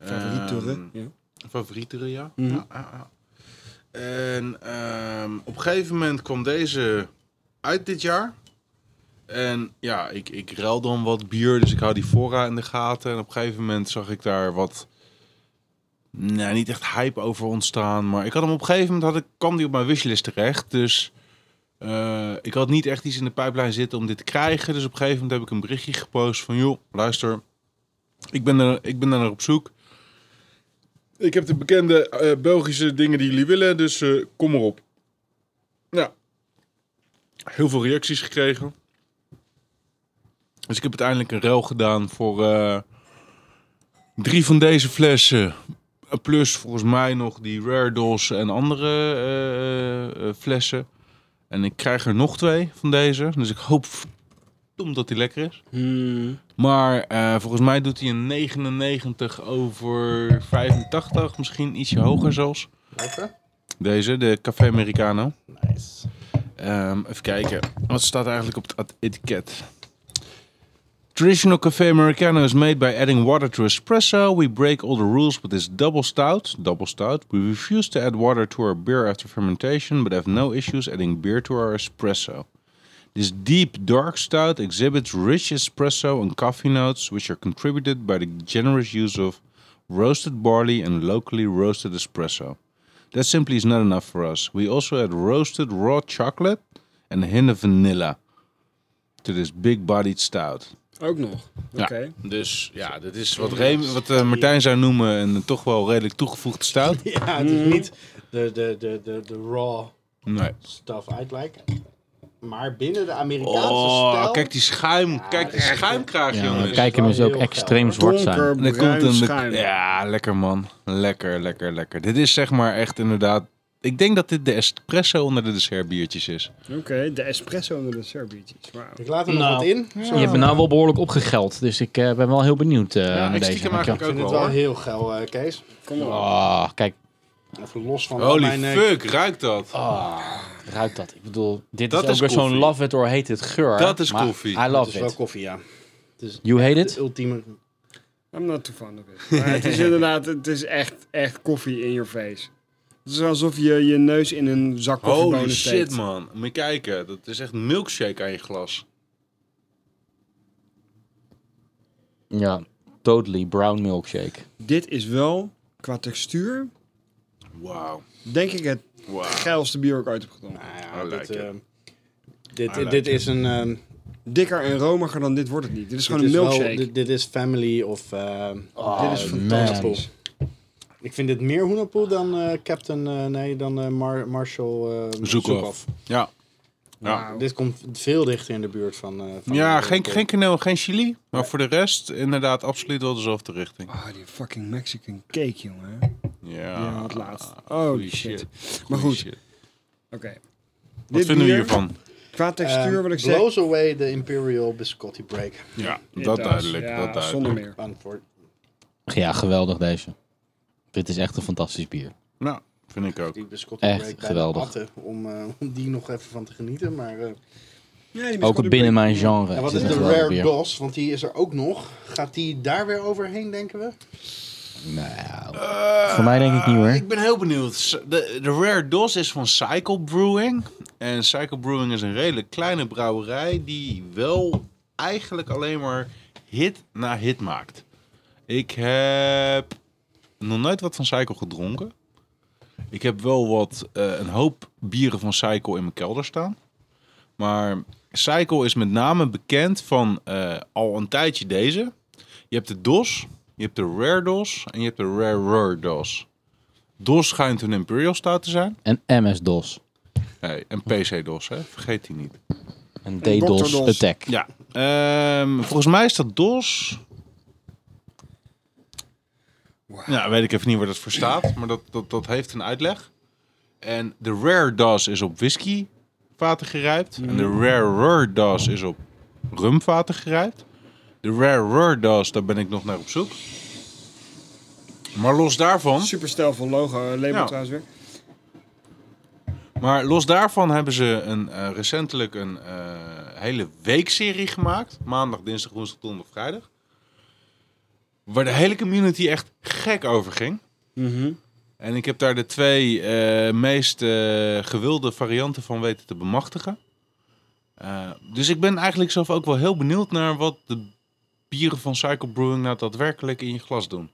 S4: Favoriete.
S2: Ehm,
S4: ja.
S2: Favoriete, ja.
S4: Mhm.
S2: Ja, ja, ja. En ehm, op een gegeven moment kwam deze uit dit jaar. En ja, ik, ik ruil dan wat bier, dus ik hou die fora in de gaten. En op een gegeven moment zag ik daar wat... Nee, niet echt hype over ontstaan. Maar ik had hem op een gegeven moment, had ik, kwam die op mijn wishlist terecht. Dus eh, ik had niet echt iets in de pijplijn zitten om dit te krijgen. Dus op een gegeven moment heb ik een berichtje gepost van... joh, luister, ik ben er, ik ben er naar op zoek. Ik heb de bekende eh, Belgische dingen die jullie willen, dus eh, kom erop. Ja. Heel veel reacties gekregen. Dus ik heb uiteindelijk een ruil gedaan voor eh, drie van deze flessen. Eh, Plus volgens mij nog die Rare Dolls en andere eh, eh, flessen. En ik krijg er nog twee van deze. Dus ik hoop verdomd dat die lekker is.
S4: Hmm.
S2: Maar eh, volgens mij doet hij een 99 over 85, misschien ietsje hoger zelfs. Deze, de Café Americano.
S5: Nice.
S2: Ehm, even kijken, wat staat eigenlijk op het at- etiket? Traditional Café Americano is made by adding water to espresso. We break all the rules with this double stout. Double stout. We refuse to add water to our beer after fermentation, but have no issues adding beer to our espresso. This deep dark stout exhibits rich espresso and coffee notes, which are contributed by the generous use of roasted barley and locally roasted espresso. That simply is not enough for us. We also add roasted raw chocolate and a hint of vanilla to this big bodied stout.
S4: Ook nog. Oké.
S2: Ja. Dus ja, dit is wat, Reem, wat eh, Martijn zou noemen een toch wel redelijk toegevoegde stout.
S5: Ja, het is niet de, de, de, de, de raw
S2: Nee.
S5: stuff uit lijken. Maar binnen de Amerikaanse
S2: Oh,
S5: stijl...
S2: kijk die schuim. kijk die
S5: dat is-
S2: schuimkraag,
S1: Ja,
S2: jongens.
S1: maar kijk hem
S5: wel
S1: eens ook
S5: heel geil.
S1: extreem zwart zijn.
S2: En dan
S4: Donkerbruin
S2: komt een-
S4: schuim.
S2: Ja, lekker man. Lekker, lekker, lekker. Dit is zeg maar echt inderdaad... Ik denk dat dit de espresso onder de dessertbiertjes is.
S4: Oké, de espresso onder de serbietjes. Wauw.
S5: Ik laat er nog
S1: Nou.
S5: wat in.
S1: Je hebt me nou wel behoorlijk opgegeld, dus ik eh, ben wel heel benieuwd eh naar
S2: ik
S1: deze.
S2: stiekem
S1: Dankjewel.
S2: eigenlijk
S5: Ik
S2: ook
S5: vind het
S2: wel.
S5: wel
S2: hoor.
S5: heel geil, eh, Kees.
S4: Kom op.
S1: Oh, kijk,
S5: Even los van al
S2: Holy
S5: mijn... eh,
S2: fuck, ruikt dat?
S1: ruikt dat. Ik bedoel, dit
S2: Dat
S1: is ook
S2: is
S1: weer zo'n
S2: koffie.
S1: love it or hate it geur.
S2: Dat is
S1: maar
S2: koffie.
S1: I
S5: Het
S1: love
S5: is wel
S1: it.
S5: koffie, ja. Het is
S1: You hate
S5: het
S1: it?
S5: ultieme... Nou
S4: I'm not too fond of it. Maar het is inderdaad, het is echt, echt koffie in your face. Het is alsof je je neus in een zak
S2: Holy
S4: koffiebonen
S2: shit,
S4: steekt.
S2: man. Moet je kijken. Dat is echt milkshake aan je glas.
S1: Ja, totally brown milkshake.
S4: Dit is wel, qua textuur,
S2: Wauw.
S4: denk ik het
S2: Wauw.
S4: geilste bier ook uit heb gedronken.
S5: Nou
S2: I
S5: ja, dit,
S2: like it.
S5: ehm,
S2: I
S5: dit,
S4: Ah,
S2: like
S5: dit is een... ehm,
S4: Dikker en romiger dan dit wordt het niet. Dit is gewoon
S5: dit
S4: een
S5: is wel-
S4: milkshake. Oh,
S5: dit, dit is family of... ehm,
S4: dit is
S1: man.
S4: fantastisch.
S5: ik vind dit meer hoenapoel dan eh, Captain... eh, nee, dan eh, Mar- Marshall eh
S2: Zoekhoff.
S5: Zoekhoff.
S2: Ja.
S4: Wauw.
S5: Dit komt veel dichter in de buurt van... eh, van
S2: Ja,
S5: eh,
S2: geen,
S5: Coke.
S2: geen kaneel, geen chili. Maar voor de rest inderdaad absoluut wel dezelfde richting.
S4: Ah, die fucking Mexican cake, jongen. Die
S2: Ja,
S4: had laatst. Oh,
S2: Ah, Holy
S4: shit.
S2: shit.
S4: Maar
S2: Holy
S4: goed,
S2: shit.
S4: Oké.
S2: Wat
S4: Dit
S2: vinden we
S4: bier,
S2: hiervan?
S4: Qua textuur,
S5: Ehm,
S4: wat ik zeg.
S5: blows away the Imperial Biscotti break.
S2: Ja,
S4: Dit
S2: dat
S4: thuis.
S2: duidelijk.
S4: Ja,
S2: dat duidelijk.
S4: Zonder meer.
S5: Antwoord.
S1: Ja, geweldig deze. Dit is echt een fantastisch bier.
S2: Nou, vind ik ook.
S5: Die Biscotti
S1: Echt
S5: break
S1: geweldig.
S5: Bij om, eh, om die nog even van te genieten. Maar eh,
S4: Ja, die
S1: Ook
S4: biscotti-
S1: het binnen mijn genre.
S5: en wat
S1: Het
S5: is
S1: een
S5: de
S1: geweldig
S5: Rare
S1: bier.
S5: DOS? Want die is er ook nog. Gaat die daar weer overheen, denken we?
S1: Nou,
S5: Eh.
S1: voor mij denk ik niet hoor.
S2: Ik ben heel benieuwd. De, de Rare DOS is van Cycle Brewing. En Cycle Brewing is een redelijk kleine brouwerij die wel eigenlijk alleen maar hit na hit maakt. Ik heb nog nooit wat van Cycle gedronken. Ik heb wel wat, eh, een hoop bieren van Cycle in mijn kelder staan. Maar Cycle is met name bekend van eh, al een tijdje deze. Je hebt de DOS, je hebt de Rare DOS en je hebt de Rare Rare DOS. DOS schijnt een Imperial Stout te zijn.
S1: En MS-DOS.
S2: Nee, en PC-DOS, hè? vergeet die niet.
S1: En
S4: Dr.
S1: D-DOS
S4: DOS.
S1: Attack.
S2: Ja, ehm, volgens mij is dat DOS. Ja, weet ik even niet waar dat voor staat, maar dat, dat, dat heeft een uitleg. En de Rare DOS is op whisky vaten gerijpt. En de Rare Rare DOS is op rumvaten gerijpt. De Rare Rare DOS, daar ben ik nog naar op zoek. Maar los daarvan...
S4: Super stijlvol logo, eh, label
S2: Ja.
S4: trouwens weer.
S2: Maar los daarvan hebben ze een, eh, recentelijk een eh, hele weekserie gemaakt. Maandag, dinsdag, woensdag, donderdag, vrijdag. Waar de hele community echt gek over ging.
S5: Mhm.
S2: En ik heb daar de twee eh, meest eh, gewilde varianten van weten te bemachtigen. Eh, dus ik ben eigenlijk zelf ook wel heel benieuwd naar wat de bieren van Cycle Brewing nou daadwerkelijk in je glas doen.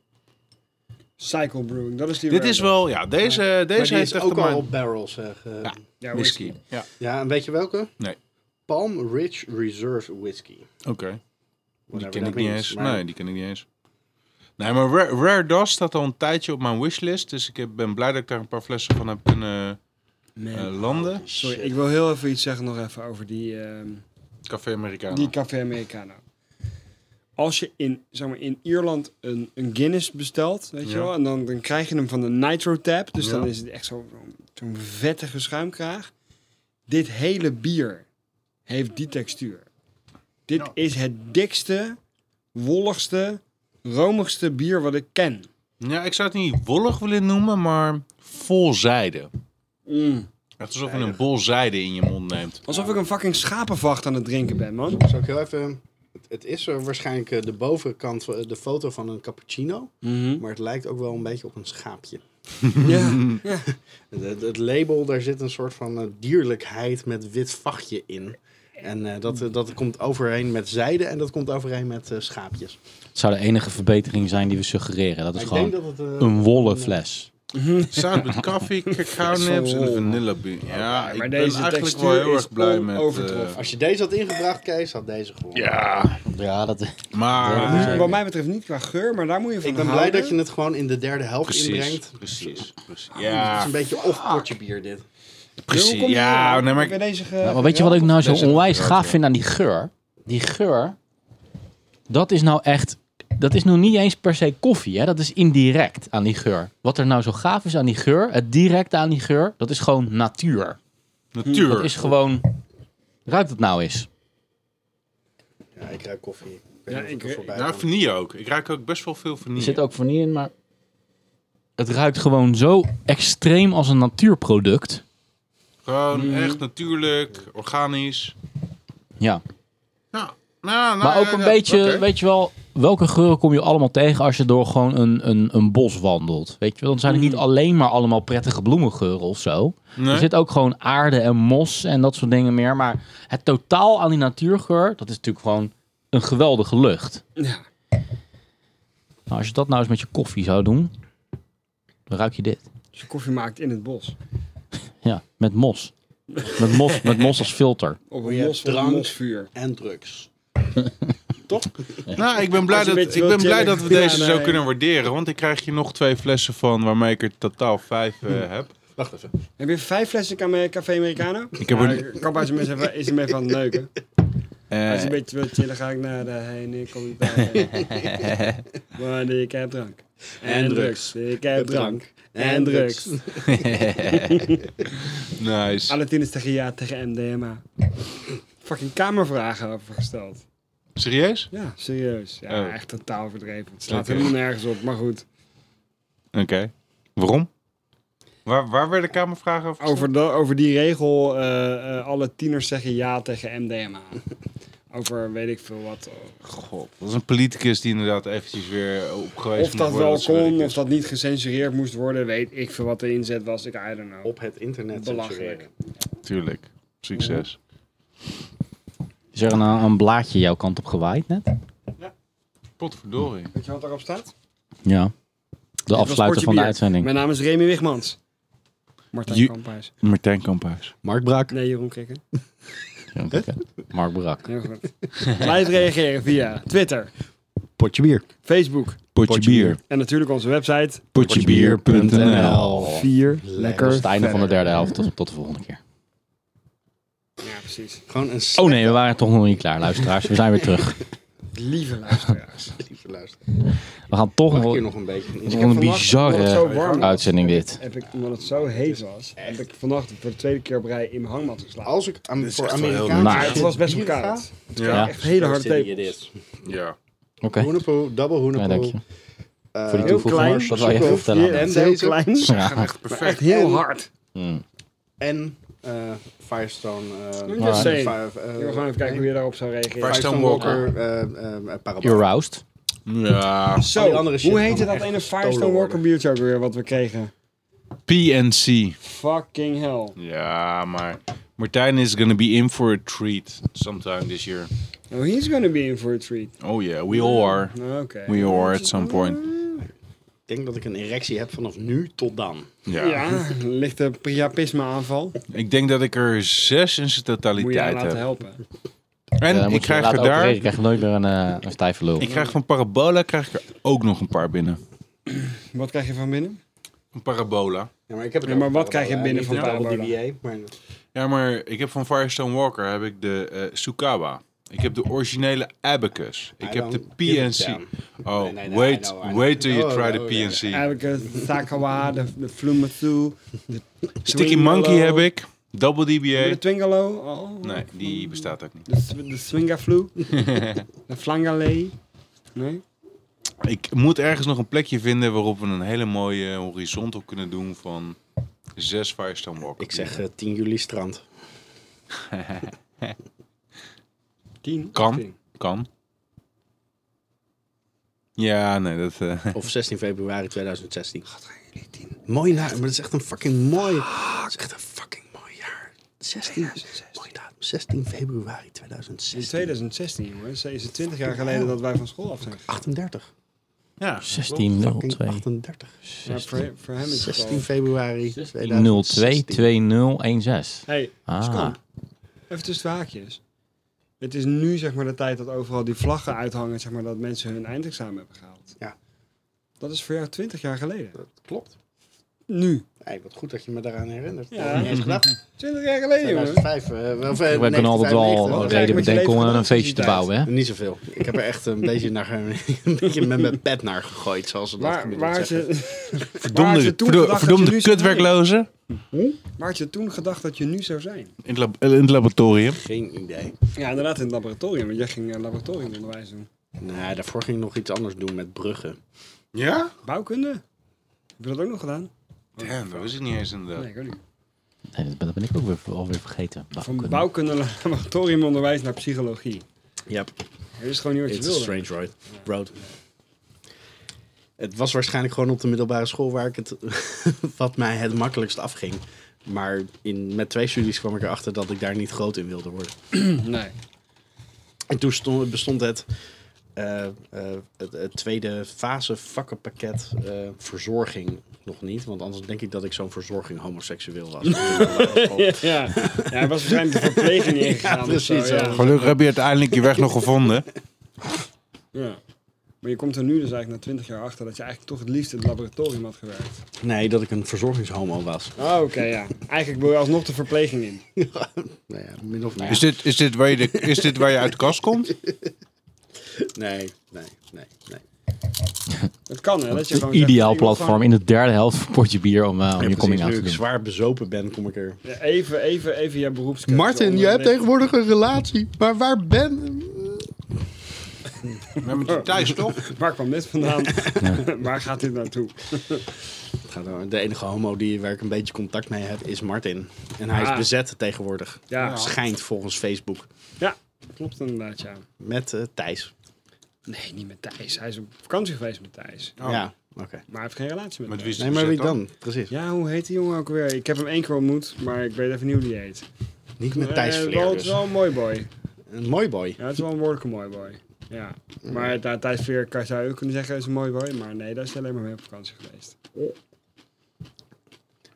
S4: Cycle Brewing, dat is die.
S2: Dit
S4: rare.
S2: is wel, ja, deze,
S5: Maar
S2: deze
S5: die
S2: heeft
S5: is
S2: echt
S5: ook
S2: een
S5: al
S2: mijn-
S5: op barrels. eh, ge-
S2: Ja.
S4: Ja,
S2: whisky. Ja,
S5: Ja, en weet je welke?
S2: Nee.
S5: Palm Ridge Reserve Whiskey.
S2: oké. Die
S5: Whatever
S2: ken
S5: that
S2: ik niet
S5: means,
S2: eens.
S5: maar-
S2: Nee, die ken ik niet eens. Nee, maar Rare, Rare DOS staat al een tijdje op mijn wishlist. Dus ik heb- ben blij dat ik daar een paar flessen van heb kunnen eh, landen.
S4: Sorry, ik wil heel even iets zeggen nog even over die, ehm,
S2: Café Americano.
S4: die Café Americano. Als je in, zeg maar, in Ierland een, een Guinness bestelt, weet je
S2: Ja.
S4: wel, en dan, dan krijg je hem van de Nitro Tap, dus
S2: Ja.
S4: dan is het echt zo- zo'n zo'n vettige schuimkraag. Dit hele bier heeft die textuur. Dit
S2: Ja.
S4: is het dikste, wolligste, romigste bier wat ik ken.
S2: Ja, ik zou het niet wollig willen noemen, maar vol zijde.
S4: Mm.
S2: Echt alsof je een bol zijde in je mond neemt.
S4: Alsof ik een fucking schapenvacht aan het drinken ben, man.
S5: Zal ik heel even... Het, het is er waarschijnlijk eh, de bovenkant, van- eh, de foto van een cappuccino.
S1: Mhm.
S5: Maar het lijkt ook wel een beetje op een schaapje.
S4: Ja.
S5: Het- Het, het label, daar zit een soort van eh, dierlijkheid met wit vachtje in. En eh, dat, eh, dat komt overheen met zijde en dat komt overheen met eh, schaapjes.
S1: Het zou de enige verbetering zijn die we suggereren. Dat is
S5: ik
S1: gewoon
S5: denk dat het... eh,
S1: een wollen fles.
S2: Samen met koffie, cacao nips en een vanilla bean. Ja, ik
S4: maar
S2: ben
S4: deze
S2: eigenlijk
S4: textuur
S2: wel heel
S4: is
S2: erg blij met... eh,
S4: onovertroffen.
S5: Als je deze had ingebracht, Kees, had deze gewonnen.
S2: ja,
S1: Ja, dat
S2: maar...
S4: Maar wat mij betreft niet qua geur, maar daar moet je van
S5: Ik ben blij dat je het gewoon in de derde helft
S2: Precies, Ah.
S5: inbrengt.
S2: precies, precies.
S5: Het is
S2: Ja,
S5: een beetje of potje bier dit.
S2: Precies. Ja, nee, maar ik-
S4: nou Bij deze ge-
S1: Ja, maar weet je wat ik nou zo
S2: Dat is een
S1: onwijs
S2: apparaat,
S1: gaaf
S2: ja.
S1: vind aan die geur? Die geur, dat is nou echt... Dat is nog niet eens per se koffie, hè? Dat is indirect aan die geur. Wat er nou zo gaaf is aan die geur, het directe aan die geur, dat is gewoon natuur. Dat
S4: Hm.
S2: natuur.
S1: is gewoon... Ruikt het nou eens?
S5: Ja, ik ruik koffie. Ik weet
S4: Ja,
S5: niet of
S4: ik-
S5: het voorbij
S2: Nou,
S5: komt.
S2: vanille ook. Ik ruik ook best wel veel vanille.
S1: Er zit ook vanille in, maar... Het ruikt gewoon zo extreem als een natuurproduct.
S2: Gewoon
S1: Mm.
S2: echt natuurlijk, organisch.
S1: Ja.
S2: Nou, nou, nou,
S1: Maar ook
S2: ja,
S1: een
S2: ja,
S1: beetje,
S2: oké.
S1: weet je wel, welke geuren kom je allemaal tegen als je door gewoon een, een, een bos wandelt? Weet je wel, dan zijn het niet alleen maar allemaal prettige bloemengeuren of zo.
S2: Mhm. Nee?
S1: Er zit ook gewoon aarde en mos en dat soort dingen meer. Maar het totaal aan die natuurgeur, dat is natuurlijk gewoon een geweldige lucht.
S4: Ja.
S1: Nou, als je dat nou eens met je koffie zou doen, dan ruik je dit.
S4: Als je koffie maakt in het bos.
S1: Ja, met mos. Met mos, met mos als filter.
S4: Op
S5: Oh,
S4: een
S5: ja,
S4: mos van een
S5: drank.
S4: mosvuur.
S5: En drugs.
S2: Nou, ik ben blij,
S4: Als je
S2: dat,
S4: een
S2: ik
S4: beetje
S2: ben
S4: wilt
S2: blij
S4: chillen.
S2: dat we
S4: Ja,
S2: deze
S4: nee.
S2: zo kunnen waarderen. Want ik krijg je nog twee flessen van, waarmee ik er totaal vijf eh,
S1: Hm.
S2: heb.
S5: Wacht even.
S4: Heb je vijf flessen cam- Café Americano?
S2: Ik heb er,
S4: Ik Kappa is hem even- is hem even aan het neuken.
S2: eh,
S4: Als je een beetje wilt chillen, ga ik naar de heen. Ik kom niet bij. Want ik heb drank. En drugs. Ik heb drank. En drugs.
S2: nice.
S4: Alle tieners tegen ja tegen MDMA. Fucking kamervragen over gesteld.
S2: Serieus?
S4: Ja, serieus. Ja,
S2: Oh.
S4: echt totaal overdreven. Het slaat
S2: Oké.
S4: helemaal nergens op, maar goed.
S2: Oké. Waarom? Waar, waar werden kamervragen over? gesteld?
S4: Over, de- over die regel, eh, eh, alle tieners zeggen ja tegen MDMA. Over weet ik veel wat.
S2: God, dat is een politicus die inderdaad eventjes weer opgewezen
S4: Of
S2: moet
S4: dat
S2: worden
S4: wel
S2: ze
S4: kon,
S2: werken.
S4: of dat niet gecensureerd moest worden. Weet ik veel wat de inzet was. Ik, I don't know.
S5: Op het internet.
S4: Belachelijk.
S5: censureren.
S2: Tuurlijk. Succes.
S1: Is er een, een blaadje jouw kant op gewaaid net?
S2: Potverdorie.
S4: Weet je wat daarop staat?
S1: Ja. De
S4: was
S1: afsluiter van de
S4: Portje
S1: uitzending.
S4: Mijn naam is Remy Wigmans. Martijn
S2: Ju-
S4: Kamphuis.
S2: Martijn Kamphuis.
S5: Mark Braak.
S4: Nee, Jeroen Krikken.
S1: Ja, oké. Mark Barak.
S4: Heel goed. Blijf reageren via Twitter,
S5: Potje bier.
S4: Facebook
S2: Potje bier.
S4: en natuurlijk onze website.
S2: Potjebier.nl
S4: Vier.
S1: Lekker. Dat is Dus het einde van de derde helft. Tot, tot de volgende keer.
S4: Ja, precies.
S5: Gewoon een
S1: Oh nee, we waren toch nog niet klaar, luisteraars. We zijn weer terug.
S4: Lieve luisteraars.
S5: slechte luisteraar.
S1: We gaan toch
S5: Mag ik
S1: nog
S5: hier nog een beetje?
S1: nog een
S4: omdat het zo
S1: bizarre
S4: warm was,
S1: uitzending dit.
S4: Heb ik, omdat het zo heet was, heb ik vannacht voor de tweede keer op rij in mijn hangmat geslapen.
S5: Als ik aan, voor Amerikaanse...
S1: nice.
S4: Maar het was best wel
S5: bieren
S4: koud.
S5: ga,
S1: Ja.
S4: Echt hele harde
S5: roasteer je
S4: tepels.
S5: dit.
S2: Ja.
S1: Oké,
S5: Hoenepoe, double
S1: ja, dank je.
S5: hoenepoe. eh,
S1: Voor die
S4: Heel
S1: toevoeging.
S4: klein,
S1: Dat wil je even
S5: zoeken.
S1: vertellen. aan
S4: En
S5: En
S4: heel
S5: deze.
S4: klein.
S1: mensen. Ja.
S4: Echt heel
S5: En-
S4: hard.
S1: Mm.
S5: En eh, Firestone... eh,
S4: Doe
S1: just
S5: Fire-
S4: saying.
S5: Fire- eh,
S4: Ik wil gewoon even kijken hoe je daarop zou reageren.
S5: Firestone Walker, eh eh, Parabellum.
S1: Aroused.
S2: Ja.
S4: Zo,
S5: Al die andere shit
S4: hoe heette
S5: kan
S4: dat
S5: echt
S4: ene Firestone
S5: gestolen
S4: Walker
S5: worden.
S4: biertje ook weer wat we kregen?
S2: PNC.
S4: Fucking hell.
S2: Ja, maar Martijn is gonna be in for a treat sometime this year.
S4: Oh, he's gonna be in for a treat.
S2: Oh yeah, we all are.
S4: Oké.
S2: We all are at some point.
S5: Ik denk dat ik een erectie heb vanaf nu tot dan.
S2: Ja.
S4: Ja, lichte priapisme aanval.
S2: Ik denk dat ik er zes in
S4: Moet
S2: zijn
S4: je haar
S2: totaliteit
S4: laten
S2: heb.
S4: helpen.
S1: Ja,
S2: En
S1: dan
S2: ik
S1: Eh, moet je
S2: krijg
S1: laten
S2: er daar...
S1: opereren. Je krijgt nooit meer een, eh, een stijve lul.
S2: Ik krijg van Parabola krijg ik er ook nog een paar binnen.
S4: Wat krijg je van binnen?
S2: Een Parabola?
S5: Ja, maar, ik heb het
S4: Ja, maar
S5: over
S4: wat krijg je
S5: Parabellum,
S4: binnen
S5: niet
S4: van
S5: de double
S4: Parabola?
S5: DBA, maar
S2: Ja, maar ik heb van Firestone Walker heb ik de eh Sukawa. Ik heb de originele Abacus. Ik
S5: I
S2: heb de
S5: don't give a
S2: PNC.
S5: damn.
S2: Oh,
S5: Nee, nee, nee, I
S2: wait,
S5: know, I know.
S2: wait till you
S5: Oh,
S2: try the
S5: oh, ja,
S2: PNC.
S4: Eigenlijk een Sakawa, de, de Flumethu, de
S2: Sticky
S4: Twingalo.
S2: Monkey heb ik. Double DBA.
S4: De Twingalo. Oh,
S2: Nee, die bestaat ook niet.
S4: De, sw- de Swingaflu. de Flangale. Nee?
S2: Ik moet ergens nog een plekje vinden waarop we een hele mooie horizon op kunnen doen van zes Firestone Walker.
S5: Ik zeg eh, 10 juli strand.
S4: Tien?
S2: Kan.
S4: Tien.
S2: Kan. Ja, nee, dat... eh,
S5: Of 16 februari 2016. Mooi jaar, maar dat is echt een fucking mooi. Dat is echt een fucking mooi jaar. 16, mooi datum. 16 februari
S4: In
S5: 2016.
S4: 2016, jongens. Is het 20 jaar geleden dat wij van school af zijn.
S5: 38.
S2: ja.
S1: 16
S5: Fucking
S1: 02.
S5: 38.
S4: Maar voor, voor hem is het
S5: 16
S4: al...
S5: februari
S1: 02
S5: 2016.
S1: 2016.
S4: Hey,
S1: Ah.
S4: Skamp. Even tussen de haakjes. Het is nu zeg maar de tijd dat overal die vlaggen uithangen, zeg maar, dat mensen hun eindexamen hebben gehaald.
S5: Ja.
S4: Dat is voor jou 20 jaar geleden.
S5: Dat klopt.
S4: nu.
S5: Hey, wat goed dat je me daaraan herinnert.
S4: Ja.
S5: Dat had ik niet eens gedacht.
S4: 20 jaar geleden, jongen.
S5: 2005. eh, of, eh,
S1: We kunnen altijd wel
S5: 1995.
S1: reden
S4: met je
S1: bedenken om
S4: leven
S1: een feestje te
S4: gedaan?
S1: bouwen, hè?
S5: Eh, Niet zoveel. Ik heb er echt een beetje, naar, een beetje met mijn pet naar gegooid, zoals ze dat
S4: Waar,
S5: gemiddeld
S4: waar,
S5: zeggen.
S4: ze, Waar ze
S2: Verdomde,
S4: toen
S2: verdo-
S4: gedacht dat je
S2: verdomde
S4: nu zou
S2: kutwerklozen.
S4: waar had je toen gedacht dat je nu zou zijn?
S2: In het, lab- eh, in het laboratorium.
S5: Geen idee.
S4: Ja, inderdaad, in het laboratorium. Want jij ging eh, laboratoriumonderwijs doen.
S5: Nee, Nou, daarvoor ging ik nog iets anders doen met bruggen.
S2: Ja?
S4: Bouwkunde? Heb je dat ook nog gedaan?
S2: Damn, dat wist ik niet eens inderdaad.
S4: Nee, ik ook niet.
S1: Nee, dat ben, dat ben ik ook weer, alweer vergeten.
S4: Van
S1: Bouwkunde.
S4: bouwkunde, laboratoriumonderwijs naar psychologie.
S5: Ja,
S4: Dat is gewoon niet wat je
S5: It's a
S4: wilde.
S5: strange road. road. Het was waarschijnlijk gewoon op de middelbare school waar ik het, wat mij het makkelijkst afging. Maar in, met twee studies kwam ik erachter dat ik daar niet groot in wilde worden.
S4: Nee.
S5: En toen stond- bestond het, eh, eh, het, het tweede fase vakkenpakket eh, verzorging nog niet. Want anders denk ik dat ik zo'n verzorging homoseksueel was.
S4: Ja, ja hij was waarschijnlijk de verpleging ingegaan.
S5: Ja,
S4: of
S5: precies,
S4: Zo, ja.
S5: ja.
S2: Gelukkig heb je uiteindelijk je weg nog gevonden.
S4: Ja. Maar je komt er nu dus eigenlijk na 20 jaar achter dat je eigenlijk toch het liefst in het laboratorium had gewerkt.
S5: nee, dat ik een verzorgingshomo was.
S4: Oh, oké, ja. Eigenlijk wil je alsnog de verpleging in.
S5: Nou ja, min of
S4: Dus-
S5: meer.
S2: Is dit, is dit, waar, je de, is dit waar je uit de kast komt?
S5: Nee, nee, nee, nee.
S4: Het kan, hè? Dat je gewoon zegt,
S1: Ideaal
S4: ik wil
S1: platform in de derde helft van Potje Bier om, eh, om
S5: Ja,
S1: je coming
S5: precies,
S1: out
S5: nu
S1: te
S5: ik
S1: doen.
S5: zwaar bezopen ben, kom ik er
S4: gewoon- ja, Even, even, even je beroepskeuze.
S6: Martin,
S4: onder-
S6: jij hebt tegenwoordig een relatie. Maar waar ben...
S2: We hebben
S5: Oh.
S2: het thuis toch?
S4: Waar kwam dit vandaan? Waar gaat dit naartoe?
S5: Het gaat om- De enige homo die, waar ik een beetje contact mee heb is Martin. En hij
S4: Ah.
S5: is bezet tegenwoordig.
S4: Ja.
S5: Schijnt volgens Facebook.
S4: Ja, klopt inderdaad, ja.
S5: Met eh, Thijs.
S4: Nee, niet met Thijs. Hij is op vakantie geweest met Thijs.
S2: Oh.
S5: Ja, oké.
S4: Maar hij heeft geen relatie met,
S2: Met
S4: Thijs.
S2: wie is
S5: Nee,
S2: het
S5: maar wie
S2: bezet
S5: dan? Precies.
S4: Ja, hoe heet die jongen ook weer? Ik heb hem één keer ontmoet, maar ik weet even niet hoe die heet.
S5: Niet met Thijs
S4: Eh,
S5: Vleer
S4: wel, Het is
S5: dus.
S4: wel een mooi boy.
S5: Een mooi boy.
S4: Ja, het is wel een woordelijke mooi boy. Ja. Maar daar Thijs Veer kan, zou je ook kunnen zeggen, is een mooi boy. Maar nee, daar is hij alleen maar mee op vakantie geweest.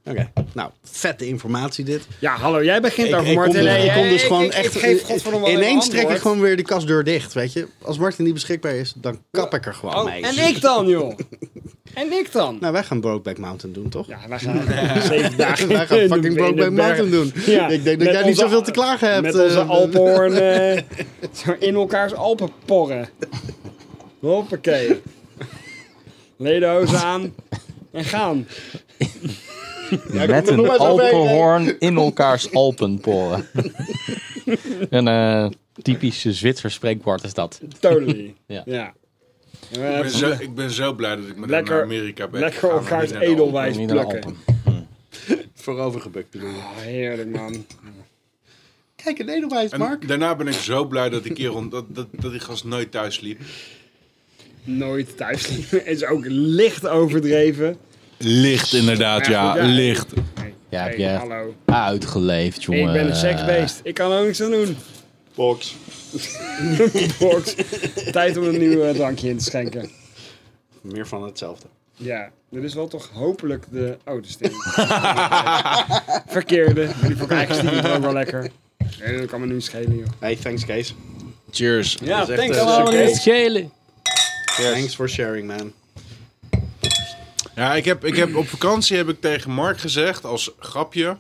S5: Oké. Nou, vette informatie dit.
S4: Ja, hallo, jij begint
S5: Ik,
S4: over
S5: ik
S4: Martin.
S5: kon, dus-
S4: Nee,
S5: ik kon
S4: eh,
S5: dus
S4: ik-
S5: gewoon
S4: ik-
S5: echt...
S4: Ik geef godverdomme wel
S5: ineens
S4: een
S5: trek ik
S4: antwoord.
S5: gewoon weer de kastdeur dicht, weet je. Als Martin niet beschikbaar is, dan kap ik er gewoon
S4: Oh,
S5: mee.
S4: en ik dan, joh. En ik dan.
S5: Nou, wij gaan Brokeback Mountain doen, toch?
S4: Ja, wij gaan zeven dagen
S5: Wij gaan fucking Brokeback Mountain doen.
S4: Ja,
S5: ik denk
S4: met
S5: dat jij niet
S4: onze-
S5: zoveel te klagen hebt.
S4: Met onze
S5: eh,
S4: alpenhoorn. eh, zo in elkaars alpen porren. Hoppakee. Ledenhozen aan. En gaan.
S1: Met een
S5: nog maar eens overheen,
S1: alpenhoorn in elkaars alpenporen. een eh, typische Zwitser spreekwoord is dat.
S4: Totally.
S1: Ja.
S4: ja.
S2: dan? Ik
S4: Eh,
S2: ben, zo, ik ben zo blij dat ik met hem
S4: Lekker-
S2: naar Amerika ben.
S4: lekker
S2: gegaan,
S4: elkaars
S2: maar niet naar de
S4: edelwijs.
S1: Kom niet naar
S4: Ijs plakken.
S1: Alpen.
S5: Voorovergebukt bedoel je.
S4: oh, heerlijk, man.
S6: Kijk, een edelwijs,
S2: Alpen.
S6: Mark.
S2: En daarna ben ik zo blij dat die kerel, dat, dat, dat die gast nooit thuis liep.
S4: Nooit thuis liepen. Is ook licht overdreven.
S2: Licht inderdaad,
S4: Maar goed, Hey,
S1: Ja, heb
S4: hey,
S1: je-
S4: hallo.
S1: Uitgeleefd, jongen.
S4: Ik ben een seksbeest. Ik kan er niks aan doen.
S6: Box.
S4: Box. Tijd om een nieuw eh, drankje in te schenken.
S5: Meer van hetzelfde.
S4: Ja, dit is wel toch hopelijk de oude stem. Verkeerde. Maar die vond ik eigenlijk stiekem ook wel lekker. Nee, dat kan me nu niet schelen, joh.
S5: Hey, thanks Kees.
S2: Cheers.
S4: Ja,
S5: echt, thanks, eh,
S1: Kan
S5: allemaal
S1: me niet schelen.
S5: Thanks for sharing, man.
S2: Ja, ik heb, ik heb op vakantie heb ik tegen Mark gezegd, als grapje,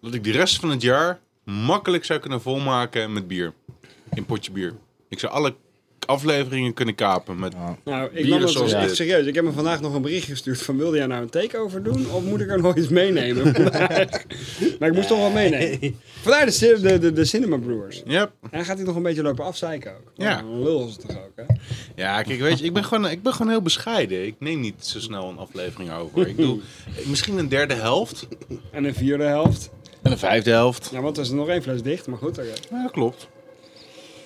S2: dat ik de rest van het jaar makkelijk zou kunnen volmaken met bier. In potje bier. Ik zou alle afleveringen kunnen kapen met...
S4: Nou, ik
S2: Bieren
S4: nam dat
S2: zoals
S4: dus echt
S2: dit.
S4: serieus. Ik heb me vandaag nog een bericht gestuurd van... wilde jij nou een takeover doen of moet ik er nog iets meenemen? maar ik moest toch wel meenemen. Vandaar de, cin- de, de, de Cinema Brewers.
S2: Yep.
S4: En gaat hij nog een beetje lopen afzeiken ook.
S2: Ja.
S4: Oh, een lul is het toch ook, hè?
S2: Ja, kijk, weet je, ik ben, gewoon, ik ben gewoon heel bescheiden. Ik neem niet zo snel een aflevering over. Ik doe eh, misschien een derde helft.
S4: En een vierde helft.
S2: En een vijfde helft.
S4: Ja, want er is nog één fles dicht, maar goed. oké.
S2: Ja, dat klopt.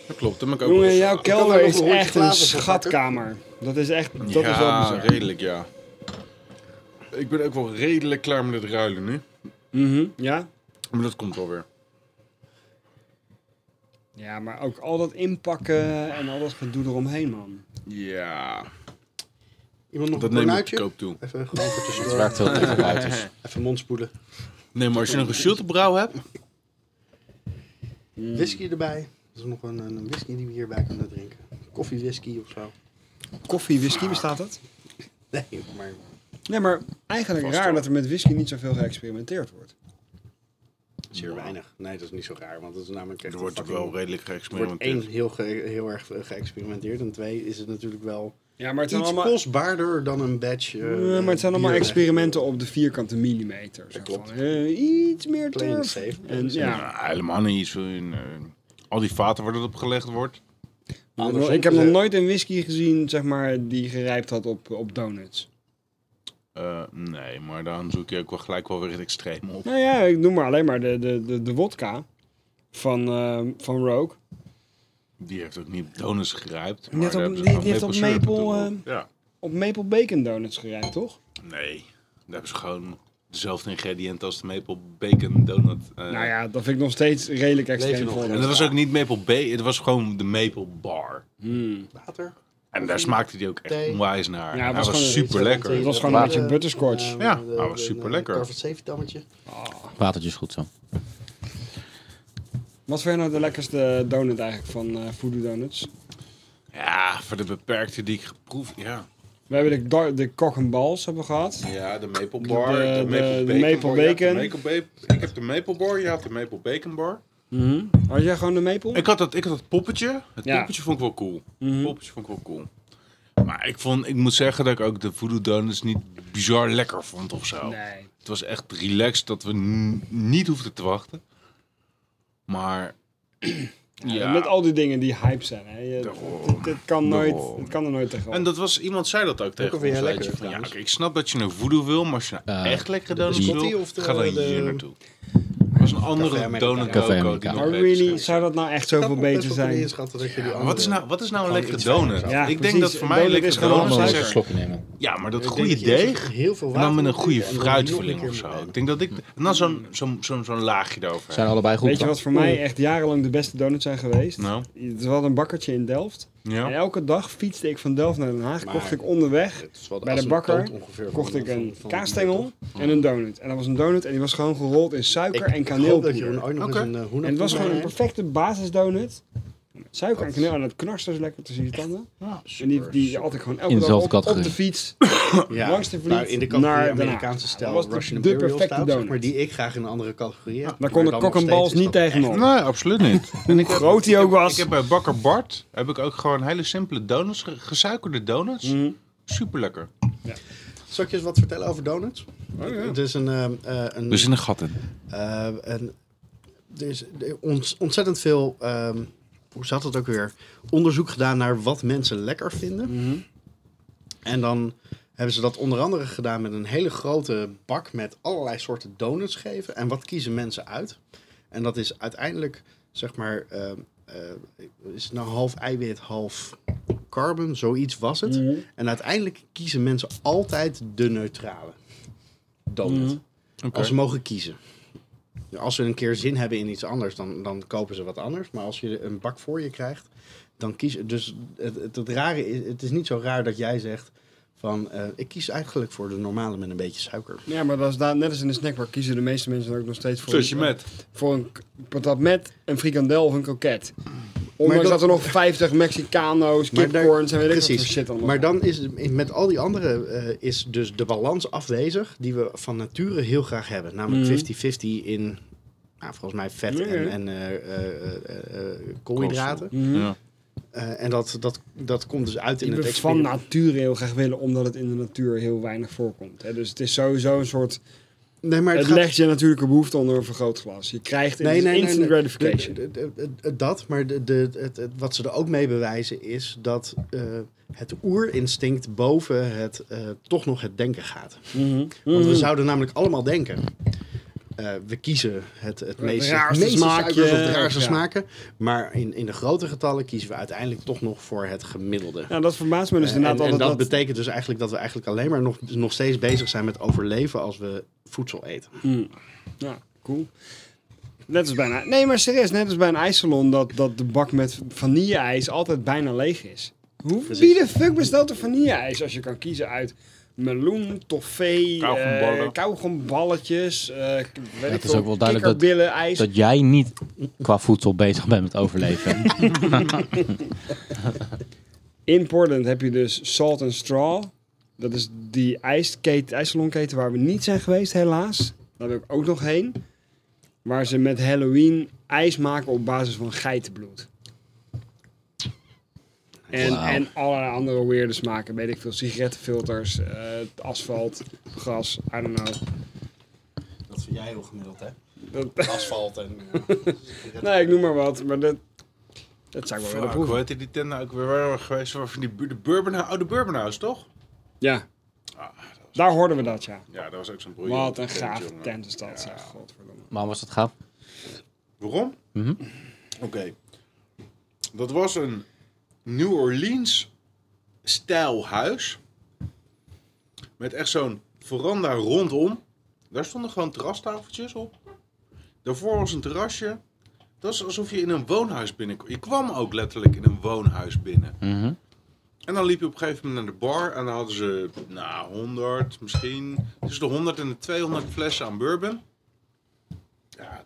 S2: Dat klopt. Dan ben ik ook
S4: Jongen,
S2: wel-
S4: jouw kelder
S5: nog een
S4: is
S5: hondje
S4: echt een
S5: glazen voor
S4: schatkamer. Dat is echt, dat
S2: ja,
S4: is wel bizar.
S2: redelijk, ja. Ik ben ook wel redelijk klaar met het ruilen nu.
S4: Mhm, Ja?
S2: Maar dat komt wel weer.
S4: Ja, maar ook al dat inpakken en al dat gedoe eromheen, man.
S2: Ja,
S5: Iemand nog
S2: dat
S5: een
S2: neem ik
S5: kornuitje?
S2: koop toe.
S5: Even gewoon voor
S1: Het
S5: tussendoor.
S1: werkt heel even uit. Dus.
S5: Even mond spoelen.
S2: Nee, maar als je nog een shieldbrouw hebt...
S6: Mm.
S5: Whisky erbij. Dat is nog een, een whisky die we hierbij kunnen drinken. Koffie whisky of zo.
S4: Koffie, whisky, bestaat dat?
S5: Nee, maar
S4: Nee, maar eigenlijk
S2: Vast
S4: raar
S2: wel.
S4: dat er met whisky niet zoveel geëxperimenteerd wordt.
S5: Zeer weinig. Nee, dat is niet zo raar, want dat is namelijk echt
S2: Er
S5: een
S2: wordt ook
S5: fucking-
S2: wel
S5: Er
S2: redelijk
S5: wordt één
S2: geëxperimenteerd.
S5: heel, ge- heel erg geëxperimenteerd en twee is het natuurlijk wel
S4: Ja, maar het
S5: iets
S4: zijn allemaal,
S5: kostbaarder dan een badge. eh,
S4: Ja, maar het zijn allemaal
S5: bier.
S4: experimenten op de vierkante millimeter. Zo
S5: klopt.
S4: van, eh, iets meer
S5: Playing
S4: turf.
S5: it safe. Dus
S4: En, ja,
S2: Ja, helemaal niet. iets in, eh, al die vaten waar dat op gelegd wordt.
S5: Andersom
S4: ik heb nog
S5: gezegd.
S4: nooit een whisky gezien zeg maar, die gerijpt had op, op donuts.
S2: Eh, nee, maar dan zoek je ook wel gelijk wel weer het extreem op.
S4: Nou ja, ik noem maar alleen maar de, de, de, de wodka van, eh, van Rogue.
S2: Die heeft ook niet donuts gerijpt.
S4: Die heeft
S2: maar
S4: op-
S2: daar hebben ze
S4: die-
S2: gewoon
S4: die heeft eh, op
S2: syrup
S4: maple,
S2: naartoe. Ja.
S4: Op maple bacon donuts gerijpt, toch?
S2: Nee, daar hebben ze gewoon dezelfde ingrediënten als de maple bacon donut. eh.
S4: Nou ja, dat vind ik nog steeds redelijk extreem
S5: nog,
S4: voor.
S5: hè?
S2: En dat was ook niet maple bacon, het was gewoon de maple bar.
S4: Hmm.
S5: Water.
S2: En daar smaakte die ook echt
S5: Thee.
S2: onwijs
S4: Ja,
S2: naar. Ja,
S4: het
S2: dat
S4: was
S2: was
S4: gewoon-
S2: super
S4: Het
S2: lekker.
S4: was gewoon een beetje butterscotch.
S5: Eh,
S2: Ja,
S5: de-
S2: dat Nou, was
S5: de-
S2: superlekker.
S5: de Carver Safe dammetje.
S1: Watertje is goed zo.
S4: Wat vind je nou de lekkerste donut eigenlijk van eh Voodoo Donuts?
S2: Ja, voor de beperkte die ik geproefd ja.
S4: We hebben de, do- de cock and balls hebben we gehad.
S2: Ja, de maple
S4: bar, de de- maple de bacon maple bar. Je had de bacon. maple
S2: ik heb de maple bar, je had de maple bacon bar.
S4: Had jij gewoon de maple?
S2: Ik had dat, ik had dat poppetje. Het
S4: Ja.
S2: poppetje vond ik wel cool.
S4: Mhm.
S2: Het poppetje vond ik wel cool. Maar ik, vond, ik moet zeggen dat ik ook de voodoo donuts niet bizar lekker vond of zo.
S4: Nee.
S2: Het was echt relaxed dat we n- niet hoefden te wachten. Maar ja.
S4: Met al die dingen die hype zijn. Hè. Je-
S2: Daarom.
S4: het, het kan nooit,
S2: Daarom.
S4: het kan er nooit tegen.
S2: En dat was, iemand zei dat ook tegen
S5: al
S2: ons.
S5: weer
S2: weet
S5: lekker,
S2: je, van, ja,
S5: trouwens.
S2: ik snap dat je een voodoo wil, maar als je nou
S1: Eh,
S2: echt lekkere donuts
S5: biscotti
S2: wil,
S5: of de-
S2: ga dan
S5: de-
S2: hier naartoe. Er was een
S5: Café
S2: andere
S5: Americano.
S2: donut
S1: Café
S2: coco die
S1: Americano.
S2: nog
S4: maar
S2: beter
S4: really,
S2: is.
S4: zou dat nou echt zoveel beter zijn?
S2: Maar Wat is nou, wat is nou een lekkere
S5: iets fijn
S2: donut?
S5: zou.
S4: Ja,
S2: ik
S4: precies.
S2: denk dat
S4: Een
S2: voor mij een
S4: donut
S2: lekkere
S4: is gewoon
S2: donut
S4: allemaal
S2: is
S1: Anders
S4: suiker.
S1: een slokje nemen.
S2: Ja, maar dat goede deeg.
S5: dus Heel veel
S2: En
S5: water.
S2: dan met een goede
S5: natuurlijk, en dan nog
S2: fruitvulling
S5: een
S2: of
S5: keer
S2: zo.
S5: erbij.
S2: Ik denk dat ik. En dan zo'n zo'n zo'n zo'n laagje erover.
S1: Zijn allebei goed.
S4: Weet je
S1: hoor.
S4: wat voor mij echt jarenlang de beste donuts zijn geweest?
S2: Nou,
S4: Het was een bakkertje in Delft. En
S2: ja.
S4: elke dag fietste ik van Delft naar Den Haag.
S5: Maar-
S4: kocht ik onderweg,
S5: Het is wel
S4: Bij de
S5: assortant
S4: bakker
S5: ongeveer van-
S4: kocht ik
S5: van-
S4: een
S5: van-
S4: kaasstengel en een donut. En dat was een donut en die was gewoon gerold in
S5: Ik
S4: suiker en
S5: hoop dat je
S4: kaneelpoeder.
S5: er ooit nog
S2: Oké.
S5: eens een eh, hoenap
S4: En het was
S5: toe
S4: gewoon een
S5: brengt.
S4: perfecte basisdonut. Met Suiker en kaneel en het knarste dus lekker tussen je tanden.
S2: Ah,
S4: En die, die had ik gewoon elke
S1: In
S4: dag
S1: dezelfde
S4: op, op de
S1: categorie.
S4: fiets.
S5: Ja,
S4: langs de vliet
S5: nou, in de categorie
S4: naar Den Haag.
S5: Amerikaanse
S4: Dat
S5: stijl
S4: was de-
S5: Russian
S4: de
S5: Imperial
S4: perfecte
S5: style, zeg
S4: donut.
S5: maar die ik graag in een andere categorie heb.
S4: Daar kon
S5: Maar dan
S4: ik kok
S5: nog
S4: en bals
S5: steeds is
S4: niet
S5: dat
S4: tegenop.
S2: Nee, absoluut niet. En ik heb-
S4: groot die
S2: ik heb-
S4: ook was.
S2: Ik heb bij Bakker Bart heb ik ook gewoon hele simpele donuts, ge- gesuikerde donuts.
S5: Mhm.
S2: Super lekker.
S5: Zal ik je eens wat vertellen over donuts? Het is een... ehm, eh, een
S2: Oh, Dus in de gaten.
S5: Eh, en er is er ont- ontzettend veel, ehm, hoe zat het ook weer, onderzoek gedaan naar wat mensen lekker vinden. En dan hebben ze dat onder andere gedaan met een hele grote bak met allerlei soorten donuts geven. En wat kiezen mensen uit? En dat is uiteindelijk, zeg maar, ehm, eh, is het nou half eiwit, half carbon? Zoiets was het. En uiteindelijk kiezen mensen altijd de neutrale donut. Als ze mogen kiezen. Als ze een keer zin hebben in iets anders, dan, dan kopen ze wat anders. Maar als je een bak voor je krijgt, dan kies je. Dus het, het, het rare is, het is niet zo raar dat jij zegt van eh, ik kies eigenlijk voor de normale met een beetje suiker.
S4: Ja, maar dat is daar, net als in de snackbar kiezen de meeste mensen ook nog steeds voor,
S2: Zoals je
S4: een,
S2: met.
S4: voor een k- patat met, een frikandel of een kroket. Ondanks dat,
S5: dat-
S4: er nog 50 Mexicano's,
S5: Maar daar-
S4: kipcorns en weet ik wat voor
S5: precies.
S4: shit allemaal.
S5: Maar dan is het- met al die andere eh, is dus de balans afwezig die we van nature heel graag hebben.
S4: Mhm.
S5: Namelijk 50-50 in, nou, volgens mij, vet
S4: Ja.
S5: en, en eh, eh, eh, eh, koolhydraten.
S4: Mhm.
S2: Ja.
S5: Eh, en dat, dat, dat komt dus uit in
S4: Die
S5: het
S4: we van
S5: experiment.
S4: nature heel graag willen, omdat het in de natuur heel weinig voorkomt. Hè? Dus het is sowieso een soort...
S5: Nee, maar
S4: Het,
S5: het, gaat...
S4: legt je natuurlijke behoefte onder een vergrootglas. Je krijgt
S5: Nee, nee, nee,
S4: instant
S5: nee.
S4: gratification.
S5: De- de- de- de- Dat, maar de, de, het, het- wat ze er ook mee bewijzen is dat eh, het oerinstinct boven het eh, toch nog het denken gaat. Want
S4: Mm.
S5: we zouden namelijk allemaal denken. eh, we kiezen het, het meeste,
S4: raarste
S5: meeste
S4: smaakje,
S5: suikers of de raarste
S4: ja.
S5: smaken. Maar in, in de grote getallen kiezen we uiteindelijk toch nog voor het gemiddelde.
S4: Nou, dat verbaast me dus
S5: en,
S4: inderdaad
S5: Eh, en dat,
S4: altijd dat...
S5: betekent dus eigenlijk dat we eigenlijk alleen maar nog, nog steeds bezig zijn met overleven als we voedsel eten.
S4: Ja, cool. Net als bijna... Nee, maar serieus, net als bij een ijssalon dat, dat de bak met vanille-ijs altijd bijna leeg is. Hoe, wie de fuck bestelt er vanille-ijs als je kan kiezen uit meloen, toffee,
S2: Kauwgomballen.
S4: eh, kauwgomballetjes, eh weet ik
S1: het is
S4: veel,
S1: ook wel duidelijk dat-
S4: kikkerbillen, ijs.
S1: Dat jij niet qua voedsel bezig bent met overleven.
S4: In Portland heb je dus Salt and Straw. Dat is die ijsketen, ijssalonketen waar we niet zijn geweest, helaas. Daar wil ik ook nog heen. Waar ze met Halloween ijs maken op basis van geitenbloed. En,
S1: Wauw.
S4: en allerlei andere weirde smaken. Weet ik veel. Sigarettenfilters, eh, asfalt, gras, I don't know.
S6: Dat vind jij heel gemiddeld, hè?
S4: Dat-
S6: Asfalt en...
S4: nee, ik noem maar wat. Maar dat, dat zou ik wel willen
S2: Fuck,
S4: proeven.
S2: Ah, hoe heette die tent nou ook weer waar we geweest waren? Van die bu- de Bourbon, oude Bourbon House, toch?
S4: Ja. Daar hoorden we dat, ja.
S2: Ja, dat was ook zo'n broer.
S4: Wat een gave tent is dat, zeg. Godverdomme.
S1: Maar was dat gaaf?
S2: Waarom? Oké. Dat was een New Orleans stijl huis. Met echt zo'n veranda rondom. Daar stonden gewoon terrastafeltjes op. Daarvoor was een terrasje. Dat is alsof je in een woonhuis binnenkwam. Je kwam ook letterlijk in een woonhuis binnen.
S1: Mhm.
S2: En dan liep je op een gegeven moment naar de bar. En dan hadden ze, nou, 100 misschien. Tussen de 100 en de 200 flessen aan bourbon. Ja,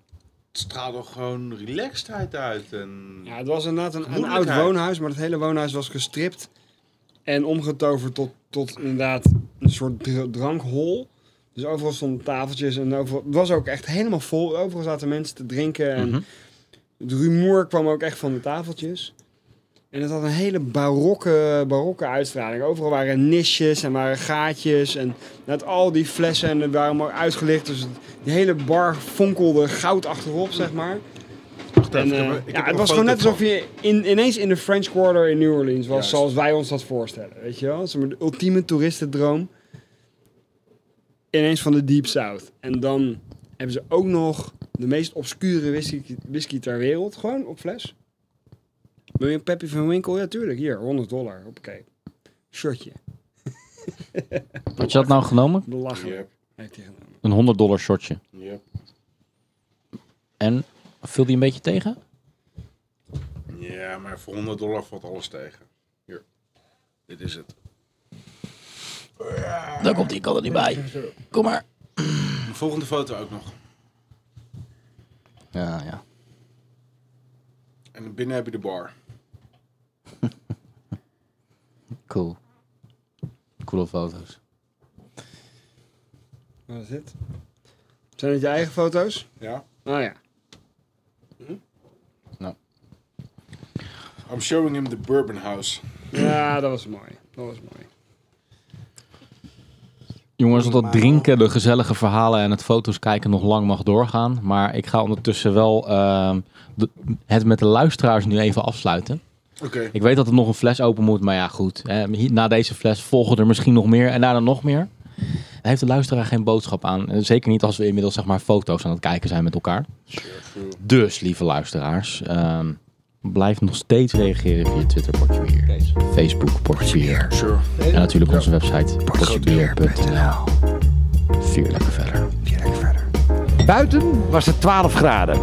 S2: het straalde toch gewoon relaxedheid uit. En...
S4: Ja, het was inderdaad een, een oud
S2: Gemoedelijkheid.
S4: woonhuis, maar het hele woonhuis was gestript en omgetoverd tot, tot inderdaad een soort dr- drankhol. Dus overal stonden tafeltjes en overal, het was ook echt helemaal vol. Overal zaten mensen te drinken en het rumoer kwam ook echt van de tafeltjes. En het had een hele barokke, barokke uitstraling. Overal waren nisjes en waren gaatjes en net al die flessen en er waren maar uitgelicht. Dus het- die hele bar fonkelde goud achterop, zeg maar. En,
S2: ik heb
S4: eh,
S2: er- ik heb
S4: ja,
S2: er
S4: het
S2: een
S4: was gewoon net
S2: foto
S4: alsof je in, ineens in de French Quarter in New Orleans was,
S2: Juist.
S4: zoals wij ons dat voorstellen. Weet je wel? Zeg maar de ultieme toeristendroom. Ineens van de Deep South. En dan hebben ze ook nog de meest obscure whisky, whisky ter wereld, gewoon op fles. Wil je een Peppy van Winkel? Ja, tuurlijk. Hier, 100 dollar. Oké. Shotje.
S1: Had je dat nou genomen?
S4: Belachelijk.
S2: Yep,
S4: Heeft hij genomen.
S1: Een 100 dollar shotje.
S2: yep,
S1: En viel die een beetje tegen?
S2: Ja, maar voor 100 dollar valt alles tegen. Hier, dit is het.
S1: Daar komt die, ik kan er niet bij. Kom maar.
S2: De volgende foto ook nog.
S1: Ja, ja.
S2: En binnen heb je de bar.
S1: Cool. Coole foto's.
S4: Wat is dit? Zijn het je eigen foto's?
S2: Ja?
S4: Oh ja.
S2: I'm showing him the bourbon house.
S4: Ja, dat was mooi. Dat was mooi.
S1: Jongens, dat dat drinken, de gezellige verhalen en het foto's kijken nog lang mag doorgaan. Maar ik ga ondertussen wel ehm, de- het met de luisteraars nu even afsluiten.
S2: Oké.
S1: Ik weet dat er nog een fles open moet, maar ja, goed. Eh, hier- na deze fles volgen er misschien nog meer en daarna nog meer. Daar heeft de luisteraar geen boodschap aan. Eh, Zeker niet als we inmiddels zeg maar, foto's aan het kijken zijn met elkaar. Dus, lieve luisteraars, ehm, blijf nog steeds reageren via Twitter, Portje Bier, Facebook, Portje Bier.
S2: Sure.
S1: En natuurlijk onze website, portjebier.nl. Vier lekker verder.
S8: Buiten was het 12 graden.